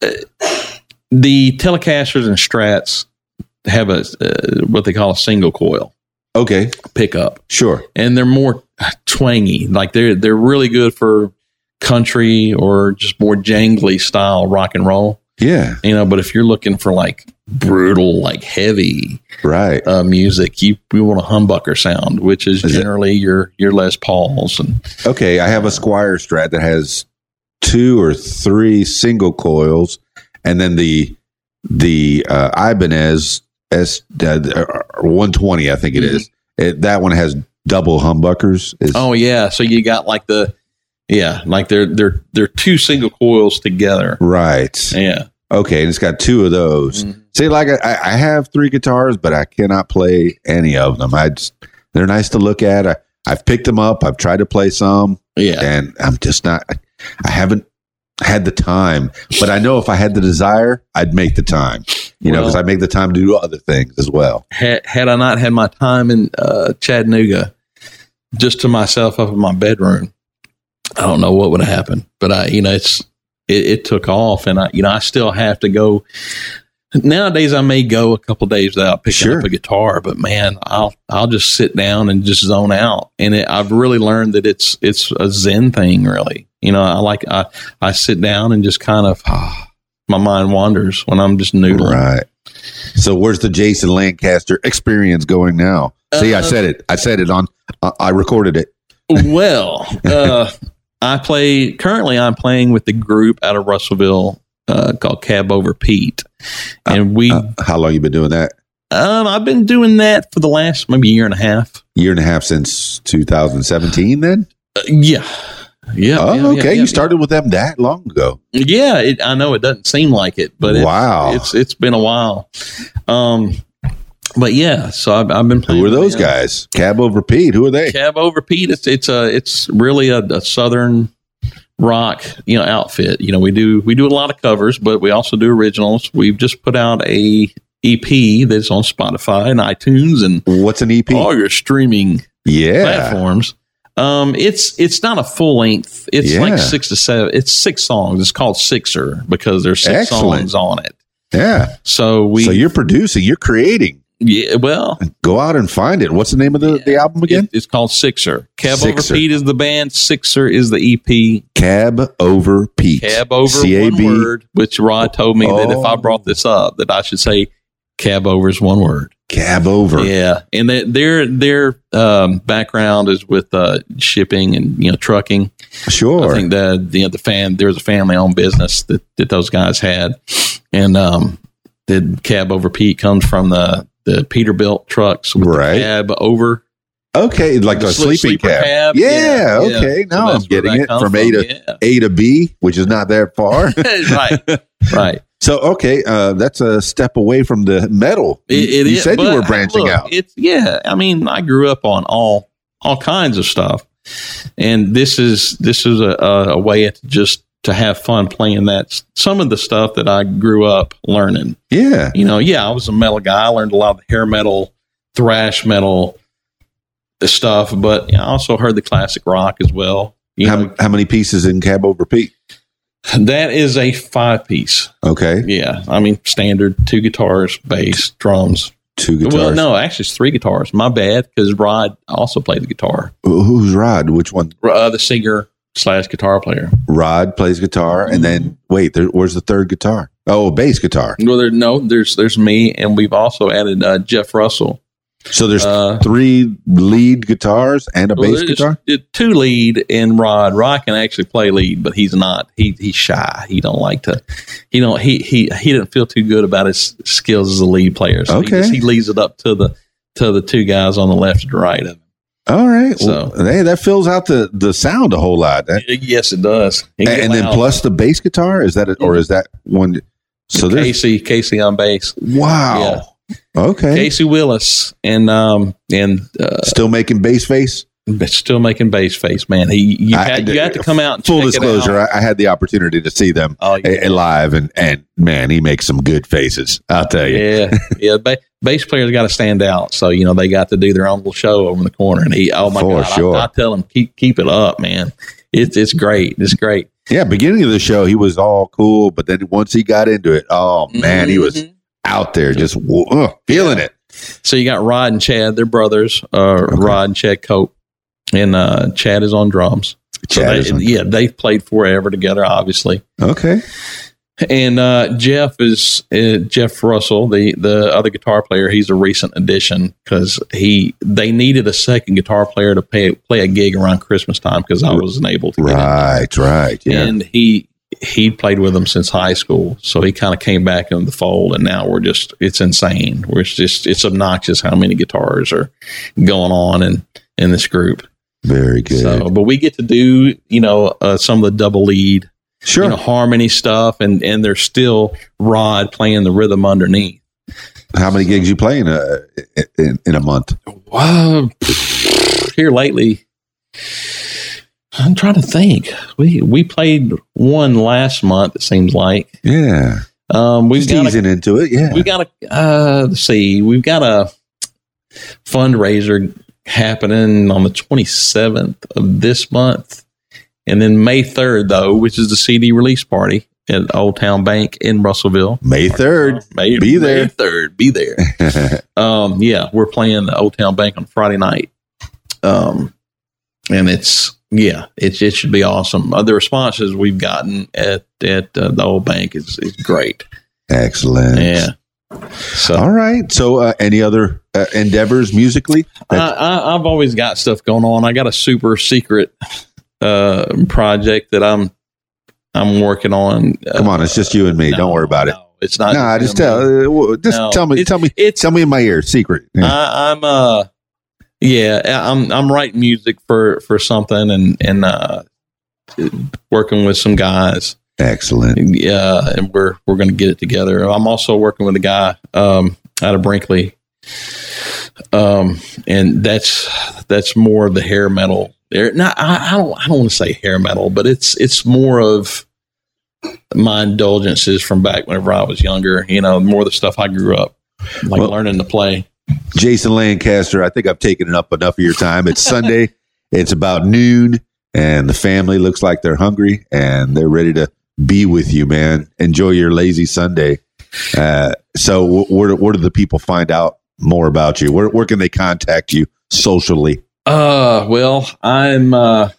[SPEAKER 5] uh, the Telecasters and Strats have a uh, what they call a single coil
[SPEAKER 1] okay.
[SPEAKER 5] pickup,
[SPEAKER 1] Sure.
[SPEAKER 5] and they're more twangy. Like they're they're really good for country or just more jangly style rock and roll,
[SPEAKER 1] Yeah.
[SPEAKER 5] you know. But if you're looking for like brutal, like heavy
[SPEAKER 1] Right.
[SPEAKER 5] uh, music, you you want a humbucker sound, which is,
[SPEAKER 1] Is it-
[SPEAKER 5] generally your your Les Pauls and
[SPEAKER 1] Okay, I have a Squire Strat that has two or three single coils, and then the the uh, Ibanez S uh, one twenty, I think it is. It, that one has double humbuckers. Is,
[SPEAKER 5] Mm-hmm. Oh yeah, so you got like the yeah, like they're they're they're two single coils together.
[SPEAKER 1] right.
[SPEAKER 5] Yeah.
[SPEAKER 1] Okay, and it's got two of those. See, like I, I have three guitars, but I cannot play any of them. I just they're nice to look at. I, I've picked them up. I've tried to play some.
[SPEAKER 5] Yeah.
[SPEAKER 1] and I'm just not. I haven't had the time, but I know if I had the desire, I'd make the time. You know, 'cause know, because
[SPEAKER 5] Well-
[SPEAKER 1] I make the time to do other things as well.
[SPEAKER 5] Had, had I not had my time in uh, Chattanooga just to myself up in my bedroom, I don't know what would have happened. But I you know, it's it, it took off and I you know, I still have to go nowadays I may go a couple days without picking
[SPEAKER 1] Sure.
[SPEAKER 5] up a guitar, but man, I'll I'll just sit down and just zone out. And it, I've really learned that it's it's a zen thing really. You know, I like I I sit down and just kind of my mind wanders when I'm just noodling.
[SPEAKER 1] Right. So, where's the Jason Lancaster experience going now? See, I
[SPEAKER 5] Uh,
[SPEAKER 1] said it. I said it on. I I recorded it.
[SPEAKER 5] well, uh, I play currently. I'm playing with the group out of Russellville uh, called Cab Over Pete, and we.
[SPEAKER 1] Uh, how long you been doing that?
[SPEAKER 5] um, I've been doing that for the last maybe year and a half.
[SPEAKER 1] Year and a half since 2017. Then.
[SPEAKER 5] Uh, yeah, yeah.
[SPEAKER 1] oh,
[SPEAKER 5] yeah, yeah,
[SPEAKER 1] okay.
[SPEAKER 5] yeah,
[SPEAKER 1] you started with them that long ago.
[SPEAKER 5] Yeah, it, I know it doesn't seem like it, but it's,
[SPEAKER 1] wow.
[SPEAKER 5] it's it's been a while. Um, but yeah, so I've, I've been playing.
[SPEAKER 1] who are
[SPEAKER 5] with
[SPEAKER 1] those
[SPEAKER 5] them.
[SPEAKER 1] guys? Cab over Pete. Who are they?
[SPEAKER 5] Cab over Pete. It's it's a it's really a, a southern rock you know outfit. You know we do we do a lot of covers, but we also do originals. We've just put out a EP that's on Spotify and iTunes and
[SPEAKER 1] What's an EP?
[SPEAKER 5] all your streaming
[SPEAKER 1] yeah.
[SPEAKER 5] platforms. Um, it's it's not a full length. It's
[SPEAKER 1] Yeah.
[SPEAKER 5] like six to seven. It's six songs. It's called Sixer because there's six
[SPEAKER 1] Excellent.
[SPEAKER 5] songs on it.
[SPEAKER 1] Yeah.
[SPEAKER 5] So we
[SPEAKER 1] so you're producing, you're creating.
[SPEAKER 5] yeah, well
[SPEAKER 1] Go out and find it. What's the name of the, the album again?
[SPEAKER 5] it- it's called Sixer. Cab
[SPEAKER 1] Sixer.
[SPEAKER 5] over Pete is the band. Sixer is the E EP.
[SPEAKER 1] Cab Over Pete.
[SPEAKER 5] cab over
[SPEAKER 1] C-A-B.
[SPEAKER 5] one word, which Rod told me that if I
[SPEAKER 1] Oh.
[SPEAKER 5] brought this up, that I should say cab over is one word.
[SPEAKER 1] Cab Over.
[SPEAKER 5] Yeah, and that their their um, background is with uh, shipping and you know trucking. I
[SPEAKER 1] Sure.
[SPEAKER 5] think the the the fan there's a family owned business that that those guys had, and um, the cab over Pete comes from the the Peterbilt trucks with the
[SPEAKER 1] Right.
[SPEAKER 5] cab over
[SPEAKER 1] Okay. Like
[SPEAKER 5] The
[SPEAKER 1] a
[SPEAKER 5] sleep-
[SPEAKER 1] sleeping
[SPEAKER 5] sleeper
[SPEAKER 1] cab.
[SPEAKER 5] cab.
[SPEAKER 1] Yeah,
[SPEAKER 5] Yeah,
[SPEAKER 1] Okay.
[SPEAKER 5] So
[SPEAKER 1] Now I'm
[SPEAKER 5] that's where
[SPEAKER 1] getting
[SPEAKER 5] that
[SPEAKER 1] it
[SPEAKER 5] comes
[SPEAKER 1] from A to
[SPEAKER 5] Yeah.
[SPEAKER 1] A to B, which is not that far.
[SPEAKER 5] right, right.
[SPEAKER 1] so okay, uh, that's a step away from the metal.
[SPEAKER 5] It, it
[SPEAKER 1] you
[SPEAKER 5] is-
[SPEAKER 1] said you
[SPEAKER 5] but, uh,
[SPEAKER 1] were branching
[SPEAKER 5] look,
[SPEAKER 1] out.
[SPEAKER 5] It's yeah. I mean, I grew up on all all kinds of stuff, and this is this is a, a, a way to just to have fun playing that some of the stuff that I grew up learning.
[SPEAKER 1] Yeah.
[SPEAKER 5] You know, yeah, I was a metal guy. I learned a lot of hair metal, thrash metal stuff, but I also heard the classic rock as well. You
[SPEAKER 1] How,
[SPEAKER 5] know,
[SPEAKER 1] how many pieces in Cab Over Pete?
[SPEAKER 5] that is a five piece.
[SPEAKER 1] Okay.
[SPEAKER 5] Yeah, I mean, standard two guitars, bass, drums,
[SPEAKER 1] Two guitars.
[SPEAKER 5] Well, no, actually, it's three guitars. My bad, because Rod also played the guitar.
[SPEAKER 1] Who- Who's Rod? Which one?
[SPEAKER 5] Uh, the singer slash guitar player.
[SPEAKER 1] Rod plays guitar, and then wait, there, where's the third guitar? Oh, bass guitar.
[SPEAKER 5] Well, there, no, there's there's me, and we've also added uh, Jeff Russell,
[SPEAKER 1] So there's
[SPEAKER 5] Uh,
[SPEAKER 1] three lead guitars and a
[SPEAKER 5] well,
[SPEAKER 1] bass
[SPEAKER 5] it's-
[SPEAKER 1] guitar.
[SPEAKER 5] it- two lead and Rod. Rod can actually play lead, but he's not. He he's shy. He don't like to. He don't. He he he didn't feel too good about his skills as a lead player. So he,
[SPEAKER 1] Okay.
[SPEAKER 5] just- he leaves it up to the to the two guys on the left and right of him.
[SPEAKER 1] All right.
[SPEAKER 5] So-
[SPEAKER 1] Well, hey, that fills out the the sound a whole lot. That-
[SPEAKER 5] Yes, it does. He
[SPEAKER 1] and
[SPEAKER 5] get
[SPEAKER 1] then
[SPEAKER 5] loud.
[SPEAKER 1] plus the bass guitar is that it, or is that one? So there's
[SPEAKER 5] Casey Casey on bass.
[SPEAKER 1] wow. Okay.
[SPEAKER 5] Casey Willis and um and uh,
[SPEAKER 1] Still making bass face.
[SPEAKER 5] but still making bass face. Man, he you,
[SPEAKER 1] I-
[SPEAKER 5] had, you had to come out. And
[SPEAKER 1] Full
[SPEAKER 5] check it
[SPEAKER 1] disclosure,
[SPEAKER 5] out.
[SPEAKER 1] I, I had the opportunity to see them
[SPEAKER 5] Oh, yeah.
[SPEAKER 1] a- live, and and man, he makes some good faces. I'll tell you.
[SPEAKER 5] Yeah, yeah. Ba- bass players got to stand out, so you know they got to do their own little show over in the corner. And he, oh my
[SPEAKER 1] For
[SPEAKER 5] god,
[SPEAKER 1] sure.
[SPEAKER 5] I, I tell him keep keep it up, man. It's it's great. It's great.
[SPEAKER 1] Yeah, beginning of the show, he was all cool, but then once he got into it, oh man, he was
[SPEAKER 5] Mhm.
[SPEAKER 1] out there just wo- uh, feeling it.
[SPEAKER 5] So you got Rod and Chad, they're brothers. Uh, Rod and Chad Cope, and uh, Chad is on drums. So
[SPEAKER 1] Chad
[SPEAKER 5] they-
[SPEAKER 1] is on-
[SPEAKER 5] yeah, they've played forever together, obviously.
[SPEAKER 1] Okay,
[SPEAKER 5] And uh, Jeff is uh, Jeff Russell, the the other guitar player. He's a recent addition because he they needed a second guitar player to pay, play a gig around Christmas time because I wasn't able to. get it.
[SPEAKER 1] right, right, yeah.
[SPEAKER 5] And he he played with them since high school, so he kind of came back in the fold. And now we're just it's insane. We're just it's obnoxious how many guitars are going on in in this group.
[SPEAKER 1] Very good.
[SPEAKER 5] So, but we get to do you know uh, some of the double lead
[SPEAKER 1] sure.
[SPEAKER 5] you know, harmony stuff, and and there's still Rod playing the rhythm underneath.
[SPEAKER 1] How many gigs you play in a in, in a month?
[SPEAKER 5] Wow, here lately, I'm trying to think. We we played one last month. It seems like
[SPEAKER 1] Yeah,
[SPEAKER 5] um, we've
[SPEAKER 1] just
[SPEAKER 5] got a,
[SPEAKER 1] easing into it. Yeah,
[SPEAKER 5] we've got a uh, let's see, we've got a fundraiser happening on the 27th of this month, and then May 3rd though, which is the CD release party at Old Town Bank in Russellville.
[SPEAKER 1] May third.
[SPEAKER 5] May,
[SPEAKER 1] Be there.
[SPEAKER 5] May third. Be there. um, yeah, we're playing the Old Town Bank on Friday night. Um, and it's yeah, it's it should be awesome. Uh, the responses we've gotten at at uh, the old bank is is great.
[SPEAKER 1] Excellent.
[SPEAKER 5] Yeah. So
[SPEAKER 1] All right. So, uh, any other uh, endeavors musically?
[SPEAKER 5] I, I, I've always got stuff going on. I got a super secret uh, project that I'm I'm working on. Uh,
[SPEAKER 1] Come on, it's just you and me. Don't worry about it.
[SPEAKER 5] No, it's not.
[SPEAKER 1] no, I just
[SPEAKER 5] gonna
[SPEAKER 1] tell.
[SPEAKER 5] be-
[SPEAKER 1] Uh, well, just
[SPEAKER 5] No,
[SPEAKER 1] tell me.
[SPEAKER 5] it's-
[SPEAKER 1] Tell me.
[SPEAKER 5] it's
[SPEAKER 1] Tell me in my ear. Secret. Yeah.
[SPEAKER 5] I, I'm uh yeah, I- I'm I'm writing music for for something and and uh working with some guys.
[SPEAKER 1] Excellent.
[SPEAKER 5] Yeah, and we're we're going to get it together. I'm also working with a guy um out of Brinkley. Um and that's that's more of the hair metal. There not I, I don't I don't want to say hair metal, but it's it's more of my indulgences from back whenever I was younger, you know, more of the stuff I grew up like
[SPEAKER 1] Well-
[SPEAKER 5] learning to play.
[SPEAKER 1] Jason Lancaster. I think I've taken up enough of your time. It's Sunday. it's about noon, and the family looks like they're hungry and they're ready to be with you, man. Enjoy your lazy Sunday. Uh, so, wh- where where do the people find out more about you? Where where can they contact you socially?
[SPEAKER 5] Uh, well, I'm uh,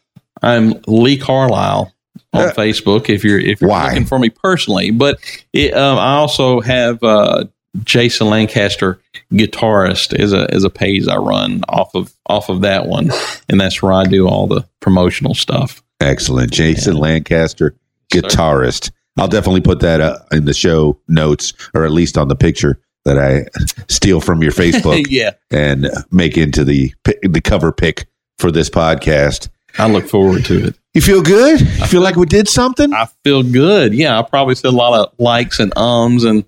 [SPEAKER 5] I'm Lee Carlisle on
[SPEAKER 1] Uh,
[SPEAKER 5] Facebook. If you're if you're
[SPEAKER 1] why?
[SPEAKER 5] looking for me personally, but it, um, I also have uh, Jason Lancaster guitarist is a is a page I run off of off of that one, and that's where I do all the promotional stuff.
[SPEAKER 1] Excellent. Jason
[SPEAKER 5] Yeah.
[SPEAKER 1] Lancaster, guitarist. I'll definitely put that uh, in the show notes or at least on the picture that I steal from your Facebook
[SPEAKER 5] yeah,
[SPEAKER 1] and make into the pi- the cover pick for this podcast.
[SPEAKER 5] I look forward to it.
[SPEAKER 1] You feel good? You feel like we did something?
[SPEAKER 5] I feel good. Yeah, I probably said a lot of likes and ums and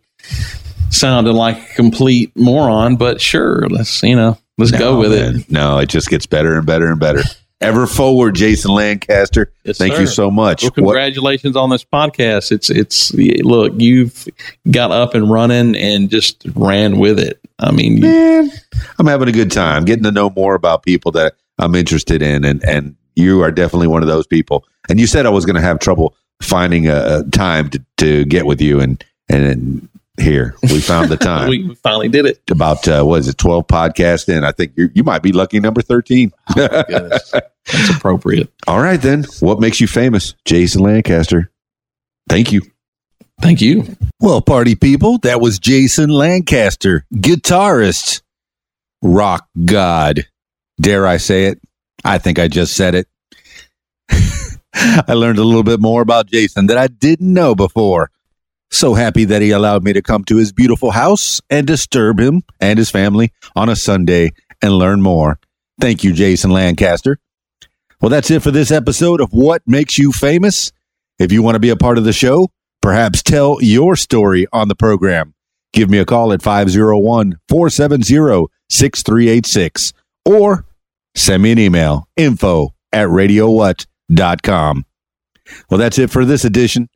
[SPEAKER 5] sounded like a complete moron, but sure, let's you know let's go with it.
[SPEAKER 1] No, it just gets better and better and better. Ever forward, Jason Lancaster.
[SPEAKER 5] Yes,
[SPEAKER 1] Thank
[SPEAKER 5] sir.
[SPEAKER 1] you so much.
[SPEAKER 5] Well,
[SPEAKER 1] What-
[SPEAKER 5] congratulations on this podcast. It's it's look, you've got up and running and just ran with it. I mean, you-
[SPEAKER 1] man, I'm having a good time getting to know more about people that I'm interested in, and and you are definitely one of those people. And you said I was going to have trouble finding a, a time to, to get with you, and and then here we found the time.
[SPEAKER 5] we finally did it.
[SPEAKER 1] about uh, what is it, twelve podcasts in? I think you you might be lucky number thirteen.
[SPEAKER 5] Goodness. That's appropriate.
[SPEAKER 1] All right, then. What makes you famous, Jason Lancaster? Thank you.
[SPEAKER 5] Thank you.
[SPEAKER 1] Well, party people, that was Jason Lancaster, guitarist. rock god. Dare I say it? I think I just said it. I learned a little bit more about Jason that I didn't know before. So happy that he allowed me to come to his beautiful house and disturb him and his family on a Sunday and learn more. Thank you, Jason Lancaster. Well, that's it for this episode of What Makes You Famous. If you want to be a part of the show, perhaps tell your story on the program. Give me a call at 501 470 6386 or send me an email info at radiowhat.com. Well, that's it for this edition.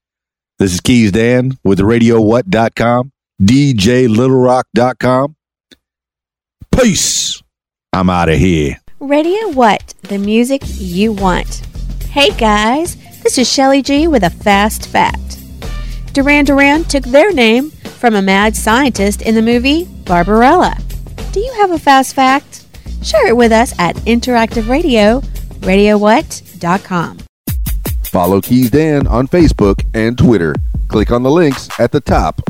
[SPEAKER 1] This is Keys Dan with radiowhat.com, djlittlerock.com. Peace. I'm out of here.
[SPEAKER 4] Radio What, the music you want. Hey guys, this is Shelly G with a fast fact. Duran Duran took their name from a mad scientist in the movie Barbarella. Do you have a fast fact? Share it with us at Interactive Radio, radiowhat.com.
[SPEAKER 1] Follow Keys Dan on Facebook and Twitter. Click on the links at the top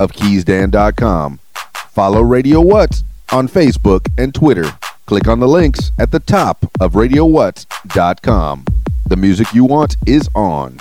[SPEAKER 1] of keysdan.com. Follow Radio What on Facebook and Twitter. Click on the links at the top of radiowhat.com. The music you want is on.